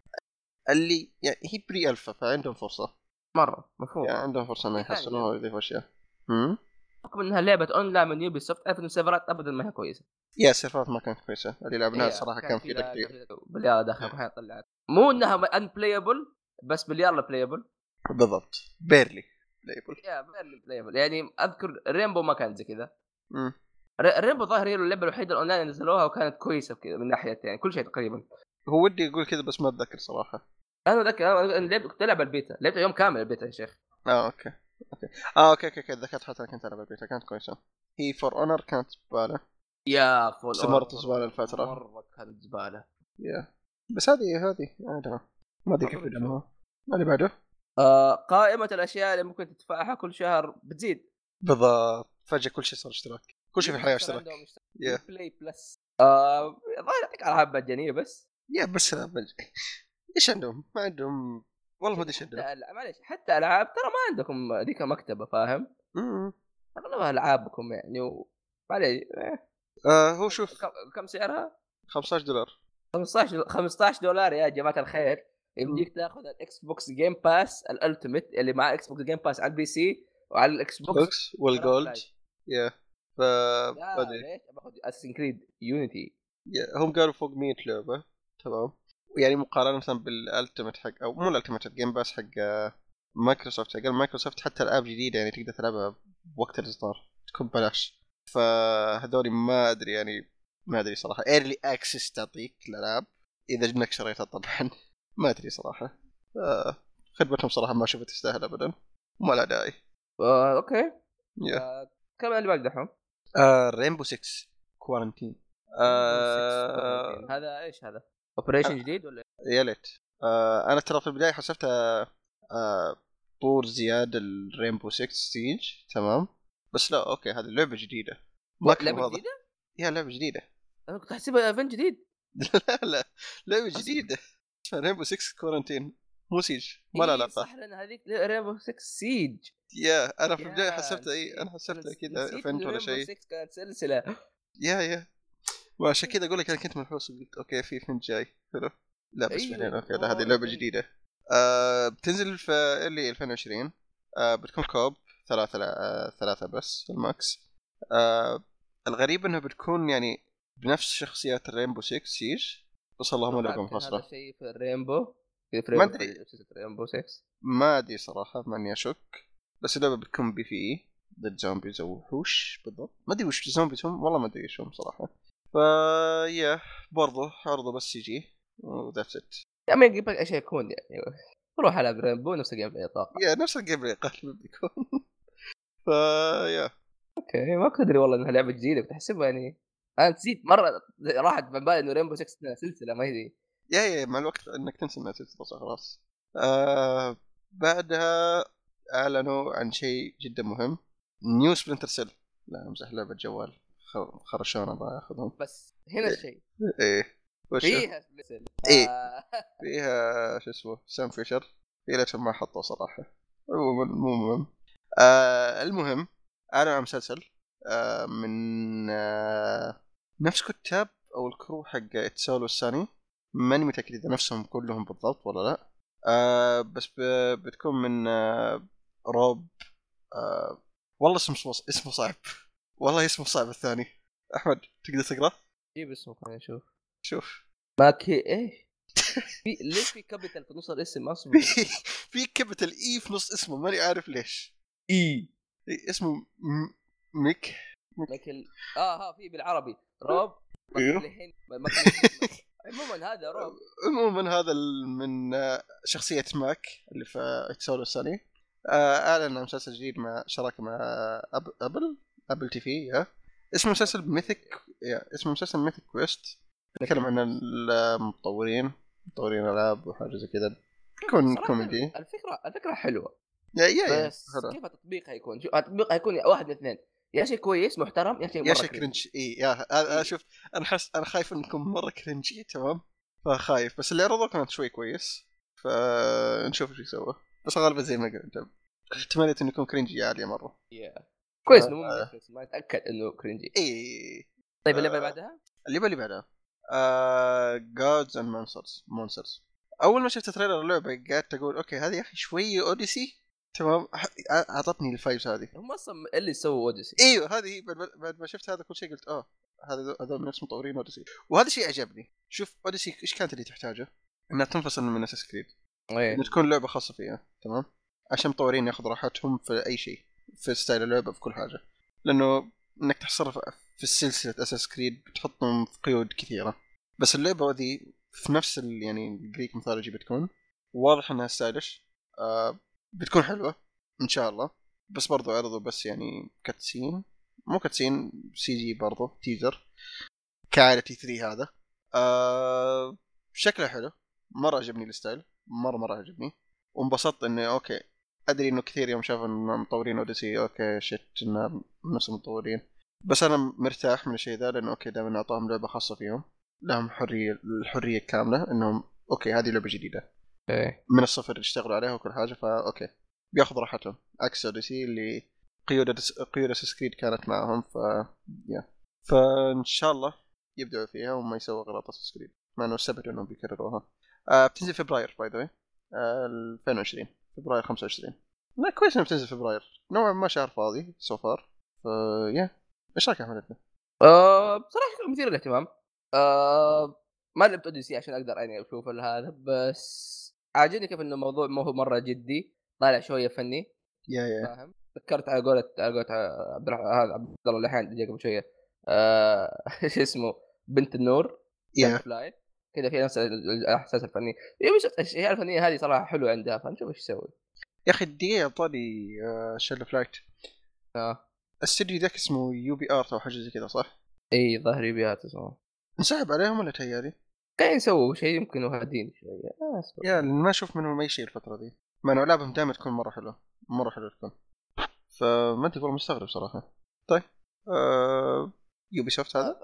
اللي يعني هي بري الفا فعندهم فرصه
مره مفروض
يعني عندهم فرصه انه
ثانية.
يحسنوها ويضيفوا اشياء امم
بحكم انها لعبه اونلاين من يوبي سوفت اعرف ان السيرفرات ابدا ما هي كويسه
يا السيرفرات ما كانت كويسه اللي لعبناها
هي
الصراحه كان في إيه.
لا-
كثير
إيه، كان في- باليار داخل ما طلعت مو انها ان بلايبل بس باليار بلايبل
بالضبط بيرلي ليبل
يا بيرلي بلايبل يعني اذكر رينبو ما كانت زي كذا
امم
ري- رينبو ظاهر هي اللعبه الوحيده الاونلاين اللي نزلوها وكانت كويسه كذا من ناحيه يعني كل شيء تقريبا
هو ودي يقول كذا بس ما اتذكر صراحه
انا ذاك انا لعب- كنت العب البيتا لعبت يوم كامل البيتا يا شيخ
اه اوكي اوكي اه اوكي اوكي اوكي ذكرت حتى انا كنت العب البيتا كانت كويسه هي فور اونر كانت زباله
يا فول
استمرت زباله الفتره
مره كانت زباله
يا بس هذه هذه I don't know. ما ادري كيف يجمعوها اللي بعده
آه قائمه الاشياء اللي ممكن تدفعها كل شهر بتزيد
بالضبط فجاه كل شيء صار اشتراك كل شيء في الحياه اشتراك يا.
بلاي بلس آه ظاهر يعطيك العاب مجانيه بس
يا بس بج- ايش عندهم؟ ما عندهم والله ما ادري ايش عندهم
لا لا معليش حتى العاب ترى ما عندكم ذيك مكتبه فاهم
مم.
اغلبها العابكم يعني و... معليش إيه،
آه هو شوف
كم- كم سعرها؟
15 دولار
15 دو- 15 دولار يا جماعه الخير يمديك تاخذ الاكس بوكس جيم باس الالتيميت اللي مع اكس بوكس جيم باس على البي سي وعلى الاكس بوكس
بوكس والجولد يا ف ما
لا
ادري
ليش باخذ اساسن كريد يونيتي
يا- هم قالوا فوق 100 لعبه تمام يعني مقارنه بالالتيميت حق او مو الالتيميت الجيم باس حق آه، مايكروسوفت حق مايكروسوفت حتى العاب جديده يعني تقدر تلعبها بوقت الاصدار تكون ببلاش فهذول ما ادري يعني ما ادري صراحه ايرلي اكسس تعطيك الالعاب اذا انك شريتها طبعا ما ادري صراحه آه، خدمتهم صراحه ما اشوفها تستاهل ابدا وما لها داعي
آه، اوكي
يا
آه، كم اللي بعد دحوم؟
رينبو 6 كوارنتين آه،
هذا ايش هذا؟ اوبريشن جديد ولا
يا ليت آه انا ترى في البدايه حسبتها آه طور زياد الرينبو 6 سيج تمام بس لا اوكي هذه لعبه جديده ما كان
لعبه
واضح
جديده؟
يا لعبه جديده
انا كنت احسبها ايفنت جديد
لا لا لعبه جديده رينبو 6 كورنتين مو سيج ما لها
إيه،
علاقه
صح لان هذيك ريمبو 6 سيج
يا انا في البدايه
يا،
حسبتها اي انا حسبتها كذا فنت ولا شيء
6 كانت سلسله
يا يا وعشان كذا اقول لك انا كنت منحوس قلت اوكي في فنت جاي حلو لا بس
أيوة.
بعدين اوكي
آه،
لا هذه لعبه
أيوة.
جديده آه بتنزل في اللي 2020 آه بتكون كوب ثلاثة آه ثلاثة بس الماكس آه الغريب انها بتكون يعني بنفس شخصيات الرينبو 6 سيج بس اللهم لكم
هذا
فصلة
شيء في الريمبو
ما أدري.
ريمبو 6
ما ادري صراحة ماني اشك بس اللعبة بتكون بي في اي ضد زومبيز او وحوش بالضبط ما ادري وش زومبيز هم والله ما ادري ايش هم صراحة فا يا برضه عرضه بس يجي وذاتس ات
يا ما يجيب لك شيء يكون يعني روح العب ريمبو نفس الجيم بلاي طاقه
يا نفس الجيم بلاي غالبا بيكون فا يا
اوكي ما كنت ادري والله انها لعبه جديده كنت احسبها يعني انا نسيت مره راحت من بالي انه رينبو 6 سلسله ما هي
يا يا مع الوقت انك تنسى انها سلسله صح خلاص آه بعدها اعلنوا عن شيء جدا مهم نيو سبلنتر سيل لا امزح لعبه جوال خر- خرشانه الله ياخذهم
بس هنا الشيء
ايه وش
فيها سلسله
إيه.
آه،
فيها شو اسمه سام فيشر في ليش ما حطوه صراحه عموما مو مهم آه المهم انا عن مسلسل آه من آه نفس كتاب او الكرو حق اتسال والساني ماني متاكد اذا نفسهم كلهم بالضبط ولا لا آه بس ب- بتكون من آه روب آه والله اسمه اسمه صعب والله اسمه صعب الثاني احمد تقدر تقرا
جيب اسمه خلينا نشوف
شوف
ماكي ايه في ليش في كابيتال في نص الاسم اصلا
في كبتل اي في نص اسمه ماني عارف ليش
اي
اسمه م- ميك
لكن اه ها في بالعربي روب
إيوه.
مكلحين- مكلحين. عموما هذا روب
عموما هذا ال- من آه، شخصية ماك اللي في اكسولو السنة آه، اعلن عن مسلسل جديد مع شراكة مع أب- ابل ابل تي في يا. اسمه مسلسل ميثيك يا، اسمه مسلسل ميثيك كويست نتكلم عن المطورين مطورين العاب وحاجة زي كذا يكون
صراحة
كوميدي إيه،
الفكره الفكره حلوه
يا يا يا
بس
حلو.
كيف التطبيق هيكون؟ شو- التطبيق هيكون يا واحد من اثنين يا شيء كويس محترم يا شيء
يا
مرة إيه.
شيء
كريم.
كرنج اي يا هذا أنا شوف انا حس انا خايف انكم مره كرنجي تمام فخايف بس اللي عرضوه كانت شوي كويس فنشوف ايش يسوي بس غالبا زي ما قلت تمنيت انه يكون كرنجي عاليه مره
كويس
آه.
انه مو من نتفلكس، ما اتاكد انه كرنجي
اي
طيب اللعبه اللي بعدها
إيه، اللي بالي آه، بعدها جادز اند مونسترز مونسترز اول ما شفت تريلر اللعبه قعدت اقول اوكي هذه يا اخي شوي اوديسي تمام ح- ع- اعطتني الفايبس هذه
هم اصلا اللي سووا اوديسي
ايوه هذه هي. بعد ما- بعد ما شفت هذا كل شيء قلت اه هذا هذول نفس مطورين اوديسي وهذا شيء عجبني شوف اوديسي ايش كانت اللي تحتاجه؟ انها تنفصل من اساس كريد
إيه.
انها تكون لعبه خاصه فيها تمام؟ عشان مطورين ياخذوا راحتهم في اي شيء في ستايل اللعبه في كل حاجه لانه انك تحصر في- في سلسله اساس كريد بتحطهم في قيود كثيره بس اللعبه ذي في نفس ال يعني الجريك ميثولوجي بتكون واضح انها ستايلش آه بتكون حلوه ان شاء الله بس برضو عرضوا بس يعني كاتسين مو كاتسين سي جي برضو تيزر كعادة تي 3 هذا آه شكله حلو مرة عجبني الستايل مرة مرة عجبني وانبسطت اني اوكي ادري انه كثير يوم شافوا انه مطورين اوديسي اوكي شت انه نفس المطورين بس انا مرتاح من الشيء ذا لانه اوكي دائما اعطاهم لعبة خاصة فيهم لهم حرية الحرية كاملة انهم اوكي هذه لعبة جديدة
ايه
من الصفر يشتغلوا عليها وكل حاجه فاوكي بياخذ راحتهم عكس اوديسي اللي قيود قيود اساس كريد كانت معهم ف يا فان شاء الله يبدعوا فيها وما يسووا غلط اساس كريد مع انه سبت انهم بيكرروها آه بتنزل فبراير باي ذا واي 2020 آه، فبراير 25 لا كويس انها بتنزل فبراير نوعا ما شهر فاضي سو فار يا ايش رايك يا احمد أنت؟
آه بصراحه شكله مثير للاهتمام آه ما لعبت اوديسي عشان اقدر يعني اشوف هذا بس عاجبني كيف انه الموضوع ما هو مره جدي طالع شويه فني
يا يا
فاهم تذكرت على قولة على قولة عبد الرح- هذا عبد الله الحين جاء قبل شويه آه، شو اسمه بنت النور
يا
فلاي كذا في نفس ال- ال- الاحساس الفني يوبيسوفت الاشياء الفنيه هذه صراحه حلوه عندها فنشوف ايش يسوي
يا اخي الدقيقه اعطاني شيل فلايت
آه.
الاستديو ذاك اسمه يو بي ارت او حاجه زي كذا صح؟
اي ظهري بها تسمع
انسحب عليهم ولا تهيألي؟
قاعدين يسووا شيء يمكن هادين شويه آه، أصبر.
يا لأن ما اشوف منهم اي شيء الفتره دي مع انه العابهم دائما تكون مره حلوه مره حلوه تكون فما ادري والله مستغرب صراحه طيب آه... يوبي سوفت هذا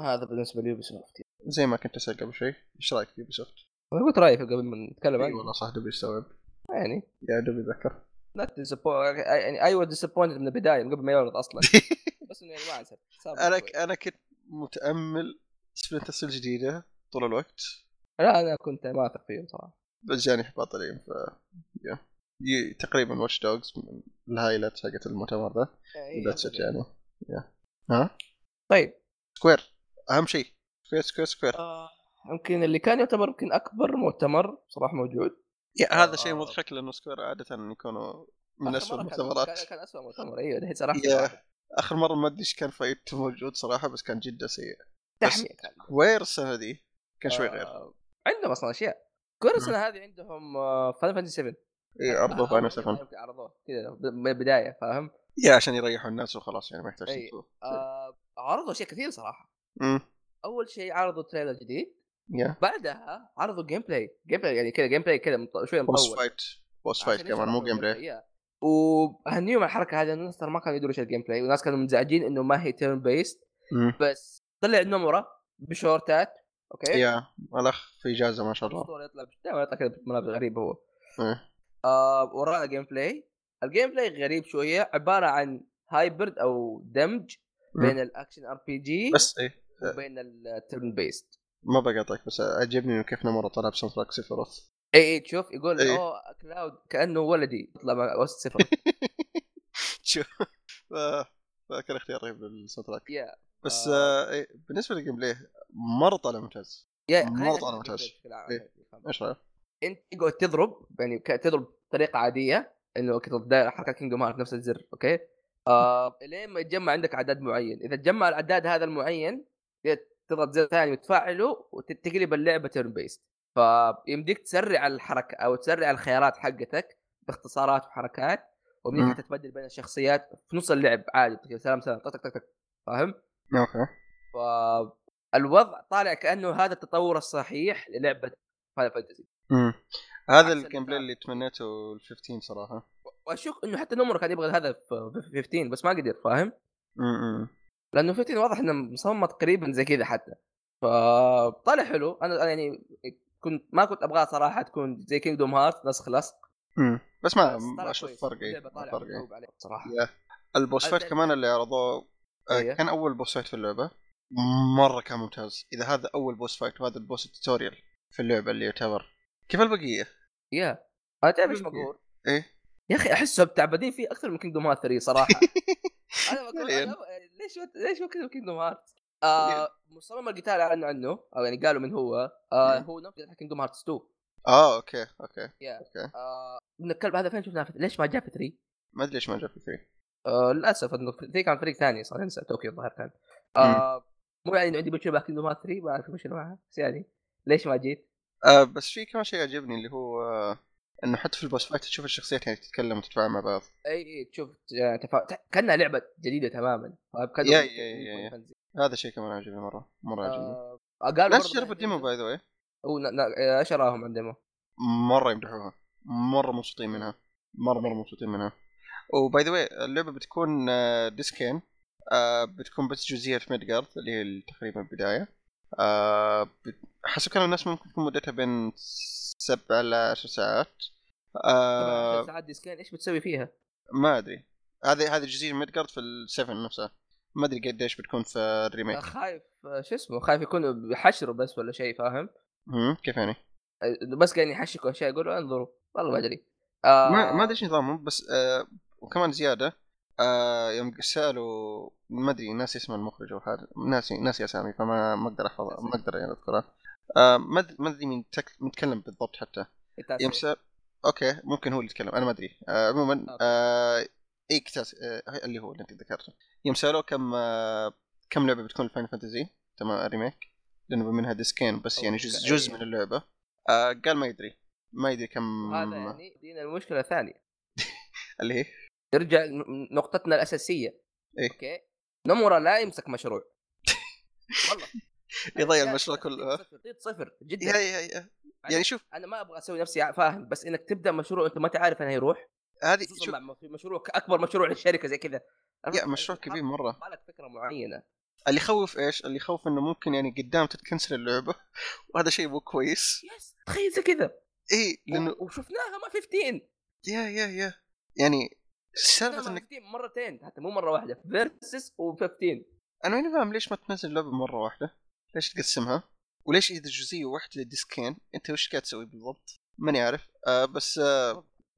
هذا بالنسبه ليوبيسوفت
زي ما كنت اسال قبل شوي ايش رايك في يوبي سوفت؟
انا قلت رايي قبل ما نتكلم
اي
عنه
والله صح دبي استوعب
يعني
يا دبي اتذكر
not disappointed يعني اي ديسابوينتد من البدايه من قبل ما يعرض اصلا بس انه يعني ما انسى صار
انا
شوي.
ك... انا كنت متامل سبلنتر سيل جديده طول الوقت
لا انا كنت ما اثق فيهم صراحه
بس جاني احباط اليوم ف يا. ي- تقريبا واتش دوجز من الهايلايت حقت المؤتمر ذا
إيه،
ذاتس إت يعني يا. ها
طيب
سكوير اهم شيء سكوير سكوير سكوير
آه، يمكن اللي كان يعتبر يمكن اكبر مؤتمر صراحه موجود
يا
آه.
هذا شيء مضحك لانه سكوير عاده يكونوا من
آخر
اسوء
مرة كان-
المؤتمرات
كان, كان اسوء مؤتمر ايوه الحين صراحه
يا. اخر مره ما ادري ايش كان فايدته موجود صراحه بس كان جدا سيء
تحمية كان
وير السنه دي كان شوي غير
آه، عندهم اصلا اشياء كل السنه هذه عندهم آه، فان فانتسي 7
اي عرضه
آه،
فاينل 7
عرضوه كذا ب- من البدايه فاهم
يا عشان يريحوا الناس وخلاص يعني ما يحتاج
إيه.
تشوفه.
آه، عرضوا اشياء كثير صراحه
امم
اول شيء عرضوا تريلر جديد
يا
بعدها عرضوا جيم بلاي جيم بلاي يعني كذا جيم بلاي كذا مط- شويه
بوس
مطول
فايت بوس فايت كمان مو جيم بلاي
وهنيهم على الحركه هذه الناس ترى ما كانوا يدروا ايش الجيم بلاي والناس كانوا منزعجين انه ما هي تيرن بيست
مم.
بس طلع نمره بشورتات اوكي
يا الاخ في اجازه ما شاء الله
الاسطوره يطلع دائما يطلع كذا ملابس غريبه هو
إيه.
آه ورانا جيم بلاي الجيم بلاي غريب شويه عباره عن هايبرد او دمج بين الاكشن ار بي جي
بس ايه
وبين التيرن بيست
ما بقاطعك بس عجبني انه كيف نمره طلع بساوند تراك سيفيروث
اي اي تشوف يقول
إيه.
اوه كلاود كانه ولدي يطلع مع وسط صفر
شوف فاكر اختياري بالساوند تراك
يا
بس
آه.
آه، إيه، بالنسبه للجيم بلاي مره طلع ممتاز
يا
مرة
خلينا
طالع
نحكي
ممتاز.
بشكل عام.
إيه. ايش رايك؟
انت تقعد تضرب يعني ك- تضرب بطريقه عاديه انه كده دائره حركه كينجدوم هارت نفس الزر اوكي آه لين ما يتجمع عندك عدد معين اذا تجمع العداد هذا المعين تضغط زر ثاني وتفعله وتقلب اللعبه تيرن بيست فيمديك تسرع الحركه او تسرع الخيارات حقتك باختصارات وحركات
مم.
ويمديك تبدل بين الشخصيات في نص اللعب عادي كده سلام سلام طق طق طق طق فاهم؟
اوكي
فالوضع طالع كانه هذا التطور الصحيح للعبه فاينل فانتسي
مم. هذا
عكس اللي
الجيم بلاي
تعرف.
اللي تمنيته ال 15 صراحه
واشك انه حتى نمره كان يبغى هذا في في 15 بس ما قدر فاهم؟
امم
لانه 15 واضح انه مصمم تقريبا زي كذا حتى فطالع حلو انا أنا يعني كنت ما كنت ابغاها صراحه تكون زي كينجدوم هارت نسخ لصق
امم بس
بس
ما
طالع
ما اشوف
كويس.
فرق اي
اللعبة طالعة
فرق إيه. اي
متعوب عليها صراحه
البوس فايت
أدري.
كمان اللي عرضوه آه،
أيوه.
كان اول بوس فايت في اللعبه مره كان ممتاز اذا هذا اول بوس فايت وهذا البوس التوتوريال في اللعبه اللي يعتبر كيف البقيه؟
يا انا تعرف ايش
أوكي.
مقهور
ايه
يا اخي احسهم تعبانين فيه اكثر من كينجدوم هارت 3 صراحه انا بقول
يعني.
أنا ب- ليش ما- ليش ما كذا كينجدوم هارت؟ آه مصمم القتال اعلنوا عنه او يعني قالوا من هو آه
مم.
هو نفس كينجدوم هارت 2
اه اوكي اوكي
آه ابن الكلب هذا فين شفناه في- ليش ما جاء في 3؟
ما ادري ليش ما جاء في 3
آه للاسف انه في كان فريق ثاني صار انسى طوكيو الظاهر كان آه مو يعني إنه عندي مشكله مع كينجدوم هارت 3 ما اعرف مشكله معها بس يعني ليش ما جيت؟
آه بس في كمان شيء عجبني اللي هو آه انه حتى في البوس فايت تشوف الشخصيات يعني تتكلم وتتفاعل مع بعض
اي اي تشوف آه، تفا... ت- كانها لعبه جديده تماما آه، كانوا-
يا- يا- يا- يا. هذا شيء كمان عجبني مره مره عجبني
آه، قالوا
ناس
برضه-
جربوا الديمو باي ذا واي
هو ن- ن- آه، ايش راهم عن ديمو؟
مره يمدحوها مره مبسوطين منها مره مره مبسوطين منها Oh, وباي ذا واي اللعبه بتكون آه، ديسكين آه، بتكون بس جزئيه في ميدجارد اللي هي ال- تقريبا البدايه آه، بت- حسب كلام الناس ممكن تكون مدتها بين سبع ل 10 ساعات آه،
طبعاً ساعات ديسكين ايش بتسوي فيها؟ آه،
ما ادري هذه هذه جزئيه ميدجارد في السفن نفسها ما ادري قديش بتكون في الريميك
خايف آه، شو اسمه خايف يكون بحشره بس ولا شيء فاهم آه،
هم، كيف يعني؟
بس قاعدين يحشكوا اشياء يقولوا انظروا والله ما ادري آه.
ما ما ادري ايش نظامهم بس آه وكمان زياده آه يوم سالوا ما ادري ناسي اسم المخرج او حاجه ناسي ناسي اسامي فما ما اقدر احفظها ما اقدر يعني اذكرها آه ما أدري- ما ادري مين تك- متكلم بالضبط حتى
آه،
يوم
ايش
سال اوكي ممكن هو اللي يتكلم انا ما ادري آه عموما آه اي كتاس آه اللي هو اللي انت ذكرته يوم سالوه كم آه كم لعبه بتكون فاين فانتزي تمام ريميك لانه منها ديسكين بس
أو
يعني
ديسك-
جزء جزء
أي.
من اللعبه آه قال ما يدري ما يدري كم
هذا يعني دينا المشكله الثانيه
اللي هي
نرجع ن- نقطتنا الاساسيه
إيه.
اوكي نمورا لا يمسك مشروع والله
يضيع
يعني
المشروع
تخطيط
كله. آه.
صفر- تخطيط صفر
يا
جدا
يا يا يعني شوف
انا ما ابغى اسوي نفسي فاهم بس انك تبدا مشروع انت ما تعرف انه يروح
هذه
خصوصا
إيه، شوف
مع مشروع اكبر مشروع للشركه زي كذا
يا مشروع كبير مره
ما لك فكره معينه
اللي يخوف ايش؟ اللي يخوف انه ممكن يعني قدام تتكنسل اللعبه وهذا شيء مو كويس
يس تخيل زي كذا
اي لانه
و- وشفناها ما 15
يا يا يا يعني سالفه
شفناها
انك
15 مرتين حتى مو مره واحده فيرسس و15
انا ماني فاهم ليش ما تنزل اللعبه مره واحده؟ ليش تقسمها؟ وليش اذا جزئيه واحده للديسكين انت وش قاعد تسوي بالضبط؟ ماني عارف آه بس آه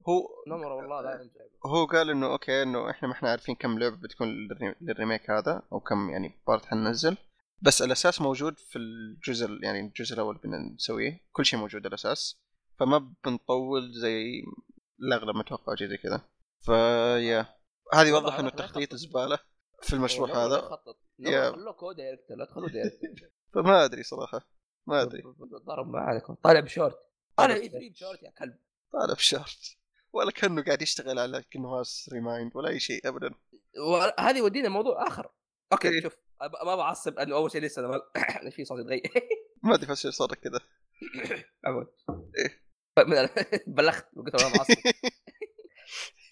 هو
نمره والله لا ينجح
هو قال انه اوكي انه احنا ما احنا عارفين كم لعبه بتكون للري- للريميك هذا او كم يعني بارت حننزل بس الاساس موجود في الجزء ال- يعني الجزء الاول بنسويه كل شيء موجود الاساس فما بنطول زي الاغلب متوقع أو شيء زي كذا فيا هذه يوضح انه التخطيط زباله في المشروع
والله لا
هذا
تخطط
يا.
نمرة خلوه كو دايركت لا تخلوه دايركت
فما ادري صراحه ما ادري
ضرب ما عليكم طالع بشورت طالع
طالع
اي 3 بشورت يا كلب
طالع بشرط ولا كانه قاعد يشتغل على كنواس ريمايند ولا اي شيء ابدا
وهذا يودينا لموضوع اخر
إيه.
اوكي شوف أب- ما بعصب انه اول شيء لسه انا ما- ايش في صوت يتغير
ما ادري بس صوتك كذا
عفوا طيب، من- بلغت من كثر ما أنا بعصب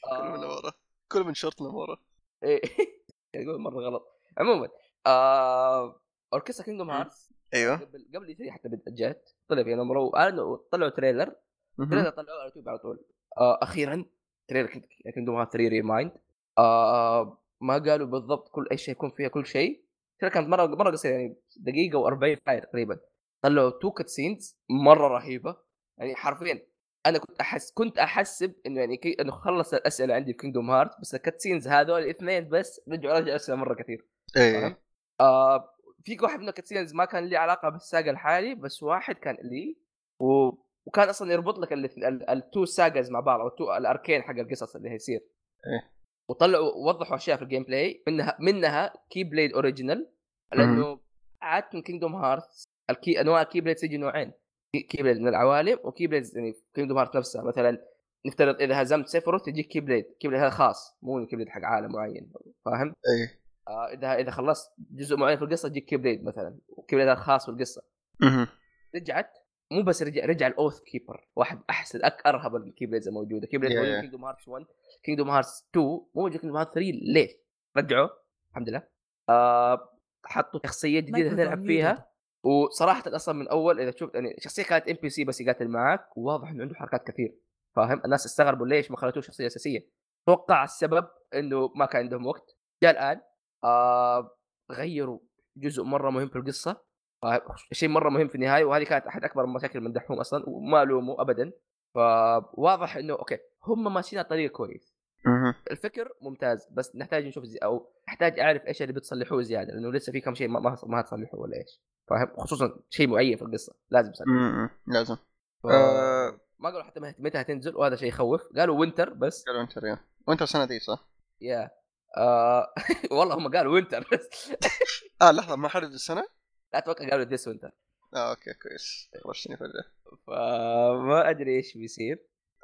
كل من
آه،
ورا كل من شرطنا ورا
إيه. كان يقول مره غلط عموما آه، اوركسترا كينجدوم هارتس
ايوه
قبل قبل E3 حتى بدأت جات طلع فيها نمره اعلنوا طلعوا تريلر
مهم.
تريلر طلعوه على يوتيوب على طول آه، اخيرا تريلر كينجدوم هارتس 3 ريمايند آه، ما قالوا بالضبط كل اي شيء يكون فيها كل شيء تريلر كانت مره مره قصيره يعني دقيقه و40 ثانيه تقريبا طلعوا تو كات سينز مره رهيبه يعني حرفيا انا كنت احس كنت احسب انه يعني كي... انه خلص الاسئله عندي في كينجدوم هارت بس الكات سينز هذول الاثنين بس رجعوا رجعوا اسئله مره كثير
ايه
آه في واحد من الكات سينز ما كان لي علاقه بالساقه الحالي بس واحد كان لي و... وكان اصلا يربط لك الاث- ال- التو ساجز مع بعض او التو الاركين حق القصص اللي هيصير
إيه.
وطلعوا وضحوا اشياء في الجيم بلاي منها منها كي بليد اوريجينال لانه عاده من كينجدوم هارت الكي انواع الكي بليد تجي نوعين كي- كي بليد من العوالم وكي بليد يعني في كينجدوم هارت نفسها مثلا نفترض اذا هزمت سيفروث يجيك كي بليد كي بليد هذا خاص مو كي بليد حق عالم معين فاهم؟
ايه
آه، اذا اذا خلصت جزء معين في القصه تجيك كي بليد مثلا وكي بليد هذا خاص بالقصه
مهم.
رجعت مو بس رجع رجع الاوث كيبر واحد احسن أك ارهب الكي بليدز الموجوده كي بليدز
Yeah,
موجوده
yeah.
كينجدوم هارتس 1 كينجدوم هارتس 2 مو موجود كينجدوم هارتس 3 ليه؟ رجعوا الحمد لله آه حطوا شخصيه جديده نلعب فيها وصراحه اصلا من اول اذا شفت يعني شخصيه كانت ام بي سي بس يقاتل معاك وواضح انه عنده حركات كثير فاهم الناس استغربوا ليش ما خليتوه شخصيه اساسيه توقع السبب انه ما كان عندهم وقت جاء الان آه غيروا جزء مره مهم في القصه آه، شيء مره مهم في النهايه وهذه كانت احد اكبر المشاكل من دحوم اصلا وما الومه ابدا فواضح انه اوكي هم ماشيين على طريق كويس
مهم.
الفكر ممتاز بس نحتاج نشوف زي او نحتاج اعرف ايش اللي بتصلحوه زياده لانه لسه في كم شيء ما ما, ما تصلحوه ولا ايش فاهم خصوصا شيء معين في القصه لازم يصلح
مهم. لازم
ف...
آه.
ما قالوا حتى مت- متى هتنزل وهذا شيء يخوف قالوا وينتر بس
قالوا انت ريال وانت السنه دي صح؟
يا آه... والله هم قالوا وينتر بس
اه لحظه ما حدد السنه؟
لا اتوقع قالوا ذس وينتر
اه اوكي كويس غشني فجاه
فما ادري ايش بيصير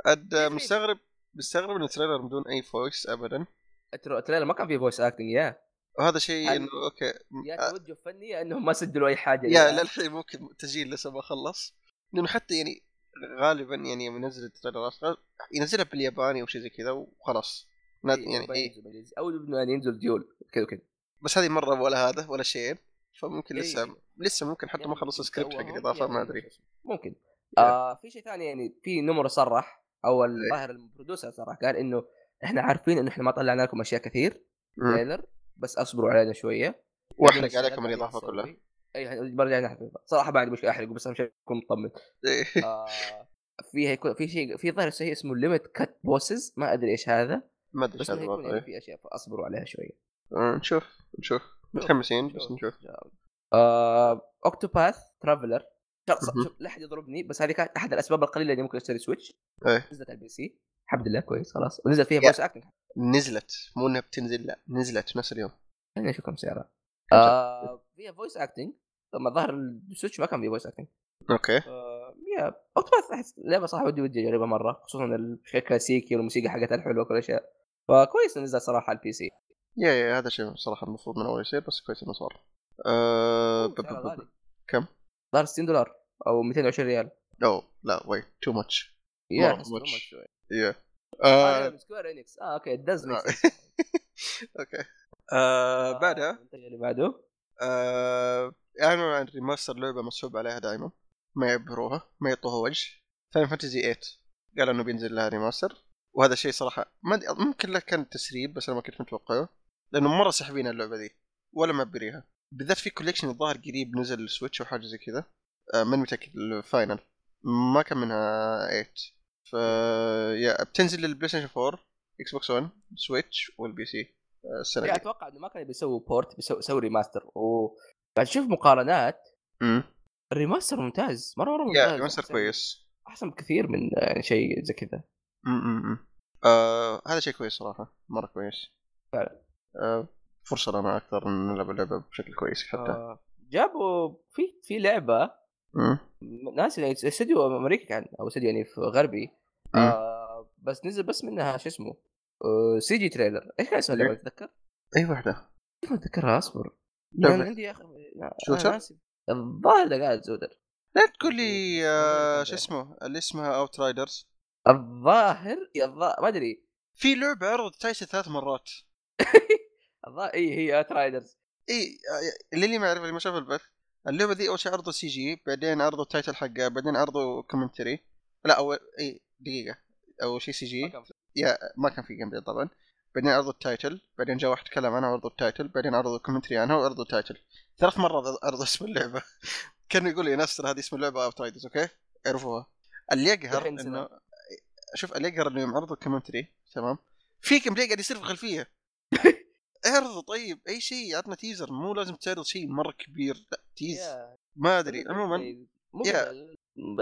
عاد آه، مستغرب مستغرب ان التريلر بدون اي فويس ابدا
الترو- التريلر ما كان فيه فويس اكتنج يا
وهذا شيء
هل-
انه اوكي م-
يا
آه،
توجه فني يا انهم ما سجلوا يعني اي حاجه
يا للحين ممكن تسجيل لسه ما خلص لانه حتى يعني غالبا يعني يوم ينزل التريلرات غال- ينزلها بالياباني او شيء زي كذا وخلاص ما- يعني إيه.
يعني او انه يعني ينزل ديول كذا كذا
بس هذه مره ولا هذا ولا شيء فممكن لسه
إيه.
لسه ممكن حتى ما خلصوا سكريبت حق
يسووها،
الاضافه
يعني
ما ادري
ممكن آه في شيء ثاني يعني في نمر صرح او الظاهر البرودوسر صرح قال انه احنا عارفين انه احنا ما طلعنا لكم اشياء كثير
مم.
تريلر بس اصبروا علينا شويه
واحرق عليكم الاضافه كلها
اي إيه، برجع نحفظ صراحه ما عندي مشكله احرق بس اهم شيء اكون مطمن
إيه.
آه في هيكون في شيء في ظاهر شيء اسمه ليمت كات بوسز ما ادري ايش هذا
ما ادري
بس
ايش
إنه
هذا
هيكون يعني
الوضع إيه؟
في اشياء فاصبروا عليها شويه
آه، نشوف نشوف متحمسين بس نشوف
آه، اوكتوباث ترافلر شرط
مهم.
شوف لا احد يضربني بس هذه كانت احد الاسباب القليله اللي ممكن اشتري سويتش
إيه.
نزلت على البي سي الحمد لله كويس خلاص ونزل فيها
يا.
فويس اكتنج
نزلت مو انها بتنزل لا نزلت في نفس اليوم
خليني اشوف كم سعرها آه، فيها فويس اكتنج لما ظهر السويتش ما كان فيه فويس اكتنج
اوكي
آه، يا اوكتوباث احس لعبه صح ودي ودي اجربها مره خصوصا الشيء الكلاسيكي والموسيقى حقتها الحلوه وكل الاشياء فكويس إنه نزل صراحه على البي سي
يا يا هذا شيء صراحه المفروض من اول يصير بس كويس انه صار أه ب-
سعرها
ب- ب-
غالي.
كم؟
ظهر 60 دولار او 220 ريال
لا لا وي تو ماتش
يا
مرة
أحس
much.
too much شوي.
يا
آه،
Uh,
لا، من سكوير انكس اه اوكي داز ميك
اوكي
Uh,
آه بعدها
المنتج اللي بعده
آه اعلنوا عن ريماستر لعبه مسحوب عليها دائما ما يعبروها ما يعطوها وجه فاين فانتزي 8 قال انه بينزل لها ريماستر وهذا الشيء صراحه ما أدري- ممكن له كان تسريب بس انا ما كنت متوقعه لانه مره ساحبين اللعبه دي ولا معبريها بالذات في كوليكشن الظاهر قريب نزل السويتش او حاجه زي كذا آه من متاكد الفاينل ما كان منها 8 ف يا بتنزل للبلاي ستيشن 4 اكس بوكس 1 سويتش والبي سي آه، السنه
يعني
دي
اتوقع انه ما كانوا بيسووا بورت بيسووا بيسووا ريماستر و بنشوف مقارنات
مم.
الريماستر ممتاز مره مره ممتاز
يا ريماستر
أحسن-
كويس
احسن بكثير من يعني شيء زي كذا
امم آه هذا شيء كويس صراحه مره كويس
فعلا.
آه فرصه لنا اكثر ان نلعب اللعبه بشكل كويس حتى
آه، جابوا في في لعبه
مم.
ناس يعني استديو امريكي كان او استديو يعني في غربي آه بس نزل بس منها شو اسمه
إيه.
آه، سي جي تريلر ايش كان اسمه اللعبه تتذكر؟
اي واحده
كيف ما اتذكرها اصبر انا
لعبه
عندي اخر أنا
شوتر؟
ناسي.
الظاهر ده قاعد زودر
لا تقول لي آه، شو اسمه اللي اسمها اوت رايدرز
الظاهر يا الظاهر ما ادري
في لعبه عرضت تايسن ثلاث مرات
الظاهر اي هي ات رايدرز
اي اللي اللي آه، ما يعرف اللي ما شاف البث اللعبه دي اول شيء عرضوا سي جي بعدين عرضوا التايتل حقها بعدين عرضوا كومنتري لا اول اي دقيقه اول شيء سي جي يا ما كان في جيم بلاي طبعا بعدين عرضوا التايتل بعدين جاء واحد تكلم عنها وعرضوا التايتل بعدين عرضوا الكومنتري عنها وعرضوا التايتل ثلاث مرات عرضوا اسم اللعبه كان يقول لي ناس ترى هذه اسم اللعبه اوت رايدرز اوكي اعرفوها اللي يقهر
الحين سنة.
انه شوف اللي يقهر انه يوم عرضوا الكومنتري تمام في جيم بلاي قاعد يصير في الخلفيه اعرضه طيب اي شيء عطنا تيزر مو لازم تعرض شيء مره كبير لا تيز ما ادري عموما
مو
يا.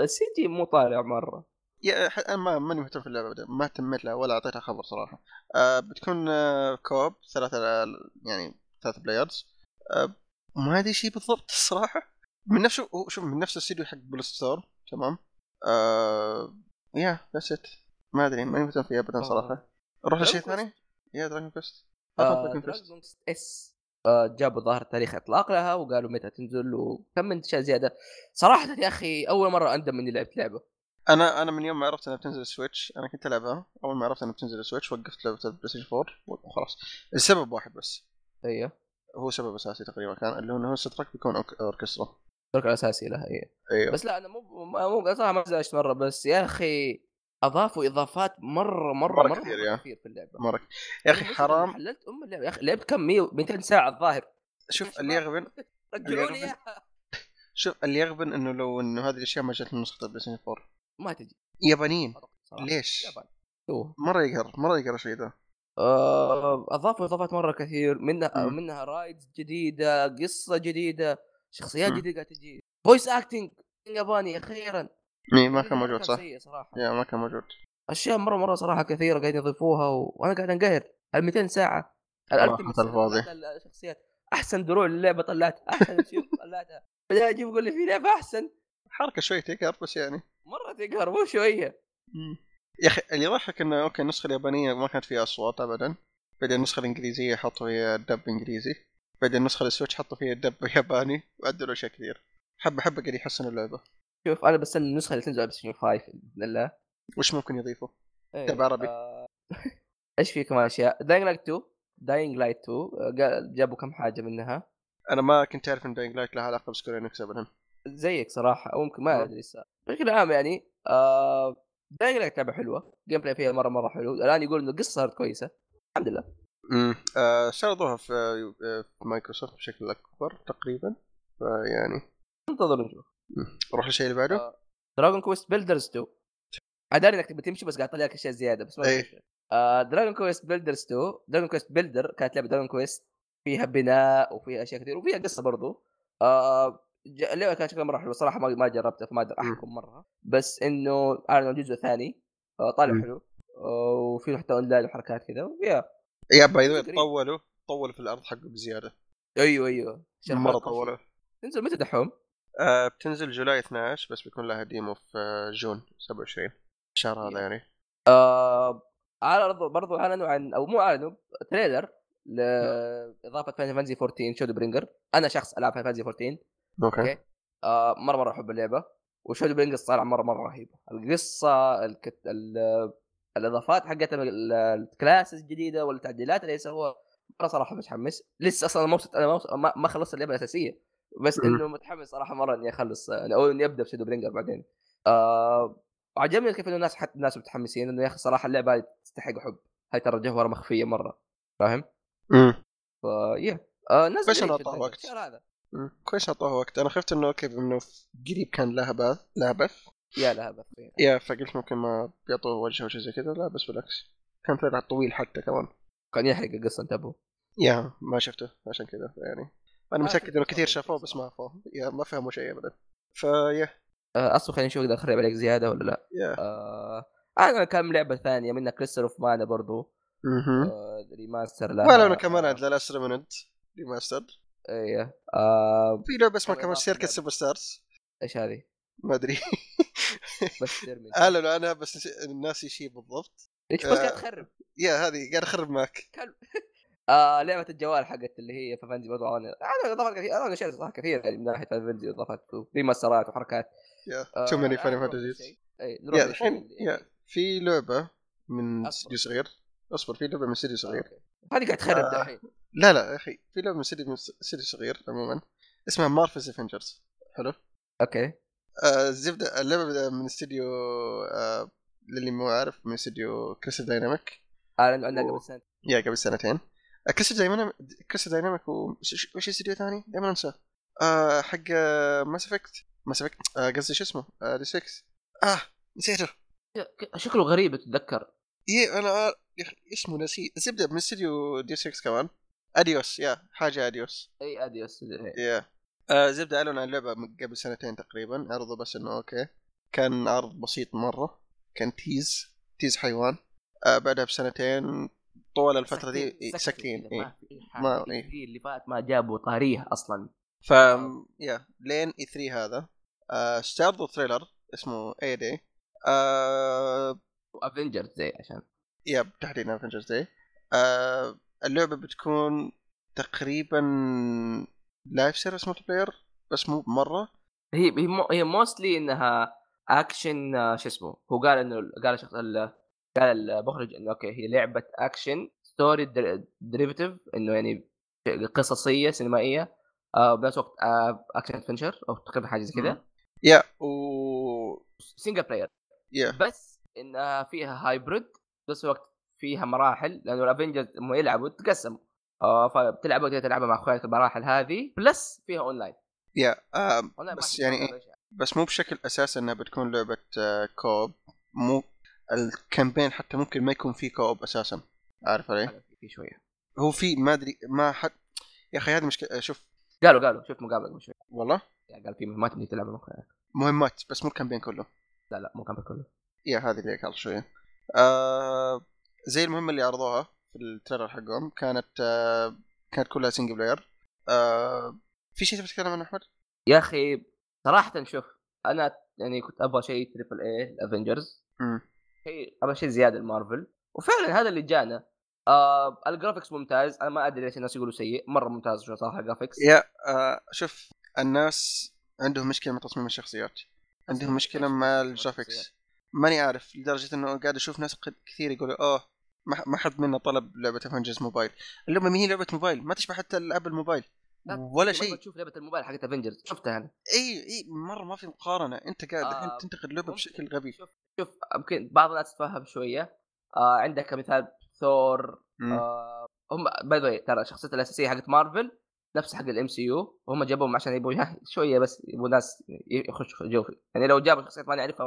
السي جي مو طالع مره
يا ح- انا ما- ماني مهتم في اللعبه ابدا ما اهتميت لها ولا اعطيتها خبر صراحه آه بتكون آه كوب ثلاثه آه، يعني ثلاثه بلايرز آه ما ادري شيء بالضبط الصراحه من نفس هو- شوف من نفس الاستديو حق بلستور تمام آه يا ذاتس ات ما ادري ماني مهتم فيها ابدا صراحه نروح لشيء
آه. Dragon Quest. آه،
ثاني يا دراجون كويست
دراجون اس آه، جابوا ظاهر تاريخ اطلاق لها وقالوا متى تنزل وكم من اشياء زياده صراحه يا اخي اول مره اندم اني لعبت لعبه
انا انا من يوم ما عرفت انها بتنزل سويتش انا كنت العبها اول ما عرفت انها بتنزل سويتش وقفت لعبه البلاي ستيشن 4 وخلاص السبب واحد بس
ايوه
هو سبب اساسي تقريبا كان اللي هو انه الستراك بيكون أورك- اوركسترا
الشركه الاساسي لها هي
ايوه
بس لا انا مو مو مو- صراحه ما زعجت مره بس يا اخي اضافوا اضافات مره مره
مرة
مره, مرة
كثير، يا.
كثير, في اللعبه
مرة يا اخي
أنا
حرام
حللت ام اللعبه يا اخي لعبت كم 100 200 ساعه الظاهر
شوف اللي يغبن
رجعوني إياها.
شوف اللي يغبن انه لو انه هذه الاشياء ما جت من نسخه البلاي ستيشن 4
ما تجي
يابانيين
صراحة.
ليش؟
يابان. شوف.
مره يقهر مره يقهر الشيء ذا
آه، اضافوا اضافات مره كثير منها
مم.
منها رايدز جديده قصه جديده شخصيات
مم.
جديده قاعده تجي فويس اكتنج ياباني اخيرا
إيه، ما كان موجود صح؟
سيء صراحه
يا ما كان موجود
اشياء مره مره صراحه كثيره قاعدين يضيفوها و... وانا قاعد انقهر ال 200 ساعه ال
صراحة
Ultimate Series
الفاضي.
طلعت الشخصيات احسن دروع اللعبه طلعتها احسن شيء طلعتها بعدين اجي يقول لي في لعبه احسن
حركه شوي تقهر بس يعني
مره تقهر مو شويه
يا اخي اللي يضحك انه اوكي النسخه اليابانيه ما كانت فيها اصوات ابدا بعدين النسخه الانجليزيه حطوا فيها دب انجليزي بعدين النسخه السويتش حطوا فيها دب ياباني وعدلوا اشياء كثير حبه حبه قاعد يحسنوا اللعبه
شوف انا بستنى النسخه اللي تنزل على بلاي 5 باذن الله
وش ممكن يضيفوا؟
إيه.
دب عربي
ايش في كمان اشياء داينج لايت 2 داينج لايت 2 آه، قال- جابوا كم حاجه منها
انا ما كنت اعرف ان داينج لايت لها علاقه بسكوير انكس ابدا
زيك صراحه او يمكن ما
آه.
ادري لسه بشكل عام يعني آه داينج لايت لعبه حلوه جيم بلاي فيها مره مره حلو الان يقول انه القصه صارت كويسه الحمد لله
امم آه سرضوها في, آه، في مايكروسوفت بشكل اكبر تقريبا فيعني
انتظر نشوف
مم. نروح للشيء اللي بعده
آه، دراجون كويست بيلدرز 2 ادري انك تبي تمشي بس قاعد اطلع لك اشياء زياده بس ما
إيه.
أدري. آه دراجون كويست بيلدرز 2 دراجون كويست بيلدر كانت لعبه دراجون كويست فيها بناء وفيها اشياء كثير وفيها قصه برضو آه ج- اللعبه كانت شكلها مره حلو صراحه ما ما جربتها فما اقدر
مم.
احكم مره بس انه اعلنوا جزء ثاني آه طالع
مم.
حلو آه وفي محتوى اونلاين وحركات كذا وفيها
يا باي ذا
تقريباً.
طولوا طولوا في الارض حقه بزياده
ايوه ايوه
مره طولوا
تنزل متى دحوم؟
آه بتنزل جولاي 12 بس بيكون لها ديمو في آه، جون 27 الشهر هذا يعني
آه عرضوا برضو اعلنوا عن او مو اعلنوا تريلر لاضافه فاينل فانزي 14 شادو برينجر انا شخص العب فاينل فانزي 14
اوكي
أوكي. آه مره مره احب اللعبه وشادو برينجر صار مره مره رهيبه القصه الكت... ال... الاضافات حقت ال- الكلاسز الجديده والتعديلات اللي سووها مره صراحه متحمس لسه اصلا ما وصلت انا ما وصلت- ما- ما خلصت اللعبه الاساسيه بس
مم.
انه متحمس صراحه مره اني اخلص او اني ابدا في شادو برينجر بعدين آه وعجبني كيف انه الناس حتى الناس متحمسين انه يا اخي صراحه اللعبه هاي تستحق حب هاي ترى جوهره مخفيه مره فاهم؟
امم
فيا آه نزل
بس إنه
عيد في
أعطاه
الدنيا.
وقت.
الشهر هذا
كويس اعطوها وقت انا خفت انه اوكي انه قريب كان لها بث لها بث
يا لها بس
يا فقلت ممكن ما بيعطوه وجه او شيء زي كذا لا بس بالعكس كان طلع طويل حتى كمان
كان يحرق القصه انتبهوا
يا ما شفته عشان كذا يعني انا
آه،
متاكد انه كثير
شفته.
شافوه بس ما عرفوه يا ما فهموا شيء ابدا فيا
آه اصبر خلينا نشوف اذا اخرب عليك زياده ولا لا
يا
آه انا كم لعبه ثانيه منها كريستال اوف مانا برضو
مهم.
آه ريماستر لها
ولو انه كمان عند ذا لاست ريمننت ريماستر
ايه
إيه.
آه
في لعبه اسمها
طبعاً
كمان
ما في
شركه
لعبة.
سوبر ستارز
ايش هذه؟
ما ادري
بس ترمي
اعلنوا عنها بس نسي- ناسي شيء بالضبط
ليش بس قاعد تخرب
يا هذه قاعد اخرب معك
كلب
آه لعبه الجوال حقت اللي هي فانزي برضو انا انا اضافات كثير انا اشياء صراحه كثير يعني من ناحيه فانزي اضافات ريماسترات وحركات آه،
تو ماني فاني
أنا أروح
فانتزيز
لشيء. إيه، نروح
يا
لشيء
الحين يا في لعبه من
أصبر.
استديو صغير اصبر في لعبه من استديو صغير
أوكي. هذه قاعد تخرب
آه.
دحين
لا لا يا اخي في لعبه من استديو من استديو صغير عموما اسمها مارفلز افنجرز حلو
اوكي
آه، الزبده اللعبه من استديو آه، للي مو عارف من استديو كريستال دايناميك
اعلنوا عنها آه،
أوه.
قبل سنه
يا قبل سنتين آه، كريستال دايناميك كريستال دايناميك وش وش استديو ثاني دائما انساه آه حق ماس افكت ماس افكت آه، قصدي شو اسمه دي 6 اه نسيته
شكله غريب اتذكر
اي انا آه، يا أخي اسمه نسي الزبده من استديو دي 6 كمان اديوس يا حاجه اديوس
اي اديوس إيه.
يا آه زبده اعلنوا عن اللعبه من قبل سنتين تقريبا عرضوا بس انه اوكي كان عرض بسيط مره كان تيز تيز حيوان آه بعدها بسنتين طوال الفتره دي إيه، ساكتين
كذا،
إيه.
ما في حاجة.
ما-
في
إيه.
الجيل اللي فات ما جابوا طاريه اصلا
ف يا لين اي 3 هذا آه، استعرضوا تريلر اسمه اي دي آه،
وافنجرز زي عشان
يب تحديدا افنجرز داي اللعبه آه، بتكون تقريبا لايف سيرفيس ملتي بلاير بس مو مره
هي هي مو- هي موستلي انها اكشن آه، شو اسمه هو قال انه قال الشخص ال- قال المخرج انه اوكي هي لعبه اكشن ستوري در- دريفتيف انه يعني قصصيه سينمائيه آه بنفس الوقت آه اكشن ادفنشر او تقريبا حاجه زي كذا
يا و
سنجل بلاير
يا
بس انها فيها هايبرد بنفس الوقت فيها مراحل لانه الافنجرز هم يلعبوا تقسموا آه فبتلعبوا تقدر تلعبها مع اخوانك المراحل هذه بلس فيها اونلاين
يا آه،
اونلاين ما
بس
حد-
يعني بس مو بشكل اساسي انها بتكون لعبه آه، كوب مو الكامبين حتى ممكن ما يكون فيه كوب اساسا عارف علي؟
هذا في- في شويه
هو في ما ادري ما حد يا اخي هذه مشكله شوف
قالوا قالوا شفت مقابله قبل شوي
والله
يعني قال في مهمات انك تلعب مع اخوانك
مهمات بس مو الكامبين كله
لا لا مو كان كله
يا هذه اللي قال شويه آه زي المهمه اللي عرضوها في التريلر حقهم كانت آه كانت كلها سنجل بلاير آه في شيء تبي تتكلم عنه احمد؟
يا اخي صراحه شوف انا يعني كنت ابغى شيء تريبل اي الافنجرز
امم
شيء ابغى شيء زياده المارفل وفعلا هذا اللي جانا آه الجرافيكس ممتاز انا ما ادري ليش الناس يقولوا سيء مره ممتاز شو صراحه الجرافيكس
يا آه شوف الناس عندهم مشكله مع تصميم الشخصيات عندهم مشكله مع الجرافيكس ماني عارف لدرجه انه قاعد اشوف ناس قد- كثير يقولوا اوه ما ما حد منا طلب لعبه افنجرز موبايل اللعبه ما هي لعبه موبايل ما تشبه حتى العاب الموبايل
لا،
ولا شيء
تشوف لعبه الموبايل حقت افنجرز شفتها يعني. انا
اي اي مره ما في مقارنه انت قاعد الحين
آه،
تنتقد لعبه
ممكن.
بشكل غبي
شوف شوف يمكن بعض الناس تتفهم شويه آه عندك كمثال ثور آه هم باي ذا ترى الشخصيات الاساسيه حقت مارفل نفس حق الام سي يو وهم جابوهم عشان يبغوا يه- شويه بس يبغوا ناس يخشوا جو يعني لو جابوا شخصيات ما نعرفها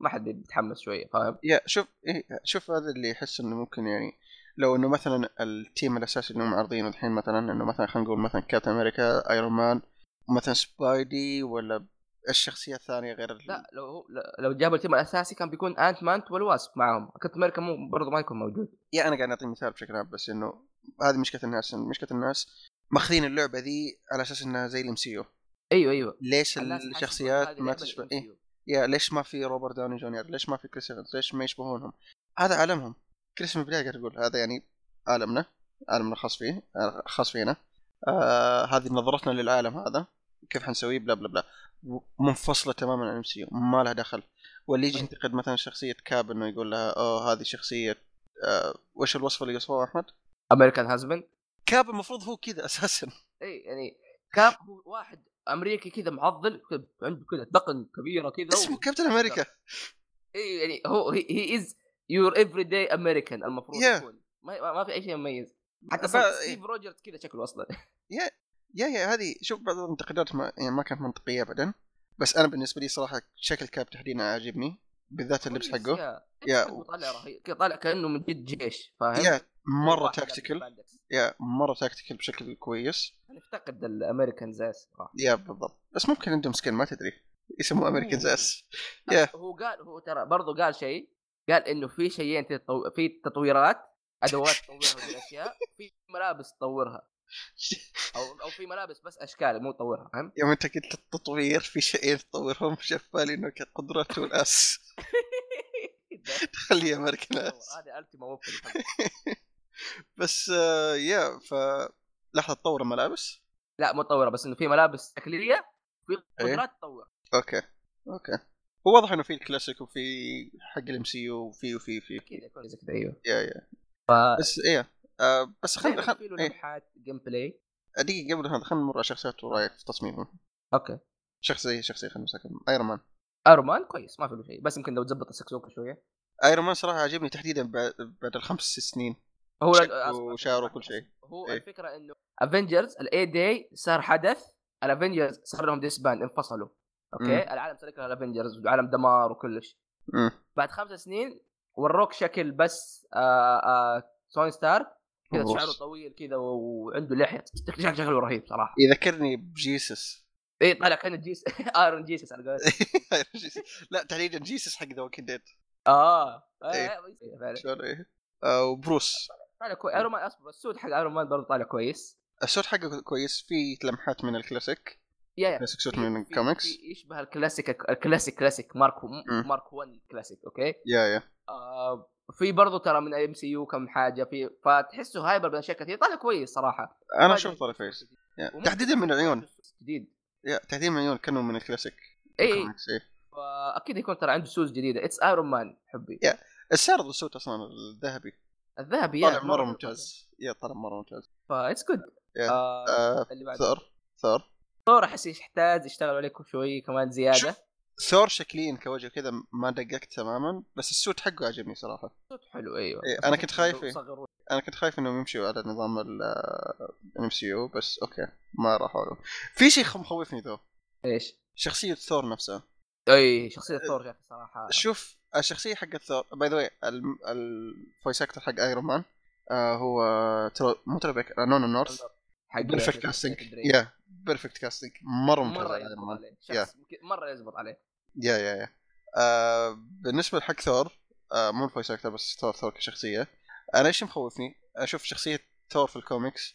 ما حد بيتحمس شويه فاهم؟
يا شوف إيه شوف هذا اللي يحس انه ممكن يعني لو انه مثلا التيم الاساسي اللي هم عارضينه الحين مثلا انه مثلا خلينا نقول مثلا كابتن امريكا ايرون مان مثلا سبايدي ولا الشخصيه الثانيه غير ال-
لا لو هو- لو جابوا التيم الاساسي كان بيكون انت مانت والواسب معاهم كنت امريكا مو برضه ما يكون موجود
يا انا قاعد اعطي مثال بشكل عام بس انه هذه مشكله الناس إنه مشكله الناس ماخذين اللعبه ذي على اساس انها زي الام سي
ايوه ايوه
ليش
الناس حاسبة هذه
الشخصيات ما
لعبة
تشبه
ال
إيه؟
MCU.
يا ليش ما في روبرت داوني جونيور؟ ليش ما في كريس ايفنز؟ ليش ما يشبهونهم؟ هذا عالمهم كريس من البدايه قاعد يقول هذا يعني عالمنا عالمنا خاص فيه آه، خاص فينا آه هذه نظرتنا للعالم هذا كيف حنسويه بلا بلا بلا منفصله تماما عن الام سي ما لها دخل واللي يجي ينتقد مثلا شخصيه كاب انه يقول لها اوه هذه شخصيه آه وش الوصف اللي وصفوه احمد؟
امريكان هازبند
كاب المفروض هو كذا اساسا
اي يعني كاب هو واحد امريكي كذا معضل كذا عنده كذا دقن كبيره كذا
اسمه كابتن امريكا
اي يعني هو هي از يور افري داي امريكان المفروض
Yeah. إيه.
يكون ما, ما- ما في اي شيء مميز حتى
ف-
صوت ستيف روجرز كذا شكله اصلا
يا يا هذه شوف بعض الانتقادات ما يعني ما كانت منطقيه ابدا بس انا بالنسبه لي صراحه شكل كاب تحديدا عاجبني بالذات اللبس
كويس،
حقه
يا-
يا-
حقه طالع رهيب كذا طالع كانه من جد جيش فاهم
يا مره
واحد لابس
تاكتيكال
spandex.
يا مره تاكتيكال بشكل كويس
انا افتقد الامريكان زاس
يا بالضبط بس ممكن عندهم سكن ما تدري يسموه امريكان اس يا.
هو قال هو ترى برضه قال شيء قال انه في شيئين تطو... في تطويرات ادوات تطورها وذي الاشياء في ملابس تطورها او او في ملابس بس اشكال مو تطورها فاهم؟
يوم انت قلت التطوير في شيئين تطورهم شاف بالي انه قدرته الاس خليه امريكان اس
هذه التما وفر
بس آه، يا ف لحظه تطور الملابس
لا متطوره بس انه في ملابس تقليديه في
إيه.
قدرات تطور
اوكي اوكي هو واضح انه في الكلاسيك وفي حق الام سي يو وفي وفي وفي
اكيد يكون زي كذا ايوه
يا يا
ف
بس ايه آه، بس خل خل
في له
إيه.
لمحات جيم بلاي
دقيقه قبل هذا خلينا نمر على شخصيات ورايك في تصميمهم
اوكي
شخصيه شخصيه خلينا نمسكهم ايرون مان
ايرون مان كويس ما في له شيء بس يمكن لو تزبط السكسوكه شويه
ايرون مان صراحه عجبني تحديدا بعد, بعد الخمس سنين
هو
شكله
أصلاً-
وشعره وكل شيء.
هو
إيه.
الفكره انه افنجرز الاي داي صار حدث الافنجرز صار لهم ديسبان انفصلوا اوكي العالم صار يكره الافنجرز وعالم دمار وكلش
مم.
بعد خمس سنين وروك شكل بس آه، آآ آآ سوني ستار كذا
مبروك.
شعره طويل كذا و- وعنده لحيه شكله شكله رهيب صراحه
يذكرني بجيسس
اي طلع كان جيس ايرون جيسس على قولتهم
لا تحديدا جيسس حق ذا ووكينج ديد
اه
إيه. شلون ايه آه، وبروس
طالع
إيه.
كويس ايرون مان اصبر السود حق ايرون مان برضه طالع كويس
السوت حقه كويس في لمحات من الكلاسيك
يا يا
كلاسيك سوت
في-
من
في-
الكوميكس
في يشبه الكلاسيك الكلاسيك كلاسيك مارك
مم.
مارك 1 كلاسيك اوكي
يا يا
آه في برضه ترى من ام سي يو كم حاجه في فتحسه هايبر بين اشياء كثير طالع كويس صراحه
انا اشوف طرف كويس
وممكن-
تحديدا من العيون
جديد
يا تحديدا من العيون كانوا من الكلاسيك
اي اي
الكوميكس، إيه.
فاكيد يكون ترى عنده سوز جديده اتس ايرون مان حبي
يا. السعر ذا السوت اصلا الذهبي
الذهبي يا،
طالع مره ممتاز يا طالع مره ممتاز
فاتس جود
يا. آه،
اللي بعده
ثور ثور
ثور احس يحتاج يشتغل عليكم شوي كمان زياده
شوف. ثور شكليا كوجه كذا ما دققت تماما بس السوت حقه عجبني صراحه
صوت حلو ايوه
إيه، أنا كنت خايف إيه.
صغروا.
انا كنت خايف انهم يمشوا على نظام الام سي يو بس اوكي ما راحوا له في شيء مخوفني ذو
ايش
شخصيه ثور نفسها
اي شخصيه
إيه.
ثور يا اخي صراحه
شوف الشخصيه حقت ثور باي ذا واي الفويس اكتر حق ايرون مان آه هو ترو... مو ترو بيك آه، نونو نورث
حق
بيرفكت كاستنج يا بيرفكت كاستنج مره ممتاز
مره
على ايرون
يزبط
مان
عليه شخص ممكن- مره يزبط عليه
يا يا يا آه بالنسبه لحق ثور آه مو الفويس اكتر بس ثور ثور كشخصيه انا ايش مخوفني؟ اشوف شخصيه ثور في الكوميكس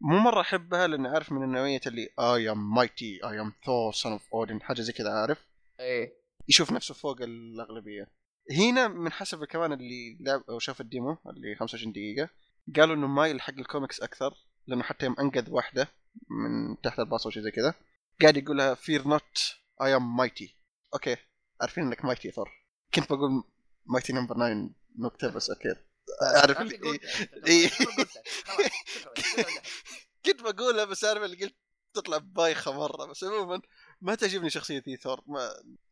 مو مره احبها لاني عارف من النوعيه اللي اي ام مايتي اي ام ثور سون اوف اودن حاجه زي كذا عارف
ايه
يشوف نفسه فوق الاغلبيه هنا من حسب كمان اللي لعب او شاف الديمو اللي 25 دقيقه قالوا انه مايل حق الكوميكس اكثر لانه حتى يوم انقذ واحده من تحت الباص او شيء زي كذا قاعد يقول لها فير نوت اي ام مايتي اوكي عارفين انك مايتي ثور كنت بقول مايتي نمبر 9 نكته بس اوكي اعرف
آه، أنت
اللي-
قلت- يعني، أنت
إيه.
قلت- خلاص، شكراً، شكراً.
كنت بقولها بس عارف اللي قلت تطلع بايخه مره بس عموما ما تعجبني شخصيه ثور ما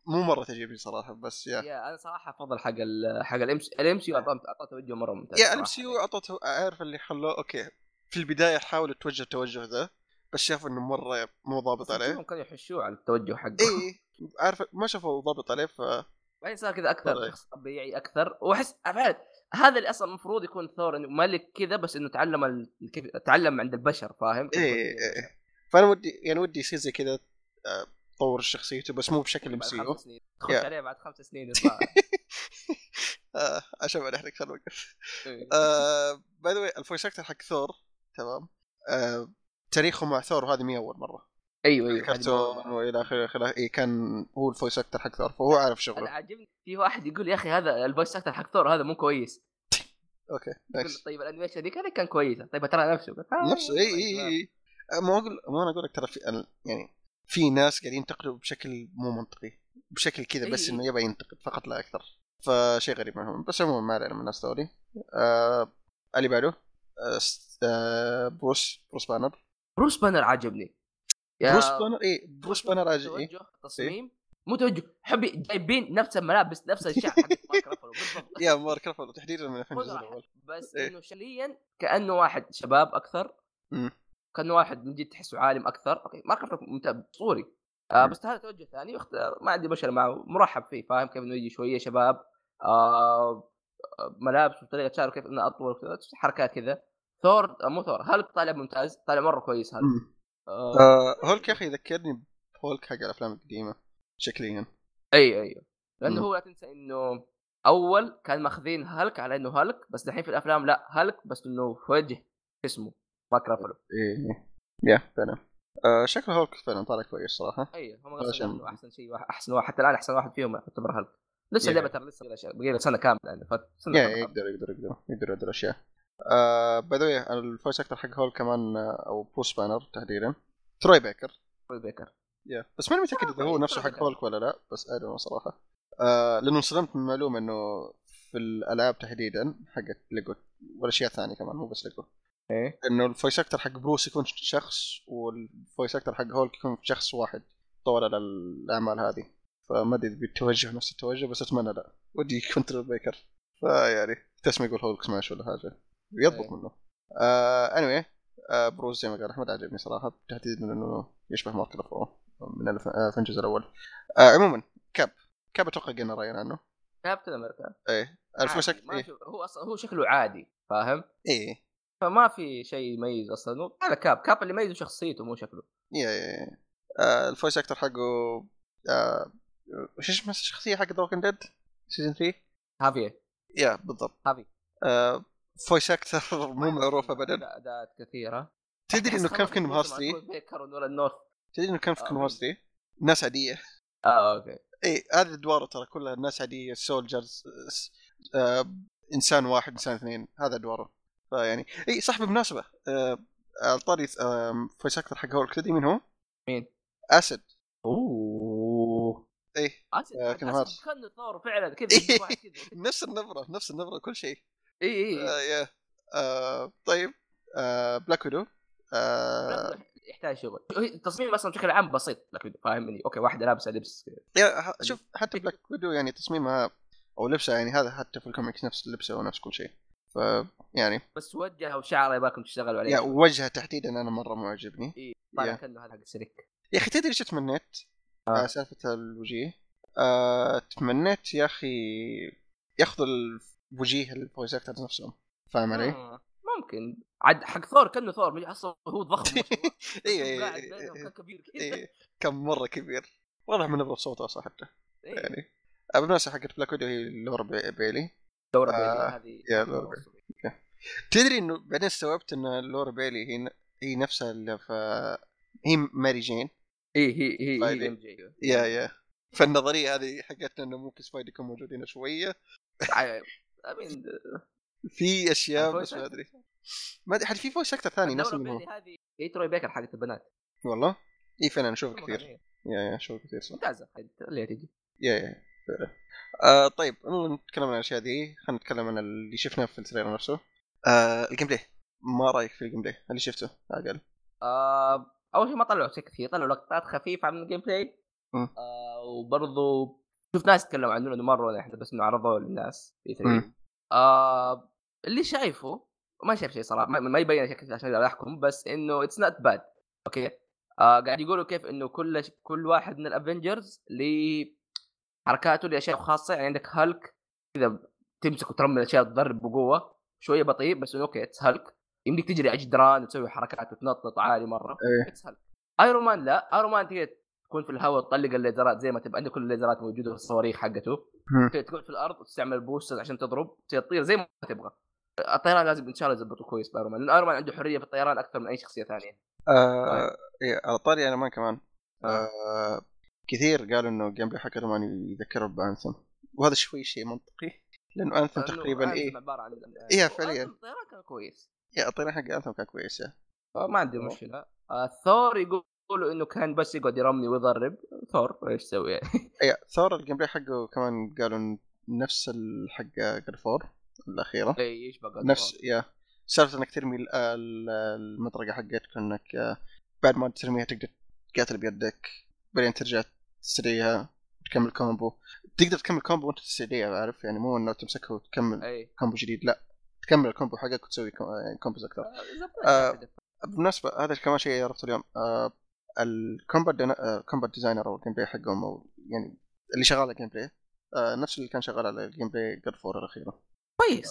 مو مره تعجبني صراحه بس يا
يا انا صراحه افضل حق ال حق الام سي الام سي اعطاه توجه مره ممتاز
يا
صراحة. يعني.
ام سي يو اعطته عارف اللي خلوه اوكي في البدايه حاولوا توجه التوجه ذا بس شافوا انه مره مو ضابط عليه إيه.
كلهم كانوا يحشوه على التوجه حقه
اي عارف ما شافوا ضابط عليه ف
بعدين صار كذا اكثر
طيب.
شخص طبيعي اكثر واحس فعلا هذا اللي اصلا المفروض يكون ثور انه ملك كذا بس انه تعلم ال... كيف تعلم عند البشر فاهم؟
إيه، إيه. فانا ودي يعني ودي يصير زي كذا آه، طور شخصيته بس مو بشكل ام
بعد
سي
خمس
يو
سنين تخش
يا.
عليه بعد خمس سنين يطلع
آه، عشان ما نحرق خلنا نوقف
إيه.
آه، باي ذا واي الفويس اكتر حق ثور تمام آه، تاريخه مع ثور وهذه مي اول مره
ايوه ايوه هذه
كرتون
مرة.
والى اخره إلى آخره. إيه، كان هو الفويس اكتر حق ثور فهو عارف
انا
شغله
عاجبني في واحد يقول يا اخي هذا الفويس اكتر حق ثور هذا مو كويس
اوكي
يقول
نايس
طيب الانيميشن ذيك هذا كان كويسه طيب ترى نفسه قلت، آه،
نفسه اي اي اي إيه، أه، ما اقول ما انا اقول لك ترى في ال- يعني في ناس قاعدين ينتقدوا بشكل مو منطقي بشكل كذا بس
إي.
انه يبغى ينتقد فقط لا اكثر فشيء غريب منهم بس عموما ما علينا من الناس ذولي آه اللي بعده آه س- آه بروس بروس بانر
بروس بانر عاجبني يا-
بروس بانر اي بروس بانر إيه. عاجبني إي.
توجه تصميم مو توجه حبي جايبين نفس الملابس نفس الشعر حق مارك رافلو بالضبط
يا مارك رافل تحديدا من الفيلم
خذ
الاول
بس
إيه.
انه شليا كانه واحد شباب اكثر
مم.
كانه واحد من جد تحسه عالم اكثر اوكي مارك رافلو ممتاز صوري
إيه.
آه بس هذا توجه ثاني واخت- ما عندي مشكله معه مرحب فيه فاهم كيف انه يجي شويه شباب آه ملابس وطريقه شعره كيف انه اطول وكذا، حركات كذا ثور آه، مو ثور هالك طالع ممتاز طالع مره كويس هالك
مم.
آه
آه هولك يا اخي يذكرني بهولك حق الافلام القديمه شكليا
ايوه ايوه لانه
مم.
هو لا تنسى انه اول كان ماخذين هالك على انه هالك بس دحين في الافلام لا هالك بس انه في وجه اسمه مارك رافلو
ايه يا فعلا آه شكل هولك فعلا طالع كويس صراحه
ايوه هم
آه، عشان-
قصدوا إنه احسن شيء واحد- احسن واحد حتى الان احسن واحد فيهم يعتبر هالك لسه
Yeah.
اللعبه ترى لسه بقي لها شيء- بقي لها سنه كامله يعني فسنه
يا إيه.
كاملة.
يقدر يقدر يقدر يقدر يقدر اشياء آه باي ذا الفويس اكتر حق هول كمان آه، او بوش بانر تحديدا تروي بيكر
روي بيكر
yeah. بس ماني متاكد اذا هو
طيب،
نفسه
طيب.
حق هولك ولا لا بس ادري صراحه آه لانه انصدمت من معلومه انه في الالعاب تحديدا حقت ليجو والاشياء الثانيه كمان مو بس ليجو
ايه
انه الفويس اكتر حق بروس يكون شخص والفويس اكتر حق هولك يكون شخص واحد طور على الاعمال هذه فما ادري اذا بيتوجه نفس التوجه بس اتمنى لا ودي يكون تريل بيكر فيعني تسمى يقول هولك سماش ولا حاجه يضبط
إيه.
منه آه anyway آه بروس زي ما قال احمد عجبني صراحه بالتحديد من انه يشبه مارك لافرو من الف- آه، في الجزء الاول آه عموما كاب كاب اتوقع قلنا راينا عنه
كابتن امريكا
ايه
آه،
الفويس
عادي،
اكتر
ما
ايه
أشوف- هو اصلا هو شكله عادي فاهم؟
ايه
فما في
في شيء يميز اصلا هو- هذا كاب كاب اللي يميزه شخصيته مو شكله
يا يا يا إيه، آه، الفويس اكتر حقه آه، وش اسمه الشخصيه حق ذا ديد سيزون 3
هافيه
يا بالضبط
هافي.
آه، فويس اكتر مو معروف ابدا
اعدادات كثيره
تدري انه كان في كينجدم هارت 3
3
تدري انه كان في
آه.
كينجدم هارت 3 ناس عاديه
اه اوكي
اي هذه ادواره ترى كلها ناس عاديه سولجرز آه، انسان واحد انسان اثنين هذا ادواره فيعني اي صح بالمناسبه آه، على طاري آه، فويس اكتر حق هولك تدري مين هو؟
مين؟
اسد
اوه
اي آه، كينجدم هارتس.
كان ثور فعلا كذا يجيب واحد كذا.
نفس النبره نفس النبره كل شيء
اي اي
آه، يا آه، طيب آه، بلاك ويدو آه،
يحتاج شغل هي- التصميم اصلا بشكل عام بسيط لكن فاهمني اوكي واحده لابسه لبس
يا ه- شوف حتى بلاك ويدو يعني تصميمها او لبسها يعني هذا حتى في الكوميكس نفس لبسه ونفس كل شيء ف يعني
بس وجهه وشعره يبغاكم تشتغلوا عليه
يا وجهه تحديدا انا مره مو عجبني
إيه، طالع
يا.
كانه هذا حق السلك
يا اخي تدري شو تمنيت؟ آه.
آه.
سالفه الوجيه آه، تمنيت يا اخي ياخذوا الوجيه الفويس اكترز نفسهم فاهم علي؟
آه، ممكن عاد حق ثور كانه ثور مش- اصلا هو ضخم ما شاء الله.
إيه،
بس هو
إيه،
قاعد
إيه،
بينهم
إيه.
كان كبير كذا
إيه، كان مره كبير واضح من نبره صوته اصلا حتى
إيه،
يعني آه، بالمناسبه حقت بلاك ويدو هي لورا بي- بيلي
دوره
آه،
بيضاء هذه
يا لورا تدري انه بعدين استوعبت ان لورا بيلي هي هي نفسها اللي في هي ماري جين
اي هي هي
طيب.
هي ام جي
يا يا فالنظريه هذه حقتنا انه ممكن سبايدر يكون موجودين شويه
امين
في اشياء بس
الفويس
ما
أكتر.
ادري ما ادري حد في فويس اكتر ثاني ناس منهم
هذه هي تروي بيكر حقت البنات
والله اي فعلا نشوفه كثير يا يا نشوفه كثير صح
ممتازه اللي تجي
يا يا فعلا آه طيب عموما نتكلم عن الاشياء دي خلينا نتكلم عن اللي شفناه في التريلر نفسه آه الجيم بلاي ما رايك في الجيم بلاي اللي شفته على الاقل
آه، اول شيء ما طلعوا شيء كثير طلعوا لقطات خفيفه من الجيم بلاي
مم.
آه، وبرضو شفت ناس تكلموا عنه انه مره احنا بس انه عرضوه للناس في 3.
مم.
آه، اللي شايفه ما شايف شيء صراحه ما, ما يبين شكل عشان لا احكم بس انه اتس نوت باد اوكي آه، قاعد يقولوا كيف انه كل كل واحد من الافنجرز لي حركاته لاشياء خاصه يعني عندك هالك كذا تمسك وترمي الاشياء تضرب بقوه شويه بطيء بس إنه اوكي اتس هالك يمديك تجري على جدران وتسوي حركات وتنطط عالي مره
إيه.
اتس هالك ايرون مان لا ايرون مان تقدر تكون في الهواء وتطلق الليزرات زي ما تبقى عندك كل الليزرات موجوده في الصواريخ حقته
مم.
تقدر تكون في الارض وتستعمل بوسترز عشان تضرب تطير زي ما تبغى الطيران لازم ان شاء الله يظبطه كويس بايرون مان لان ايرون مان عنده حريه في الطيران اكثر من اي شخصيه ثانيه
آه إيه، على طاري انا مان كمان آه كثير قالوا انه الجيم بلاي حق رومان يذكره بانثم وهذا شوي شيء منطقي لانه انثم
لأنه
تقريبا
Anthem
ايه
عباره عن
إيه، فعليا.
الطيران كان كويس
يا الطريقه إيه، حق انثم كان كويسه
ما عندي مشكله آه، ثور يقولوا انه كان بس يقعد يرمي ويضرب ثور ايش يسوي يعني؟
اي ثور الجيم بلاي حقه كمان قالوا إن نفس الحق جرفور الاخيره
إيه، يشبه God of War.
نفس يا سالفه انك ترمي ال- ال- المطرقه حقتك انك آه، بعد ما ترميها تقدر تقاتل بيدك بعدين ترجع تسريها تكمل كومبو تقدر تكمل كومبو وانت تسريها عارف يعني مو انه تمسكها وتكمل
اي
كومبو جديد لا تكمل الكومبو حقك وتسوي كو- يعني كومبوز اكثر آه، بالنسبه هذا كمان شيء عرفته اليوم آه، الكومبات دينا- آه، الكومبات ديزاينر او الجيم بلاي حقهم او يعني اللي شغال على الجيم بلاي آه، نفس اللي كان شغال على الجيم بلاي جاد فور الاخيره
كويس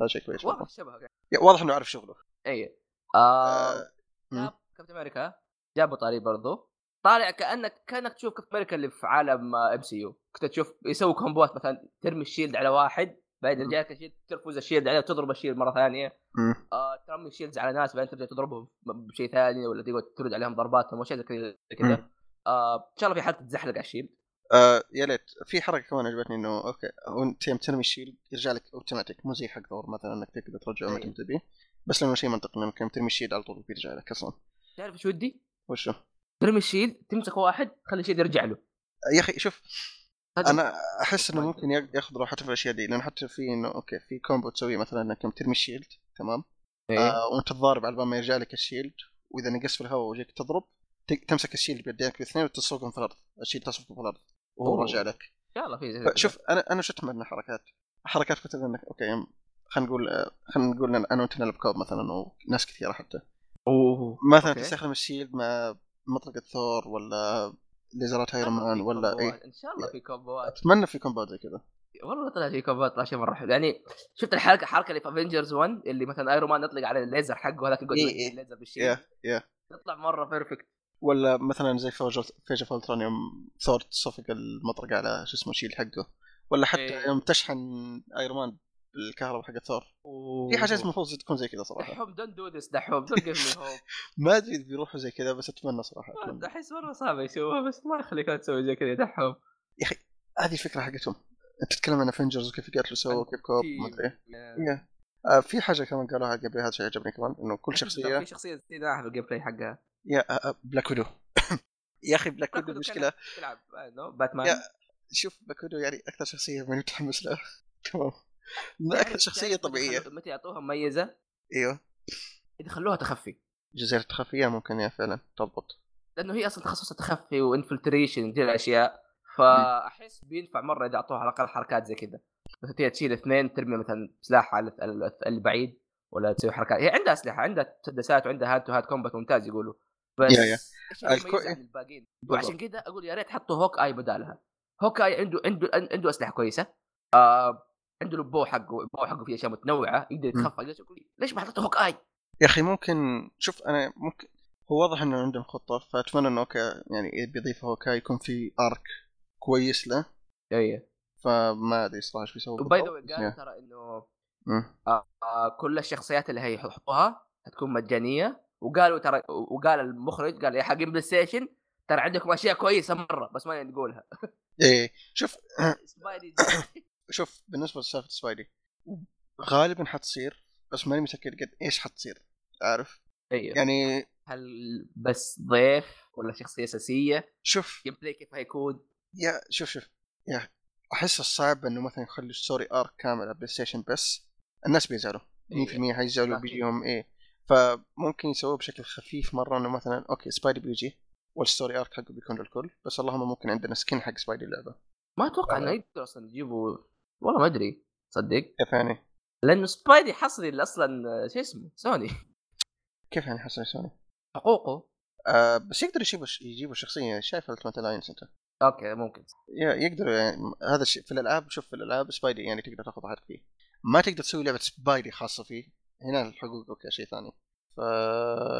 هذا شيء كويس
واضح
مرة.
الشبه يعني.
يا، واضح انه عارف شغله
اي
آه،
آه،
مم.
كاب- كابتن امريكا جابوا طاري برضو طالع كانك كانك تشوف كابتن امريكا اللي في عالم ام سي يو كنت تشوف يسوي كومبوات مثلا ترمي الشيلد على واحد بعدين
مم.
يرجع لك الشيلد ترفز الشيلد عليه وتضرب الشيلد مره ثانيه
مم.
آه ترمي شيلدز على ناس بعدين تبدا تضربهم بشيء ثاني ولا تقعد ترد عليهم ضرباتهم وشيء زي كذا آه ان شاء الله في حد تتزحلق على الشيلد
آه يا ليت في حركه كمان عجبتني انه اوكي وانت يوم تنمي الشيلد يرجع لك اوتوماتيك مو زي حق ثور مثلا انك تقدر ترجعه متى ما تبي بس لانه شيء منطقي انك يوم ترمي الشيلد على طول بيرجع لك اصلا
تعرف ايش ودي؟
وشو؟
ترمي الشيلد تمسك واحد خلي الشيلد يرجع له
يا اخي شوف
هذا-
انا احس انه ممكن يا- ياخذ راحته في الاشياء دي لان حتى في انه اوكي في كومبو تسويه مثلا انك يوم ترمي الشيلد تمام
إيه.
آه وانت تضارب على بال ما يرجع لك الشيلد واذا نقص في الهواء وجيك تضرب ت- تمسك الشيلد بيدينك الاثنين وتصفقهم في الارض الشيلد تصفقه في الارض وهو
أوه. إيه.
رجع لك
ان شاء الله في زي
شوف انا انا شفت منه حركات حركات مثلا انك اوكي يوم- خلينا نقول آه، خلينا نقول إن انا وانت نلعب كوب مثلا وناس كثيره حتى
اوه
مثلا
أوكي.
تستخدم الشيلد مع مطلقه ثور ولا ليزرات
إن شاء
ايرون
الله
مان
في
ولا اي
كومبوات، ان شاء الله في كومبوات
اتمنى في كومباوند زي كذا
والله طلع في كومبوات ماشي مره حلو يعني شفت الحركه الحركه اللي في افنجرز 1 اللي مثلا ايرون مان يطلق على الليزر حقه هذاك يقعد
إيه،
يوجه
إيه.
الليزر بالشيء
يا يا
تطلع مره بيرفكت
ولا مثلا زي فوج فيجا فولتران يوم ثور تصفق المطرقه على شو اسمه الشيلد حقه ولا حتى
إيه.
يوم تشحن ايرون مان بالكهرباء حق ثور
إيه.
في حاجات المفروض تكون زي كذا صراحه
دحوم دون دو ذس دحوم دون جيف مي هوب
ما ادري إذا بيروحوا زي كذا بس اتمنى صراحه أتمنى.
احس مره صعب يشوفها بس الله يخليك لا تسوي زي كذا دحوم
هذه الفكره حقتهم انت تتكلم عن افنجرز وكيف قاتلوا سووا كيف كوب
تيم.
ما ادري
آه،
إيه. آه، في حاجه كمان قالوها قبل هذا الشيء عجبني كمان انه كل
في
شخصيه
شخصيه زيناها في الجيم بلاي حقها
يا آه، بلاك ويدو يا اخي بلاك ويدو المشكله
تلعب آه، نو باتمان
يا، شوف بلاك ويدو يعني اكثر شخصيه ماني متحمس لها تمام إنه اكثر
تعرف-
شخصيه
تعرف متى
طبيعيه
خلو- متى يعطوها مميزه
ايوه
اذا خلوها تخفي
جزيره خفيه ممكن يا فعلا تضبط
لانه هي اصلا تخصصها تخفي وانفلتريشن دي الاشياء فاحس بينفع مره اذا اعطوها على الاقل حركات زي كذا مثلا تيجي تشيل اثنين ترمي مثلا سلاح على ال- ال- البعيد ولا تسوي حركات هي عندها اسلحه عندها تسدسات وعندها هاد تو هاد كومبات ممتاز يقولوا بس
يا- يا.
إيش اللي
الكو-
يميزها عن الباقيين وعشان كذا اقول يا ريت حطوا هوك اي بدالها هوك اي عنده عنده عنده اسلحه كويسه آه عنده البو حقه البو حقه فيه اشياء متنوعه يقدر يتخفى يقدر يسوي كل- ليش ما حطيتوا هوك اي؟
يا اخي ممكن شوف انا ممكن هو واضح انه عندهم خطه فاتمنى انه اوكي يعني إذا بيضيفه اوكي يكون في ارك كويس له
اي
فما ادري صراحه ايش بيسوي
وباي ذا
بالضبط،
واي
بس
قالوا
يا.
ترى انه
مم.
آه، كل الشخصيات اللي هيحطوها هتكون مجانيه وقالوا ترى وقال المخرج قال يا حقين بلاي ستيشن ترى عندكم اشياء كويسه مره بس ما نقولها
ايه شوف
سبايدي
شوف بالنسبه لسالفه سبايدي غالبا حتصير بس ماني متاكد قد ايش حتصير عارف
ايوه
يعني
هل بس ضيف ولا شخصيه اساسيه
شوف
جيم بلاي كيف هيكون
يا شوف شوف يا احس الصعب انه مثلا يخلي الستوري ارك كامل على بلاي ستيشن بس الناس بيزعلوا
إيه،
100% حيزعلوا
أكيد.
بيجيهم ايه فممكن يسووه بشكل خفيف مره انه مثلا اوكي سبايدي بيجي والستوري ارك حقه بيكون للكل بس اللهم ممكن عندنا سكن حق سبايدي اللعبه
ما اتوقع انه يقدر اصلا يجيبوا والله ما ادري تصدق
كيف يعني؟
لانه سبايدي حصري اللي اصلا آه، شو اسمه سوني
كيف يعني حصل يسوي؟
حقوقه
آه بس يقدر يجيبوا يجيبوا شخصيه شايف التمت لاينز انت
اوكي ممكن
يا يقدروا يعني هذا الشيء في الالعاب شوف في الالعاب سبايدي يعني تقدر تاخذ حق فيه ما تقدر تسوي لعبه سبايدي خاصه فيه هنا الحقوق اوكي شيء ثاني ف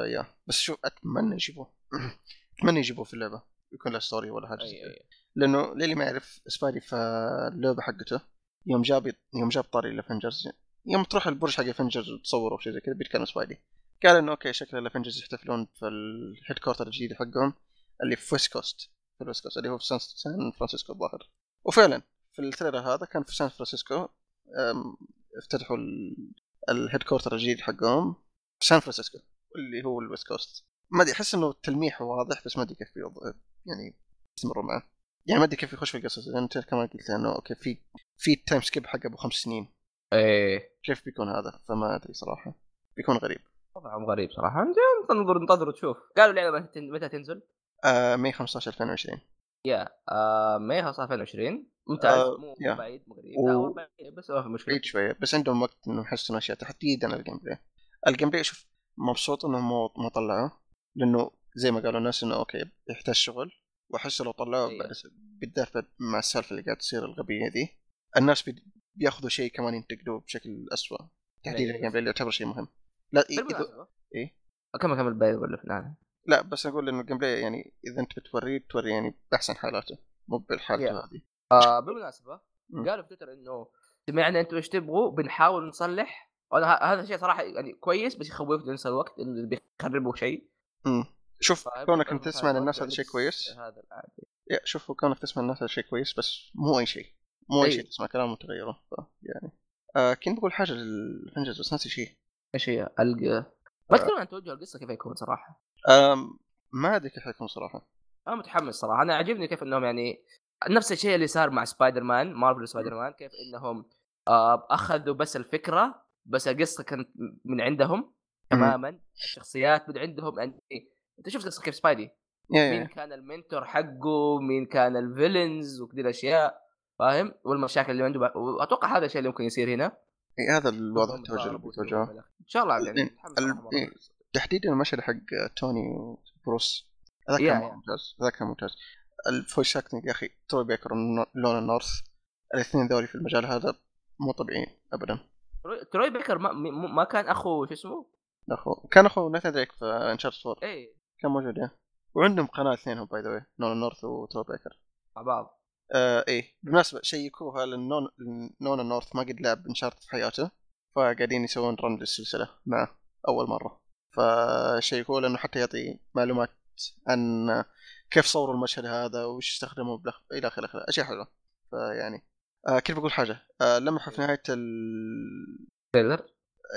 يا بس شوف اتمنى يجيبوه اتمنى يجيبوه في اللعبه يكون له ستوري ولا حاجه زي
أي-
كذا.
أي.
لانه للي ما يعرف سبايدي في اللعبه حقته يوم جاب يوم جاب طاري الافنجرز يوم تروح البرج حق الافنجرز وتصور او شيء زي كذا بيتكلم سبايدي قال انه اوكي شكل الافنجرز يحتفلون في الهيد كورتر الجديد حقهم اللي في ويست كوست في الويست كوست اللي هو في سان- سان فرانسيسكو الظاهر وفعلا في التريلر هذا كان في سان فرانسيسكو أم، افتتحوا ال- الهيد كورتر الجديد حقهم في سان فرانسيسكو اللي هو الويست كوست ما ادري احس انه التلميح واضح بس ما ادري كيف بيوض- يعني يستمروا معه يعني ما ادري كيف يخش في القصص لان انت كمان قلت انه اوكي في في تايم سكيب حق ابو خمس سنين
ايه
كيف بيكون هذا فما ادري صراحه بيكون غريب
وضعهم غريب صراحه ننظر ننتظر وتشوف قالوا اللعبه متى- متى تنزل
آه ماي 15 2020
يا آه، ماي 2020 ممتاز
آه،
مو
يا.
مو بعيد مو قريب
و- إيه،
لا، هو بعيد، بس ما في مشكله
بعيد شويه بس عندهم وقت انهم يحسنوا اشياء تحديدا الجيم بلاي الجيم بلاي شوف مبسوط انهم مو- ما طلعوه لانه زي ما قالوا الناس انه اوكي يحتاج شغل واحس لو طلعوه
أيوه.
بعد- بالذات بعد- مع السالفه اللي قاعد تصير الغبيه دي الناس بي- بياخذوا شيء كمان ينتقدوه بشكل اسوء تحديدا
أيوه.
الجيم بلاي اللي يعتبر شيء مهم لا إيه- إذا-
بالمناسبة
إيه؟
آه، كمل كمل باي ولا فلان
لا بس اقول انه الجيم بلاي يعني اذا انت بتوريه توري يعني باحسن حالاته مو بالحالته
Yeah.
هذه
آه بالمناسبه
مم.
قالوا في تويتر انه سمعنا انتم ايش تبغوا بنحاول نصلح وانا ه- هذا الشيء صراحه يعني كويس بس يخوفني نفس الوقت انه بيخربوا شيء
أمم. شوف
فيبقى
كونك
فعلاً
انت تسمع
هذا
للناس
الوقت
هذا شيء
بس
كويس
هذا العادي
يا شوفوا كونك تسمع الناس هذا شيء كويس بس مو اي شيء مو اي
أي.
شيء تسمع كلامه وتغيره ف- يعني آه كنت بقول حاجه للفنجز بس ناسي شيء
ايش هي؟
القى آه.
ما تكلم عن توجه القصه كيف يكون صراحه
آم، ما ادري كيف حيكون صراحه
انا متحمس صراحه انا عجبني كيف انهم يعني نفس الشيء اللي صار مع سبايدر مان مارفل سبايدر مان كيف انهم آه اخذوا بس الفكره بس القصه كانت من عندهم تماما الشخصيات من عندهم يعني انت شفت قصه كيف سبايدي
يا
مين
يا
كان المنتور حقه مين كان الفيلنز وكذي الاشياء فاهم والمشاكل اللي عنده بقى- واتوقع هذا الشيء اللي ممكن يصير هنا
إيه، هذا الوضع
هم
التوجه اللي
ضربوا
بيتوجهه
وكذا. ان شاء الله يعني
ال-
متحمس
ال-
صراحة مرة.
إيه. تحديدا المشهد حق توني وبروس هذا
يا-
كان
يا.
مرة ممتاز هذا كان ممتاز الفويس اكتنج يا اخي تروي بيكر ولونا نورث الاثنين ذولي في المجال هذا مو طبيعيين ابدا
تروي- تروي بيكر ما, م- ما كان اخو شو اسمه؟
اخو كان اخو ناثان دريك في انشارت 4
اي
كان موجود إيه. وعندهم قناه اثنينهم باي ذا واي نونا نورث وترو بيكر
مع بعض
آه ايه بالمناسبه شيكوها لان نون- نونا نورث ما قد لعب انشارت في حياته فقاعدين يسوون رن للسلسله معه اول مره فشيكوه لانه حتى يعطي معلومات عن كيف صوروا المشهد هذا وش استخدموا بلخ... الى اخره إلى آخره. اشياء حلوه فيعني آه كيف بقول حاجه آه لمحوا في نهايه ال...
تريلر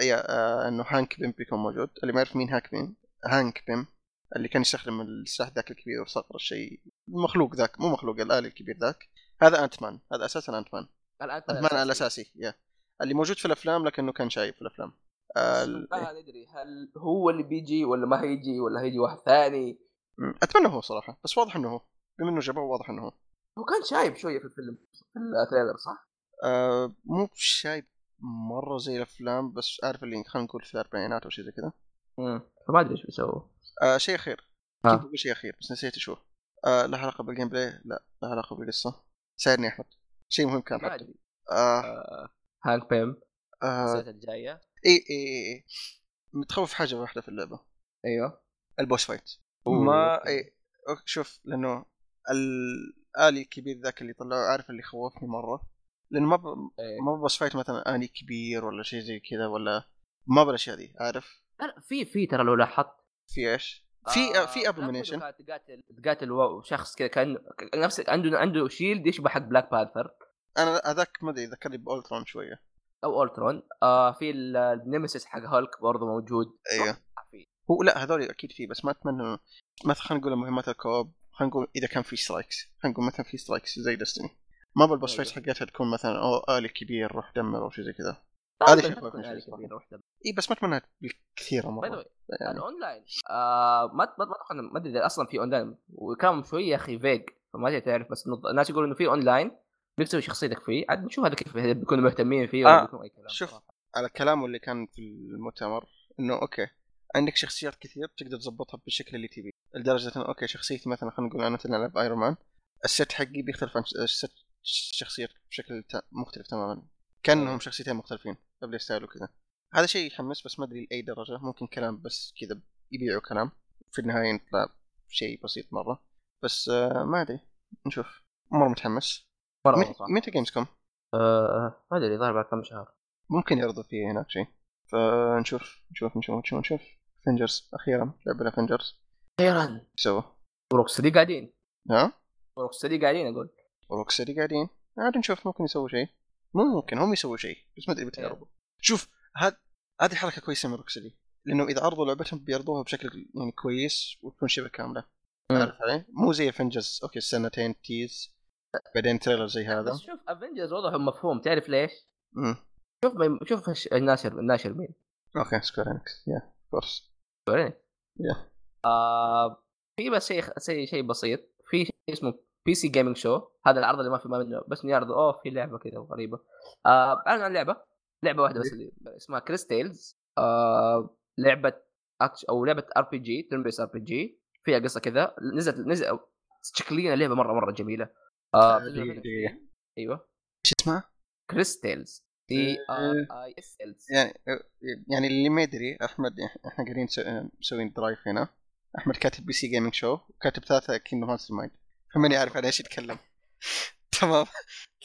يا آه انه هانك بيم بيكون موجود اللي ما يعرف مين هانك بيم هانك بيم اللي كان يستخدم السلاح ذاك الكبير وصقر الشيء المخلوق ذاك مو مخلوق الالي الكبير ذاك هذا انت مان هذا اساسا انت مان
الان
انت مان الاساسي يا اللي موجود في الافلام لكنه كان شايب في الافلام آه ال- إيه.
لا ندري هل هو اللي بيجي ولا ما هيجي ولا هيجي واحد ثاني
مم. اتمنى هو صراحه بس واضح انه هو بما انه جابوه واضح انه هو
هو كان شايب شويه في الفيلم في التريلر صح؟
آه مو شايب مره زي الافلام بس عارف اللي خلينا نقول في الاربعينات او شيء زي كذا
فما ادري ايش بيسووا
آه شيء اخير
ها.
كنت بقول شيء اخير بس نسيت شو آه له علاقه بالجيم بلاي لا له علاقه بالقصه ساعدني يا احمد شيء مهم كان
ما
حتى
ادري
آه
هانك بيم
آه
السنه الجايه
اي اي اي اي متخوف حاجه واحده في اللعبه
ايوه
البوس فايت
أوه،
ما
أوكي.
اي أوك- شوف لانه الالي الكبير ذاك اللي طلعوه عارف اللي خوفني مره لانه ما ب...
إيه.
ما بوس فايت مثلا الي كبير ولا شيء زي كذا ولا ما بالاشياء دي عارف
لا، لا، في في ترى لو لاحظت
في ايش؟ في آه في ابومينيشن
كانت تقاتل تقاتل واو شخص كذا كان كان نفس عنده عنده شيلد يشبه حق بلاك بانثر
انا هذاك ما ادري ذكرني بالترون شويه
او اولترون آه في ال- النمسيس حق هولك برضه موجود
ايوه
في
هو لا هذول اكيد فيه بس ما اتمنى مثلا خلينا نقول مهمات الكوب خلينا نقول اذا كان في سترايكس خلينا نقول مثلا في سترايكس زي دستني ما بالبوس فايت حقتها تكون مثلا او الي كبير روح دمر او شيء زي كذا هذا شيء كويس
كبير
صراحة.
واحده
اي بس ما اتمنى كثيره
باي ذا
مره يعني
الاونلاين آه ما ما ما أتوقع إنه- ما ادري إذا اصلا في اونلاين وكلام شوي يا اخي فيج فما أدري تعرف بس إنه الناس يقولوا انه في اونلاين بيكتبوا شخصيتك فيه عاد نشوف هذا كيف بيكونوا مهتمين فيه
آه،
ولا بيكونوا اي كلام
شوف.
صراحة.
على كلامه اللي كان في المؤتمر انه اوكي عندك شخصيات كثير تقدر تظبطها بالشكل اللي تبيه لدرجه انه اوكي شخصيتي مثلا خلينا نقول انا العب ايرون مان الست حقي بيختلف عن الست شخصيتك بشكل تا- مختلف تماما كانهم شخصيتين مختلفين قبل ستايل وكذا هذا شيء يحمس بس ما ادري لاي درجه ممكن كلام بس كذا يبيعوا كلام في النهايه يطلع شيء بسيط مره بس آه ما ادري نشوف مره متحمس
مرة
متى-
مرة صح.
متى جيمز كوم
آه، ما ادري ظهر بعد كم شهر
ممكن يعرضوا فيه هناك شيء فنشوف نشوف نشوف نشوف نشوف افنجرز اخيرا لعبنا افنجرز
اخيرا
سوا
روكسلي قاعدين
ها
روكسلي قاعدين اقول
وروك سيتي قاعدين عاد نشوف ممكن يسووا شيء مو ممكن هم يسووا شيء بس ما ادري متى
إيه.
يعرضوا شوف هذا هذه حركه كويسه من روك سيتي لانه اذا عرضوا لعبتهم بيعرضوها بشكل يعني كويس وتكون شبه كامله عارف علي؟ مو زي افنجرز اوكي سنتين تيز بعدين تريلر زي هذا
بس شوف افنجرز وضعهم مفهوم تعرف ليش؟
امم
شوف من شوف الش- الناشر الناشر مين؟
اوكي سكوير انكس يا كورس
بعدين
Yeah.
إيه. آه في بس شيء شيء شيء بسيط في شيء اسمه بي سي جيمنج شو هذا العرض اللي ما في ما منه بس إنه يعرض اوه في لعبه كذا غريبه آه اعلن عن لعبه لعبه واحده بس اللي اسمها كريستيلز آه لعبه أكش او لعبه ار بي جي تيرن بيس ار بي جي فيها قصه كذا نزلت نزل شكليا لعبه مره مره جميله آه
دقيقة، دقيقة.
ايوه
شو اسمها؟
كريستيلز دي ار اي اس ال
يعني يعني اللي ما يدري احمد احنا قاعدين نس- مسوين درايف هنا احمد كاتب بي سي جيمنج شو وكاتب ثلاثه كينو هارتس مايند فماني عارف على ايش يتكلم تمام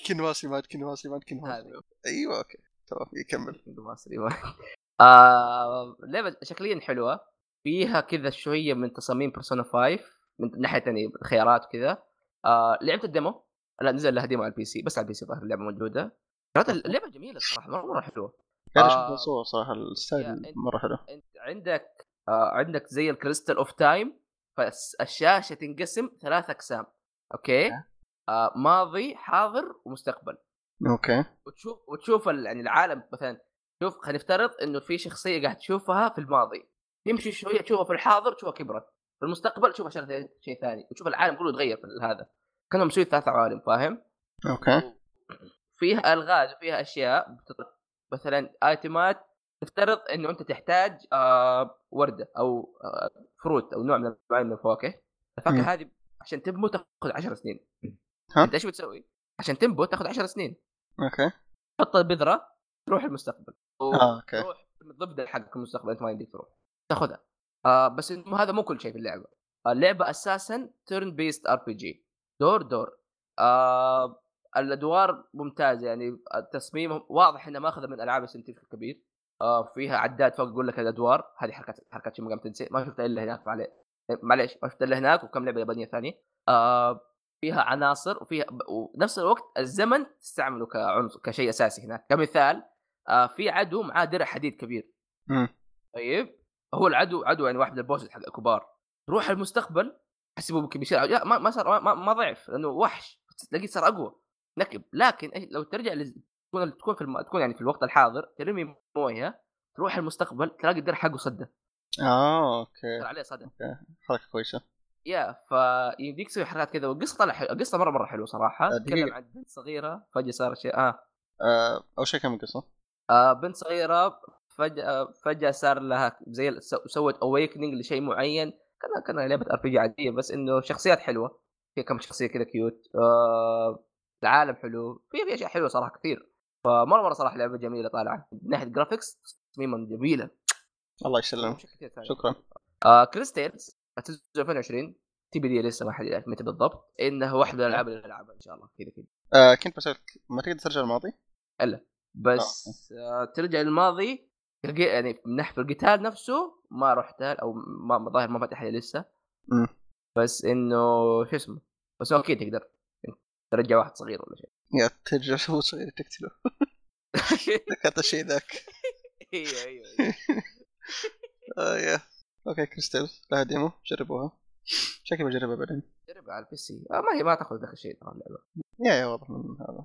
كينو هارتس مايند كينو هارتس مايند كينو هارتس
هذه.
ايوه اوكي تمام يكمل
كينجدم هارتس آه لعبة شكليا حلوة فيها كذا شوية من تصاميم بيرسونا 5 من ناحية يعني خيارات وكذا آه لعبت الديمو لا نزل لها ديمو على البي سي بس على البي سي ظهر اللعبه موجوده ترى اللعبه جميله صراحه مره مره حلوه
انا
آه.
شفت صور صراحه الستايل
يا، أنت-
مره حلو
انت عندك آه عندك زي الكريستال اوف تايم فالشاشه تنقسم ثلاث اقسام اوكي آه ماضي حاضر ومستقبل
اوكي
وتشوف وتشوف ال- يعني العالم مثلا شوف خلينا نفترض انه في شخصيه قاعد تشوفها في الماضي تمشي شويه تشوفها في الحاضر تشوفها كبرت في المستقبل تشوفها شغله شيء ثاني وتشوف العالم كله يتغير في هذا كانوا مسوي ثلاث عوالم فاهم
اوكي
فيها الغاز وفيها اشياء بتط- مثلا ايتمات تفترض انه انت تحتاج آه ورده او آه فروت او نوع من معين من الفواكه
مم.
الفاكهه هذه عشان تنبت تاخذ 10 سنين
ها؟
انت ايش بتسوي؟ عشان تنبت تاخذ 10 سنين
اوكي
تحط البذره تروح المستقبل
آه، أوكي.
تروح الضبده حق المستقبل انت ما يمديك تروح تاخذها آه بس إنه هذا مو كل شيء في اللعبه اللعبه اساسا تيرن بيست ار بي جي دور دور آه الادوار ممتازه يعني تصميمهم واضح انه ماخذه من العاب السنتيف الكبير آه فيها عداد فوق يقول لك الادوار هذه حركات حركات شيء مقام تنسي ما شفتها الا هناك معلي- معليش ما شفتها الا هناك وكم لعبه يابانيه ثانيه آه فيها عناصر وفيها ونفس الوقت الزمن تستعمله كعنصر كشيء اساسي هناك كمثال آه في عدو معاه درع حديد كبير
مم.
طيب هو العدو عدو يعني واحد من البوسز حق الكبار تروح المستقبل حسبه ممكن بيصير عدو. لا ما ما صار ما, ما ضعف لانه وحش تلاقيه صار اقوى نكب لكن إيش- لو ترجع لز- تكون تكون في الم... تكون يعني في الوقت الحاضر ترمي مويه تروح المستقبل تلاقي الدرع حقه صدى
اه اوكي
صار عليه صدى
حركه كويسه
يا فيمديك تسوي حركات كذا والقصه طلع حلو القصه مره مره حلوه صراحه
دقيقة.
تتكلم عن بنت صغيره فجاه صار شيء اه
آه، اول شيء كم القصه؟
آه بنت صغيره فجاه فجاه صار لها زي سو- سوت اويكننج لشيء معين كان كان لعبه ار بي جي عاديه بس انه شخصيات حلوه في كم شخصيه كذا كيوت آه العالم حلو في في اشياء حلوه صراحه كثير فمره مره صراحه لعبه جميله طالعه من ناحيه جرافيكس تصميما جميله
الله يسلمك
وشيء كثير ثاني.
شكرا
آه كريستيلز هتنزل 2020 تي بي دي لسه ما حد يعرف متى بالضبط انها واحده من الالعاب اللي نلعبها ان شاء الله كذا كذا
آه، كنت بسالك ما تقدر ترجع الماضي؟
بس آه ترجع للماضي تلقى- يعني من ناحيه القتال نفسه ما رحتها او ما ما- ظاهر ما فتحها لسه
مم.
بس انه شو اسمه بس هو اكيد تقدر ترجع واحد صغير ولا شيء
يا ترجع شو صغير تقتله ذكرت الشيء ذاك
ايوه ايوه أيوة.
آه، يا اوكي كريستال لها ديمو جربوها شكلي بجربها بعدين
جربها على البي سي آه ما هي ما تاخذ ذاك الشيء ترى اللعبه
يا يا واضح من هذا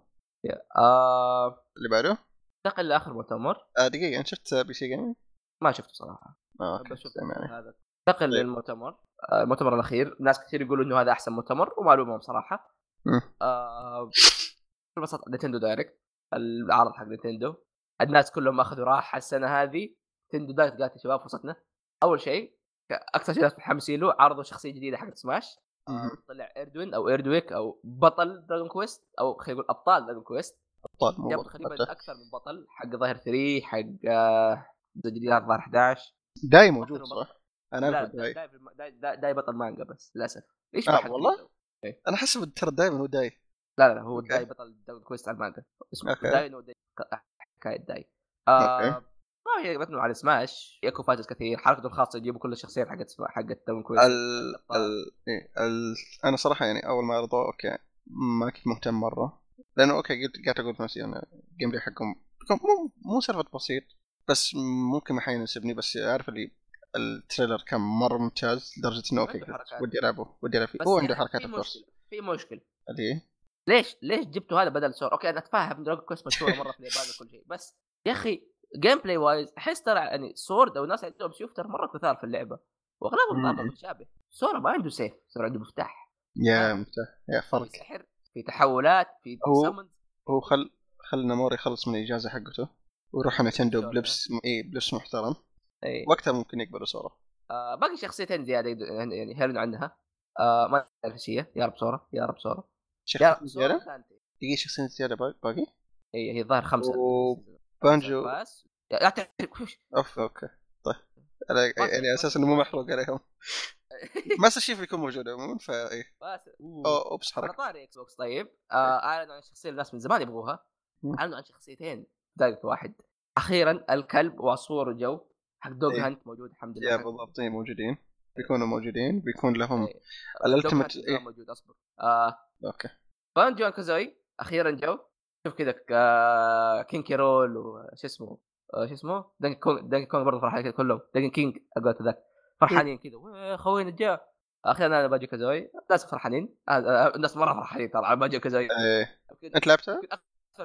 آه،
اللي بعده
انتقل لاخر مؤتمر
آه، دقيقه انت شفت بي سي جيمنج؟
ما شفته صراحه
اه
أبى
اوكي
أشوف
تمام يعني.
هذا انتقل
طيب.
للمؤتمر آه، المؤتمر الاخير ناس كثير يقولوا انه هذا احسن مؤتمر وما الومهم صراحه
مم.
آه، بكل بساطه نتندو دايركت العرض حق نتندو الناس كلهم اخذوا راحه السنه هذه نتندو دايركت قالت يا شباب فرصتنا اول شيء اكثر شيء الناس متحمسين له عرضوا شخصيه جديده حق سماش
مم.
طلع ايردوين او ايردويك او بطل دراجون كويست او خلينا نقول ابطال دراجون كويست
ابطال مو
جابوا
بطل
تقريبا
حتى.
اكثر من بطل حق ظاهر 3 حق آه، جديد ظاهر 11
داي موجود صح؟ انا
لا
اعرف
داي
داي
داي, داي, داي, داي بطل مانجا بس للاسف ليش
آه،
ما حد
والله؟
يقدر؟
انا حسب ترى دايما هو داي
لا لا لا هو
أوكي.
داي بطل دراجون كويست على المانجا اسمه
أوكي.
داي نو داي حكايه داي آه
أوكي.
ما هي بتنوع على سماش يكو فاجز كثير حركته الخاصه يجيبوا كل الشخصيات حقت سما- حقت دراجون كويست
ال
آه.
ال, إيه، ال... انا صراحه يعني اول ما عرضوه اوكي ما كنت مهتم مره لانه اوكي قلت قاعد اقول في نفسي انا الجيم بلاي حقهم بيكون مو مو سالفه بسيط بس ممكن ما حيناسبني بس عارف اللي التريلر كان مره ممتاز لدرجه انه اوكي
عنده حركات.
ودي العبه ودي العب فيه
بس
هو عنده
يعني
حركات
في
الفرس
مشكله في مشكله
اللي
ليش ليش جبتوا هذا بدل سور اوكي انا اتفاهم دراجون كويست مشهوره مره في اليابان وكل شيء بس يا اخي جيم بلاي وايز احس ترى يعني سورد او ناس عندهم سيوف ترى مره كثار في اللعبه واغلبهم
مم.
طبعا متشابه سورا ما عنده سيف سورا عنده مفتاح آه.
يا ممتاز يا فرق
في سحر في تحولات في
هو-
summons.
هو خل خل نامور يخلص من الاجازه حقته ويروح نتندو
إن شاء الله.
بلبس اي بلبس محترم
إيه.
وقتها ممكن يقبلوا صوره
آه باقي شخصيتين زياده يد- يعني يعلنوا عنها آه ما اعرف إيش هي يا رب سوره يا رب سوره يا
شخصية
رب سوره
زيادة
وسانتي.
دقيقة شخصية زيادة باقي- باقي
اي هي الظاهر خمسه
أوه، بانجو
بس يا- لا تعرف وش-
اوف اوكي طيب انا
بس-
يعني
بس-
اساس انه مو محروق عليهم ما شيف يكون موجود عموما فاي
بس
أو- اوبس
على
حركة
طاري اكس بوكس طيب آه اعلنوا عن شخصيه الناس من زمان يبغوها
مم.
اعلنوا عن شخصيتين دايركت واحد اخيرا الكلب وعصفور الجو حق دوغ
إيه.
هانت موجود الحمد
يا
لله
بالضبط هي موجودين بيكونوا موجودين بيكون لهم
إيه.
الالتيميت
إيه؟ موجود اصبر آه
اوكي
فان جوان كازوي اخيرا جو شوف كذا ك- آه كينكي رول وش اسمه آه شو اسمه دنك كونغ دنك كونغ برضه فرحان كذا كلهم دنك كينج اقول ذاك فرحانين كذا "ويه، خوينا جاء اخيرا انا باجو كازوي الناس فرحانين آه، آه، الناس مره فرحانين ترى على باجو كازوي
ايه انت لعبتها؟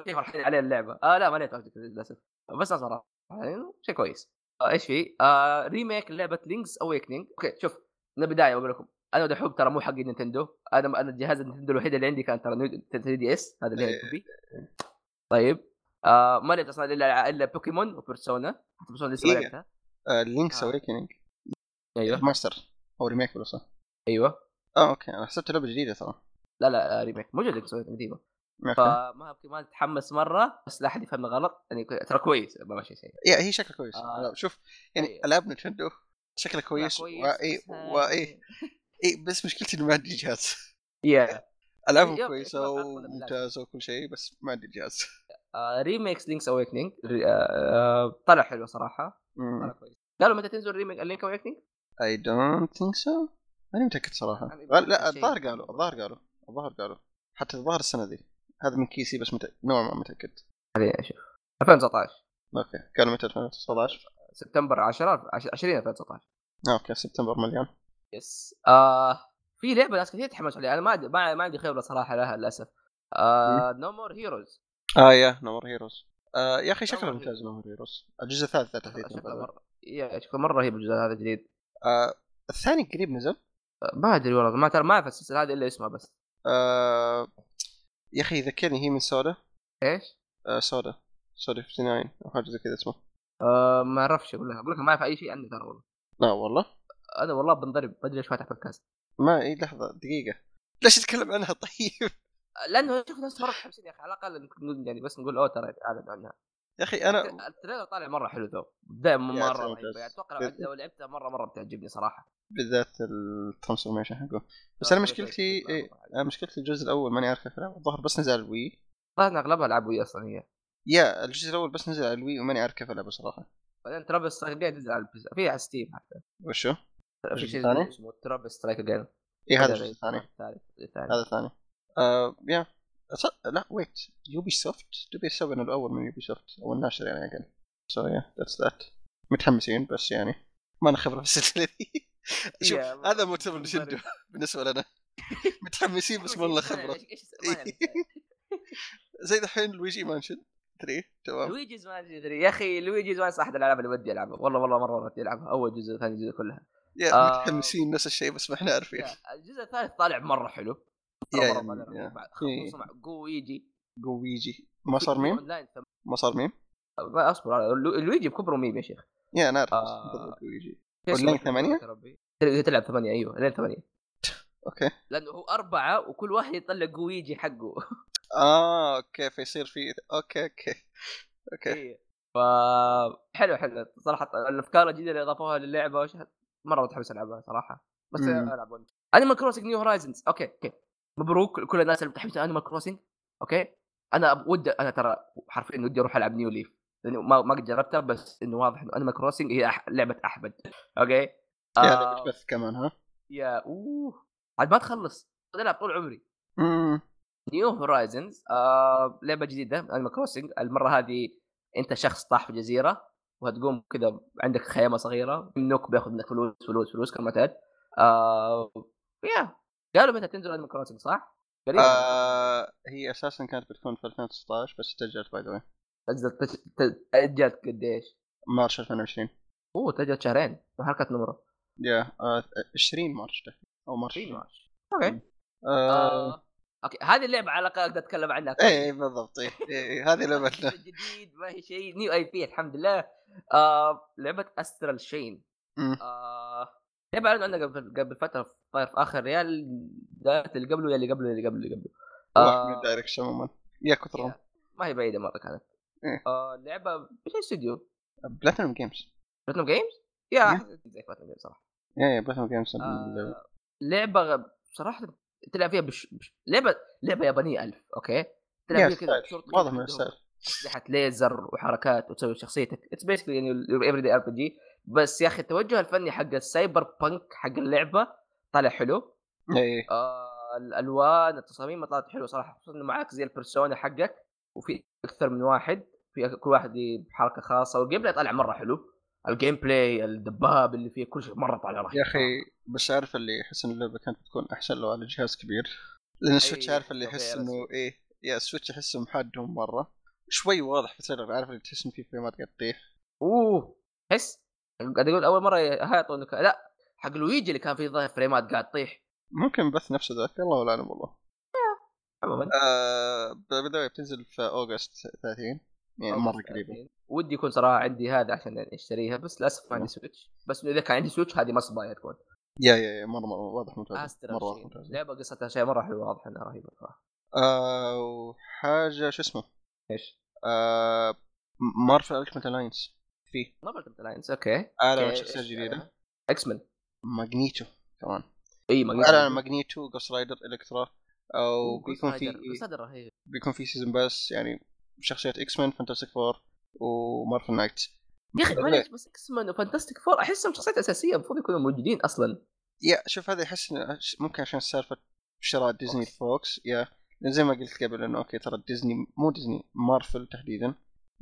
كيف راح عليه اللعبه؟ آه لا ما لعبت Arctic Raiders للاسف بس انا صراحه يعني شيء كويس آه ايش في؟ آه ريميك لعبه لينكس اويكنينج اوكي شوف من البدايه بقول لكم انا دحوم ترى مو حق نينتندو انا انا الجهاز النينتندو الوحيد اللي عندي كان ترى 3 دي اس هذا اللي
إيه.
عندي فيه. طيب آه ما لعبت اصلا الا الا بوكيمون وبيرسونا بيرسونا لسه ما
إيه.
لعبتها
لينكس
آه.
اويكننج
ايوه
ماستر او ريميك ولا صح؟
ايوه
اه اوكي انا حسبت لعبه جديده ترى
لا لا آه، ريميك موجود لينكس اويكنينج قديمه
اوكي
فما أبكي ما تتحمس مره بس لا احد يفهمني غلط يعني ترى كويس ما ماشي شيء
يا إيه، هي شكلها كويس
آه.
شوف يعني العاب نتندو شكلها كويس واي
بس- آه،
واي إيه بس مشكلتي انه ما عندي جهاز
يا
العابهم
يب،
كويسه
يطلع أفضل
وممتازه وكل شيء بس ما عندي جهاز
آه، ريميكس لينكس اويكنينج آه، طلع حلو صراحه طلع كويس قالوا متى تنزل ريميك لينك اويكنينج؟
اي دونت ثينك سو ماني متاكد صراحه
يعني
لا, أه، لا
شيء.
الظاهر قالوا الظاهر قالوا الظاهر قالوا حتى الظاهر السنه دي هذا من كيسي بس متأكد. نوعا ما متاكد
خليني اشوف 2019
اوكي قالوا متى 2019
سبتمبر 10 عش- 20 2019
آه، اوكي سبتمبر مليان
يس آه في لعبه ناس كثير تحمسوا عليها انا ما عندي- ما ما عندي خبره صراحه لها للاسف آه نو مور هيروز
اه يا نمر هيروز آه يا اخي شكله
نمر
ممتاز نمر هيروز الجزء الثالث ذاته
شكله
تحديدا
مره يا شكله مره رهيب الجزء هذا الجديد
آه الثاني قريب نزل
آه، ما ادري والله ما ترى ما اعرف السلسله هذه الا اسمها بس
آه يا اخي ذكرني هي من سودا
ايش؟
آه سودا سودا 59 او حاجه زي كذا اسمه
آه ما اعرفش اقول لها اقول لك ما اعرف اي شيء عنه ترى والله
لا والله
انا والله بنضرب ما ادري ليش فاتح بودكاست
ما اي لحظه دقيقه ليش تتكلم عنها طيب
لانه شوف ناس مره متحمسين يا اخي على الاقل نقول يعني بس نقول اوه ترى اعلن عنها
يا اخي انا
التريلر طالع مره حلو ذو بدايه
يا
مره
سلام،
رهيبه
بس.
يعني اتوقع لو- لو لعبتها مره مره بتعجبني صراحه
بالذات الترانسفورميشن حقه آه، بس انا مشكلتي إيه انا مشكلتي الجزء الاول ماني عارف كيف العبه الظاهر بس نزل على الوي
طبعا اغلبها العاب وي اصلا هي
يا الجزء الاول بس نزل على الوي وماني عارف كيف العبه صراحه
بعدين ترابس سترايك جاي تنزل على البس- في على ستيم حتى
وشو؟
في شيء
الثاني؟
اسمه ترابس سترايك جاي
اي هذا الجزء الثاني
الثاني
هذا الثاني آه يا ص- لا ويت يوبي سوفت تبي تسوي الاول من يوبي سوفت او الناشر يعني اقل سو يا ذاتس ذات متحمسين بس يعني ما انا خبره في السلسله دي شوف
يا الله.
هذا مؤتمر نتندو بالنسبه لنا متحمسين بس ما لنا خبره
إيش- إيش- ما أعرف.
زي دحين لويجي مانشن 3 تمام
لويجيز ما ادري يا اخي لويجيز وانس احد الالعاب اللي ودي العبها والله والله مره ودي العبها اول جزء ثاني جزء كلها
يا
آه.
متحمسين نفس الشيء بس ما احنا عارفين
يا، الجزء الثالث طالع مره حلو
يا
مرة
يعني-
طالع
يا.
بعد-
إيه.
خصوصا مع جو يجي
جويجي ما صار ميم
اونلاين ثم-
ما صار ميم
ما اصبر أنا- لو- لويجي بكبره ميم يا شيخ
يا انا عارف
آه.
بالضبط جويجي
إيش
أونلاين
اسمه؟
ثمانية؟
يا ربي. تل- تلعب ثمانية ايوه لين ثمانية
اوكي
لانه هو اربعة وكل واحد يطلع جويجي حقه
اه اوكي فيصير في اوكي اوكي اوكي
إيه. ف حلو حلو صراحة الافكار الجديدة اللي اضافوها للعبة وش- مرة متحمس العبها صراحة بس
مم.
العب انيمال كروسنج نيو هورايزنز اوكي اوكي مبروك كل الناس اللي متحمسين انيمال كروسنج اوكي انا أب- ودي انا ترى حرفيا ودي اروح العب نيو ليف لانه ما ما قد جربتها بس انه واضح انه انيمال كروسنج هي أح... لعبة احمد اوكي
يا
آه،
لعبة يعني بث كمان ها
يا اوه عاد ما تخلص العب طول عمري
امم
نيو هورايزنز آه لعبه جديده انيمال كروسنج المره هذه انت شخص طاح في جزيره وهتقوم كذا عندك خيمه صغيره ممنوك بياخذ منك فلوس فلوس فلوس كالمعتاد آه يا قالوا متى تنزل انيمال كروسنج صح؟ قريب
آه هي اساسا كانت بتكون في 2019 بس تاجلت باي ذا واي
تنزل تش- ت- تاجلت قديش؟
مارش 2020
اوه تاجلت شهرين حركه نمره
يا آه 20 مارش ده او مارش
20
مارش
اوكي
آه
آه. اوكي هذه اللعبه على الاقل اقدر اتكلم عنها
ايه بالضبط إيه، ايه هذه لعبتنا
جديد ما هي شيء نيو اي بي الحمد لله آه لعبه استرال شين
مم.
آه لعبة اعلنوا عنها قبل قبل فتره طاير في اخر ريال دارت اللي قبله يا اللي قبله يا اللي قبله اللي قبله
واحد من
آه
الدايركشن عموما يا كثرهم
يا. ما هي بعيده مره كانت
إيه.
آه لعبه مش استوديو
بلاتينوم جيمز
بلاتنوم جيمز يا
إيه.
أحد زي بلاتنوم جيمز صراحه
يا يا بلاتينوم جيمز
آه لعبه غ- صراحه تلعب فيها بش... بش... لعبه لعبه يابانيه الف اوكي
يا
تلعب فيها كذا
ستايل.
بشرطة
واضح
كذا
من
عندهم-
الستايل
اسلحه ليزر وحركات وتسوي شخصيتك اتس بيسكلي يعني افري دي ار بي جي بس يا اخي التوجه الفني حق السايبر بانك حق اللعبه طلع حلو
اي
آه الالوان التصاميم ما طلعت حلوه صراحه خصوصا انه معاك زي البرسونا حقك وفي اكثر من واحد في كل واحد بحركه خاصه والجيم بلاي طالع مره حلو الجيم بلاي الدباب اللي فيه كل شيء مره طالع رهيب
يا اخي آه. بس عارف اللي يحس ان اللعبه كانت بتكون احسن لو على جهاز كبير لان السويتش عارف اللي
طبيعي
يحس
لازم.
انه ايه يا السويتش احسهم حادهم مره شوي واضح في التريلر عارف اللي تحس ان في فريمات قاعد تطيح
اوه حس يعني قاعد اقول اول مره هايطوا انه ك- لا حق لويجي اللي كان فيه ظاهر فريمات قاعد تطيح
ممكن بث نفسه ذاك الله اعلم والله
عموما
آه بالبدايه بتنزل في اوغست 30 يعني مره قريبه
ودي يكون صراحه عندي هذا عشان اشتريها بس للاسف ما عندي سويتش بس إنه اذا كان عندي سويتش هذه مص باي تكون
يا يا يا مره مره واضح ممتاز
استر
مره واضح ممتاز
لعبه قصتها شيء مره حلو واضح انها رهيبه صراحه
آه وحاجه شو اسمه
ايش؟
آه مارفل التمت الاينس فيه
ما بلعب الاينس اوكي
اعلن عن
أوكي،
شخصيه
إيش-
جديده
اكس مان
ماجنيتو كمان
اي ما
اعلن عن ماجنيتو جوست رايدر الكترا او بيكون في
بس هذا رهيب
بيكون في سيزون باس يعني شخصيات اكس مان فانتاستيك فور ومارفل نايت
يا اخي معليش بس اكس مان وفانتستيك فور احسهم شخصيات اساسيه المفروض يكونوا موجودين اصلا
يا شوف هذا يحس إنه ش- ممكن عشان سالفه شراء ديزني
فوكس.
فوكس يا لأن زي ما قلت قبل انه اوكي ترى ديزني مو ديزني مارفل تحديدا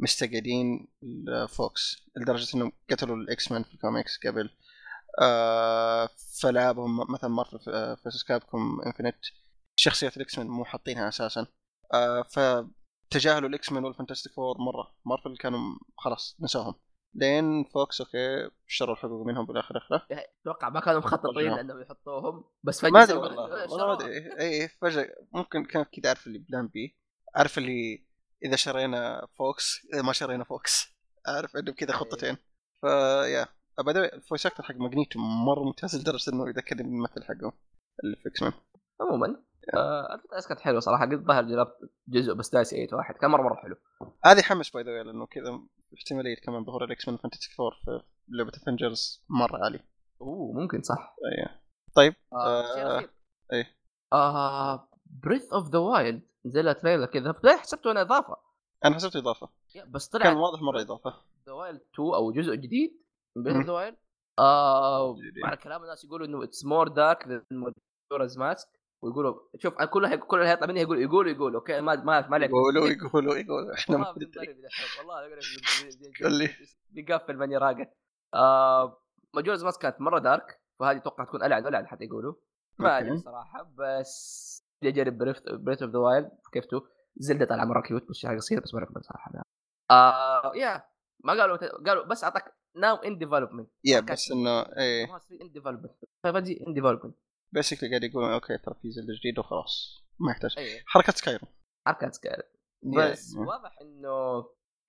مستقعدين ال- فوكس لدرجه انهم قتلوا الاكس مان في الكوميكس قبل آه فلعبهم م- آه، مثلا مارفل فيرسس كابكوم انفنت شخصيات الاكس مان مو حاطينها اساسا آه فتجاهلوا الاكس مان والفانتستيك فور مره مارفل كانوا خلاص نساهم لين فوكس اوكي شروا الحقوق منهم بالاخر اخره
اتوقع ما كانوا مخططين
والله.
انهم يحطوهم بس فجاه
ما ادري
سووا-
والله
شراء.
والله ما ادري اي فجاه ممكن كان كذا عارف اللي بلان بي عارف اللي اذا شرينا فوكس اذا ما شرينا فوكس عارف انه كذا خطتين آه، فيا بعدين الفويس اكتر حق ماجنيتو مره ممتاز لدرجه انه يذكرني بالممثل حقه اللي في اكس مان
عموما آه، الفترة كانت حلوه صراحه قد ظهر جربت جزء بس ناسي اي واحد كان مره مره حلو
هذه حمس باي ذا لانه كذا احتماليه كمان ظهور الاكس مان فانتستيك فور في لعبه افنجرز مره عالي
اوه ممكن صح
ايه
آه، شيء
آه،
أخير.
إيه.
آه بريث اوف ذا وايلد نزل لها تريلر كذا لا حسبته انا اضافه
انا حسبت اضافه
يا، بس
كان
طلع
واضح مره اضافه
ذا وايلد 2 او جزء جديد من بريث
مم.
اوف ذا وايلد آه
جديد.
على كلام الناس يقولوا انه اتس مور دارك ذان ماجورا's ماسك ويقولوا شوف أنا كل كل اللي هيطلع مني يقول يقول يقول اوكي ما ما ما لعب
يقولوا يقولوا يقولوا احنا ما ندري
طيب، والله أقول لك
قول لي.
بيقفل ماني راقد آه ماجورز ماسك كانت مره دارك فهذه اتوقع تكون العن والعن حتى يقولوا ما
أوكي.
ادري صراحه بس بدي اجرب بريث اوف ذا وايلد كيفته زلدة طالعه مره كيوت بس شعرها قصير بس ما اعرف صراحه لا. آه يا ما قالوا متى- قالوا بس اعطاك ناو ان ديفلوبمنت
يا بس انه ايه
ان ديفلوبمنت فبدي ان ديفلوبمنت
بيسكلي قاعد يقولون اوكي ترى في زلده جديده وخلاص ما يحتاج حركه سكايرو
حركات سكاير بس
يعني.
واضح انه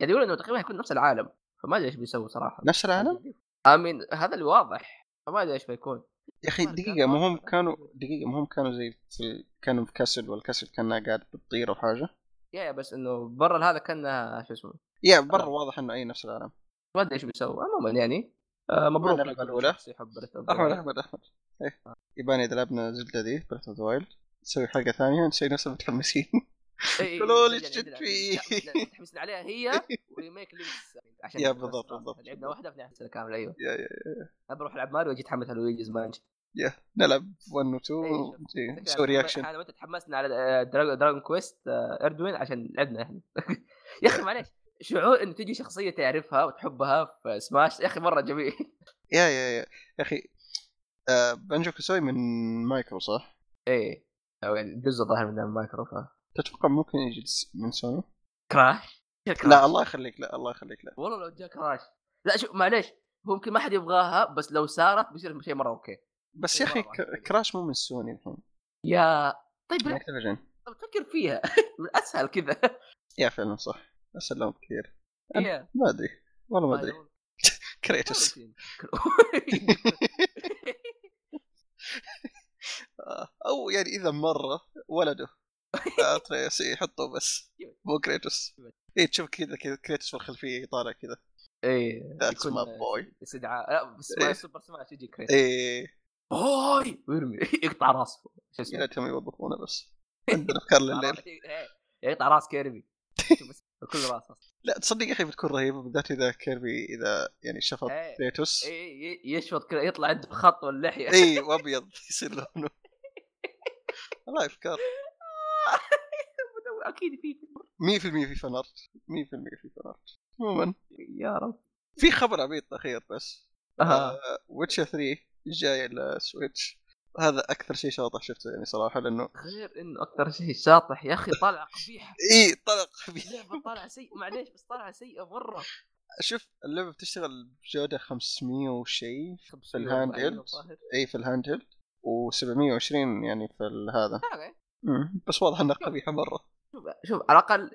قاعد يقولوا انه تقريبا حيكون نفس العالم فما ادري ايش بيسوي صراحه
نفس العالم
امين هذا اللي واضح فما ادري ايش بيكون
يا اخي دقيقه ما هم كانوا دقيقه ما هم كانوا زي في- كانوا في كاسل والكاسل كان قاعد بتطير او حاجه
يا يا بس انه برا هذا كان شو اسمه
يا برا واضح انه اي نفس العالم
ما ادري ايش بيسوي عموما يعني آه مبروك
نلعب الأولى.
شخص يحب Breath of the
احمد
Wild.
احمد احمد ايه يبان اذا لعبنا زلده ذي بريث اوف وايلد نسوي حلقه ثانيه نسوي نفسنا متحمسين
إي إي،
قولوا لي
نرجع
إيش جد
نعيد
فيه.
الألعاب. لا، لا، متحمسين عليها هي وريميك لينكس عشان
يا بالضبط، بالضبط.
لعبنا واحده في نهايه كامله ايوه
يا- يا-
انا بروح العب ماريو واجي اتحمس على لويجيز مانش
يا نلعب 1 و 2
إيه، شوف.
ونجي نسوي رياكشن
انا وانت تحمسنا على آه، دراج- دراجون كويست آه، اردوين عشان لعبنا احنا يا اخي معليش شعور انه تجي شخصيه تعرفها وتحبها في سماش يا اخي مره جميل
يا يا يا يا اخي آه، بانجو كوسوي من مايكرو صح؟
ايه أو يعني جزء ظاهر من المايكرو ف
تتوقع ممكن يجي من سوني؟
كراش
لا الله يخليك لا الله يخليك لا
والله لو جاء كراش لا شوف معليش هو يمكن ما حد يبغاها بس لو صارت بيصير شيء مره اوكي
بس يا اخي
مرة واحدة.
ك- كراش مو من سوني الحين يعني
يا طيب
من
لا،
اكتيفيجن
طب فكر فيها من اسهل كذا
يا فعلا صح اسال لهم كثير
يا.
ما ادري والله ما ادري كريتوس آه، او يعني اذا مره ولده آه، اتريس يحطه بس مو كريتوس اي تشوف كذا كذا كريتوس في الخلفيه طالع كذا
ايه
ذاتس
يكون-
ماي بوي
استدعاء لا بس
إيه.
ما سوبر سماش يجي كريت
اي
هاي ويرمي يقطع راسه شو
يا
اسمه آه،
ليتهم يوظفونه بس عندنا افكار
يقطع
لليل
راس- إيه، يقطع راس كيربي كل راس اصلا
لا تصدق يا اخي بتكون رهيبه بالذات اذا كيربي اذا يعني شفط
إيه،
زيتوس
إيه، إيه، يشفط كذا يطلع عنده بخط واللحيه
اي وابيض يصير لونه والله افكار
اكيد في
100% في فن ارت 100% في فن ارت عموما
يا رب
في خبر عبيط اخير بس
آه.
ويتشر 3 جاي على سويتش هذا اكثر شيء شاطح شفته يعني صراحه لانه
غير انه اكثر شيء شاطح يا اخي طالعه قبيحه
اي إيه، طلق خبيث.
لعبه طالعه سيئه معليش بس طالعه سيئه مره
شوف اللعبه بتشتغل بجوده 500 وشيء في الهاند
أيوة،
هيلد
الظاهر.
اي في الهاند هيلد و720 يعني في ال- هذا
أوكي.
مم. بس واضح انها قبيحه مره
إيه؟ شوف شوف على الاقل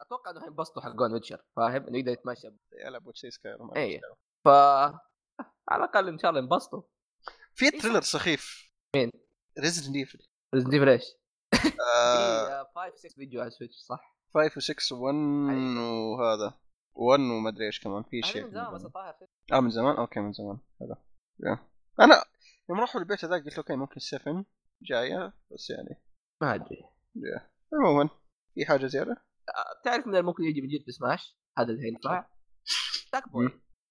اتوقع انه ينبسطوا حقون ويتشر فاهم انه يقدر يتمشى
العب ويتش سكاير
إيه. ف على الاقل ان شاء الله ينبسطوا
في تريلر سخيف
إيه، مين؟ إيه،
ريزدنت ايفل
ريزنت ايفل ايش؟
آه
5 6 فيديو على السويتش صح؟
5 و6 و1 وهذا 1 وما ادري ايش كمان في
هذا
شيء
أيوة. من زمان بس الظاهر
اه من زمان اوكي من زمان هذا يا. انا يوم رحوا البيت هذاك قلت اوكي ممكن 7 جايه بس يعني
ما ادري
عموما في حاجه زياده
تعرف من ممكن يجي من جد سماش هذا اللي ينفع ساك بوي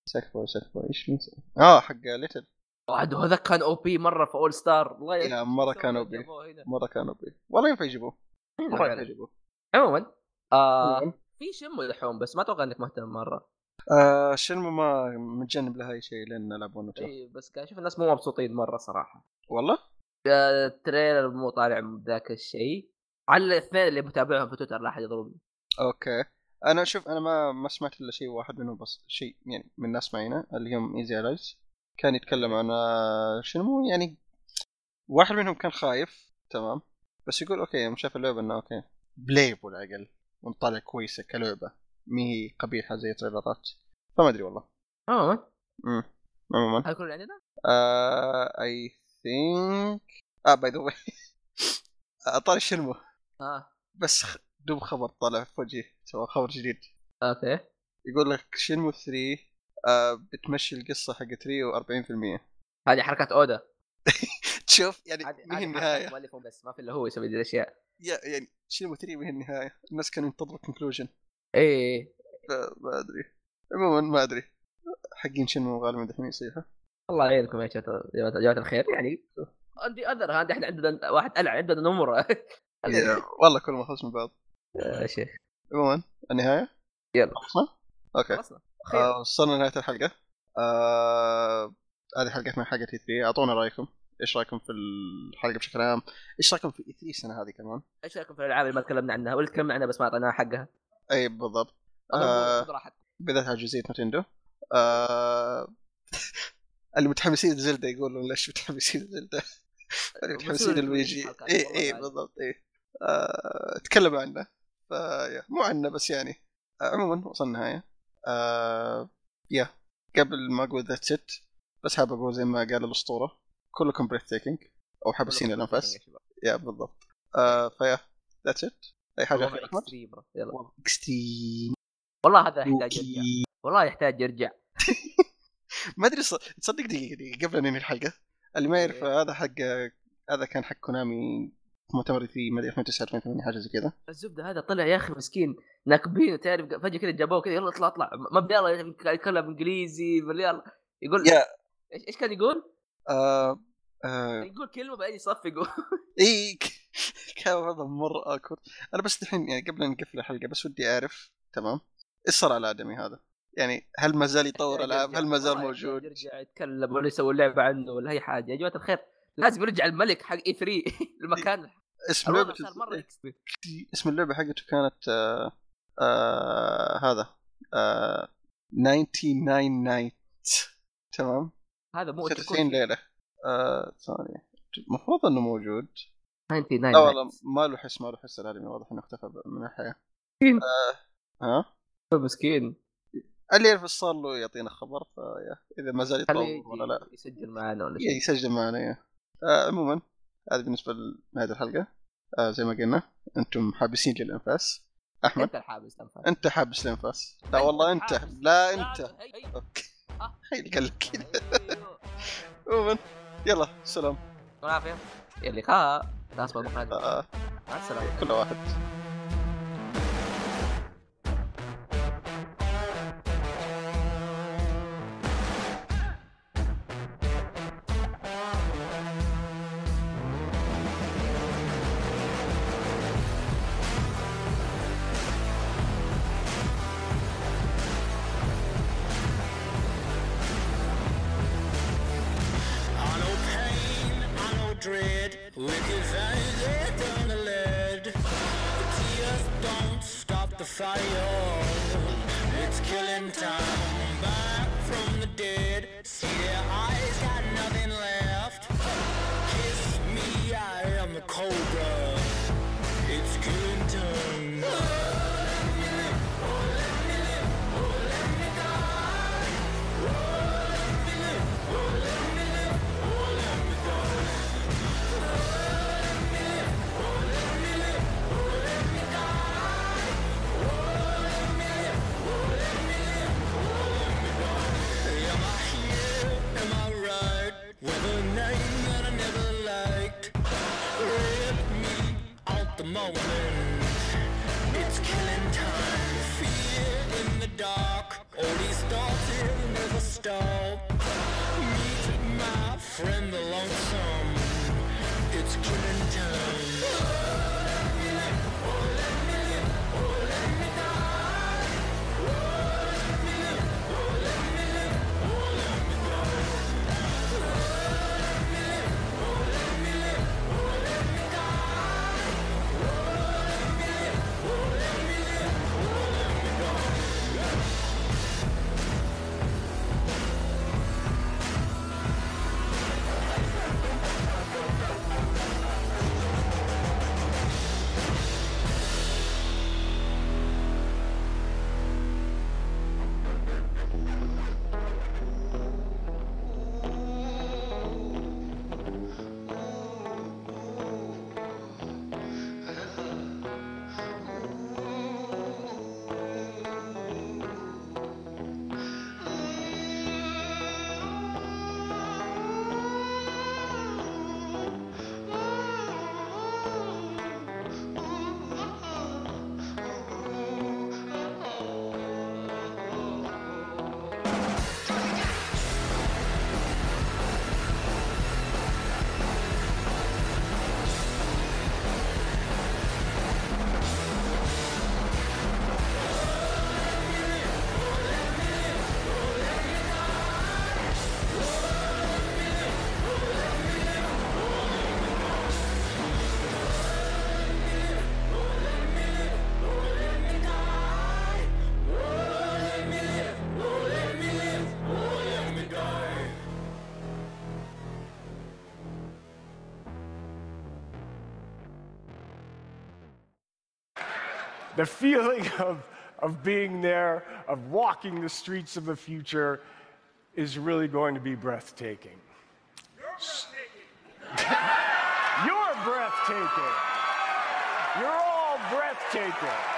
ساك بوي ساك بوي ايش من س- اه حق ليتل
وعد هذا كان او بي مره في اول ستار الله يسلمك.
يا مره كانوا بي
جابوه هنا.
مره كانوا بي والله ينفع يجيبوه مره ينفع يجيبوه
عموما آه،
عموماً.
في شم لحوم بس ما اتوقع انك مهتم مره
آه شنمو ما متجنب لها اي شيء لان العب ون وتو.
اي إيه، بس قاعد اشوف الناس مو مبسوطين مره صراحه
والله
التريلر مو طالع ذاك الشيء على الاثنين اللي متابعهم في تويتر لا احد يضربني
اوكي انا شوف انا ما ما سمعت الا شيء واحد منهم بس شيء يعني من ناس معينه اللي هم ايزي الايز كان يتكلم عن آه، شنو يعني واحد منهم كان خايف تمام بس يقول اوكي يوم شاف اللعبه انه اوكي بلايبل على الاقل ونطلع كويسه كلعبه ما هي قبيحه زي تريلرات فما ادري والله
عموما
امم عموما
هذا يعني كل اللي عندنا
اي ثينك اه باي ذا واي طالع شنو
اه
بس خ- دوب خبر طالع في وجهي تمام خبر جديد
اوكي
يقول لك شنمو 3 آه بتمشي القصه حق 3 و40%
هذه حركات اودا
تشوف يعني
هذه-
ما هي
هذه
النهايه
حركات مؤلفهم بس ما في الا هو يسوي ذي الاشياء
يا- يعني شنمو 3 ما هي النهايه الناس كانوا ينتظروا كونكلوجن
إيه، اي
ما ادري عموما ما ادري حقين شنمو غالبا دحين يصيحوا
الله يعينكم يا شباب- يا جماعه الخير يعني عندي اذر هذا احنا عندنا واحد العب عندنا نمره
يا- والله كل ما خلص من بعض
يا شيخ
عموما النهايه
يلا.
خلصنا؟ اوكي
خلصنا
آه، وصلنا لنهايه الحلقه آه، هذه حلقتنا حقت اي 3 اعطونا رايكم ايش رايكم في الحلقه بشكل عام؟ ايش رايكم في اي 3 السنه هذه كمان؟
ايش رايكم في الالعاب اللي ما تكلمنا عنها واللي تكلمنا عنها بس ما اعطيناها حقها
اي بالضبط آه.
خذ راحتك
بالذات على جزئيه نتندو آه... المتحمسين لزلدا يقولون ليش متحمسين لزلدا المتحمسين
بصير
لويجي
الحلقات
اي
والله
اي
بعد.
بالضبط اي آه... تكلموا عنه فيا مو عنه بس يعني آه عموما وصلنا النهايه آه... يا قبل ما اقول ذات ست بس حاب اقول زي ما قال الاسطوره كلكم بريث تيكينج او حابسين الانفاس يا بالضبط آه... فيا ذات ست اي حاجه اخيره أحمد؟
يلا
اكستريم
والله هذا يحتاج يرجع والله يحتاج يرجع
ما ادري ص- تصدق دقيقه دقيقه قبل ان ننهي الحلقه اللي ما يعرف
إيه.
هذا حق هذا كان حق كونامي في مؤتمر في ما ادري 2009 2008 حاجه زي كذا
الزبده هذا طلع يا اخي مسكين ناكبينه تعرف فجاه كذا جابوه كذا يلا اطلع اطلع ما بدي يلا يتكلم انجليزي بدي يلا يقول
يا.
ايش ايش كان يقول؟
آه آه
يقول كلمه بعدين يصفق يقول
اي ك- كان هذا مره اكورد انا بس الحين يعني قبل أن نقفل الحلقه بس ودي اعرف تمام ايش صار على ادمي هذا؟ يعني هل ما زال يطور العاب؟ هل ما زال
والله
موجود؟
يرجع يتكلم ولا يسوي لعبه عنه ولا اي حاجه يا جماعه الخير لازم يرجع الملك حق E اي 3 المكان
اسم
الوضع
لعبه
صار مره يكسب
اسم اللعبه حقته كانت آه آه هذا آه 99 نايت تمام؟
هذا مو
96 ليله آه، ثانيه المفروض انه موجود لا
99
والله ما له حس ما له حس الانمي واضح انه اختفى ب- من الحياه
مسكين.
آه، ها
مسكين
اللي يعرف ايش صار له يعطينا خبر فيا اذا ما زال
خليه
يتطور ولا لا إيه،
يجي يسجل معانا ولا شيء
يسجل معنا يا. آه، عموما هذا بالنسبه لهذه الحلقه آه، زي ما قلنا انتم حابسين للانفاس احمد
انت الحابس تنفع
انت حابس للانفاس لا والله انت
حابس.
لا انت
هي- هي-
اوكي
آه.
هي قال لك كذا
أيوه.
عموما يلا سلام
والعافيه يا اللقاء لا اصبر مع
آه،
السلامه
كل واحد
head, lick his eyes out on the lead. Just don't stop the fire. It's killing time. Back from the dead. See their eyes got nothing left. Kiss me, I am a cobra. It's killing time. Am I here? Am I right? With a name that I never liked. Rip me out the moment. It's killing time. Fear in the dark. All these thoughts will never stop. Meet my friend the lonesome. It's killing time.
the feeling of, of being there, of walking the streets of the future, is really going to be breathtaking. You're breathtaking. You're all breathtaking.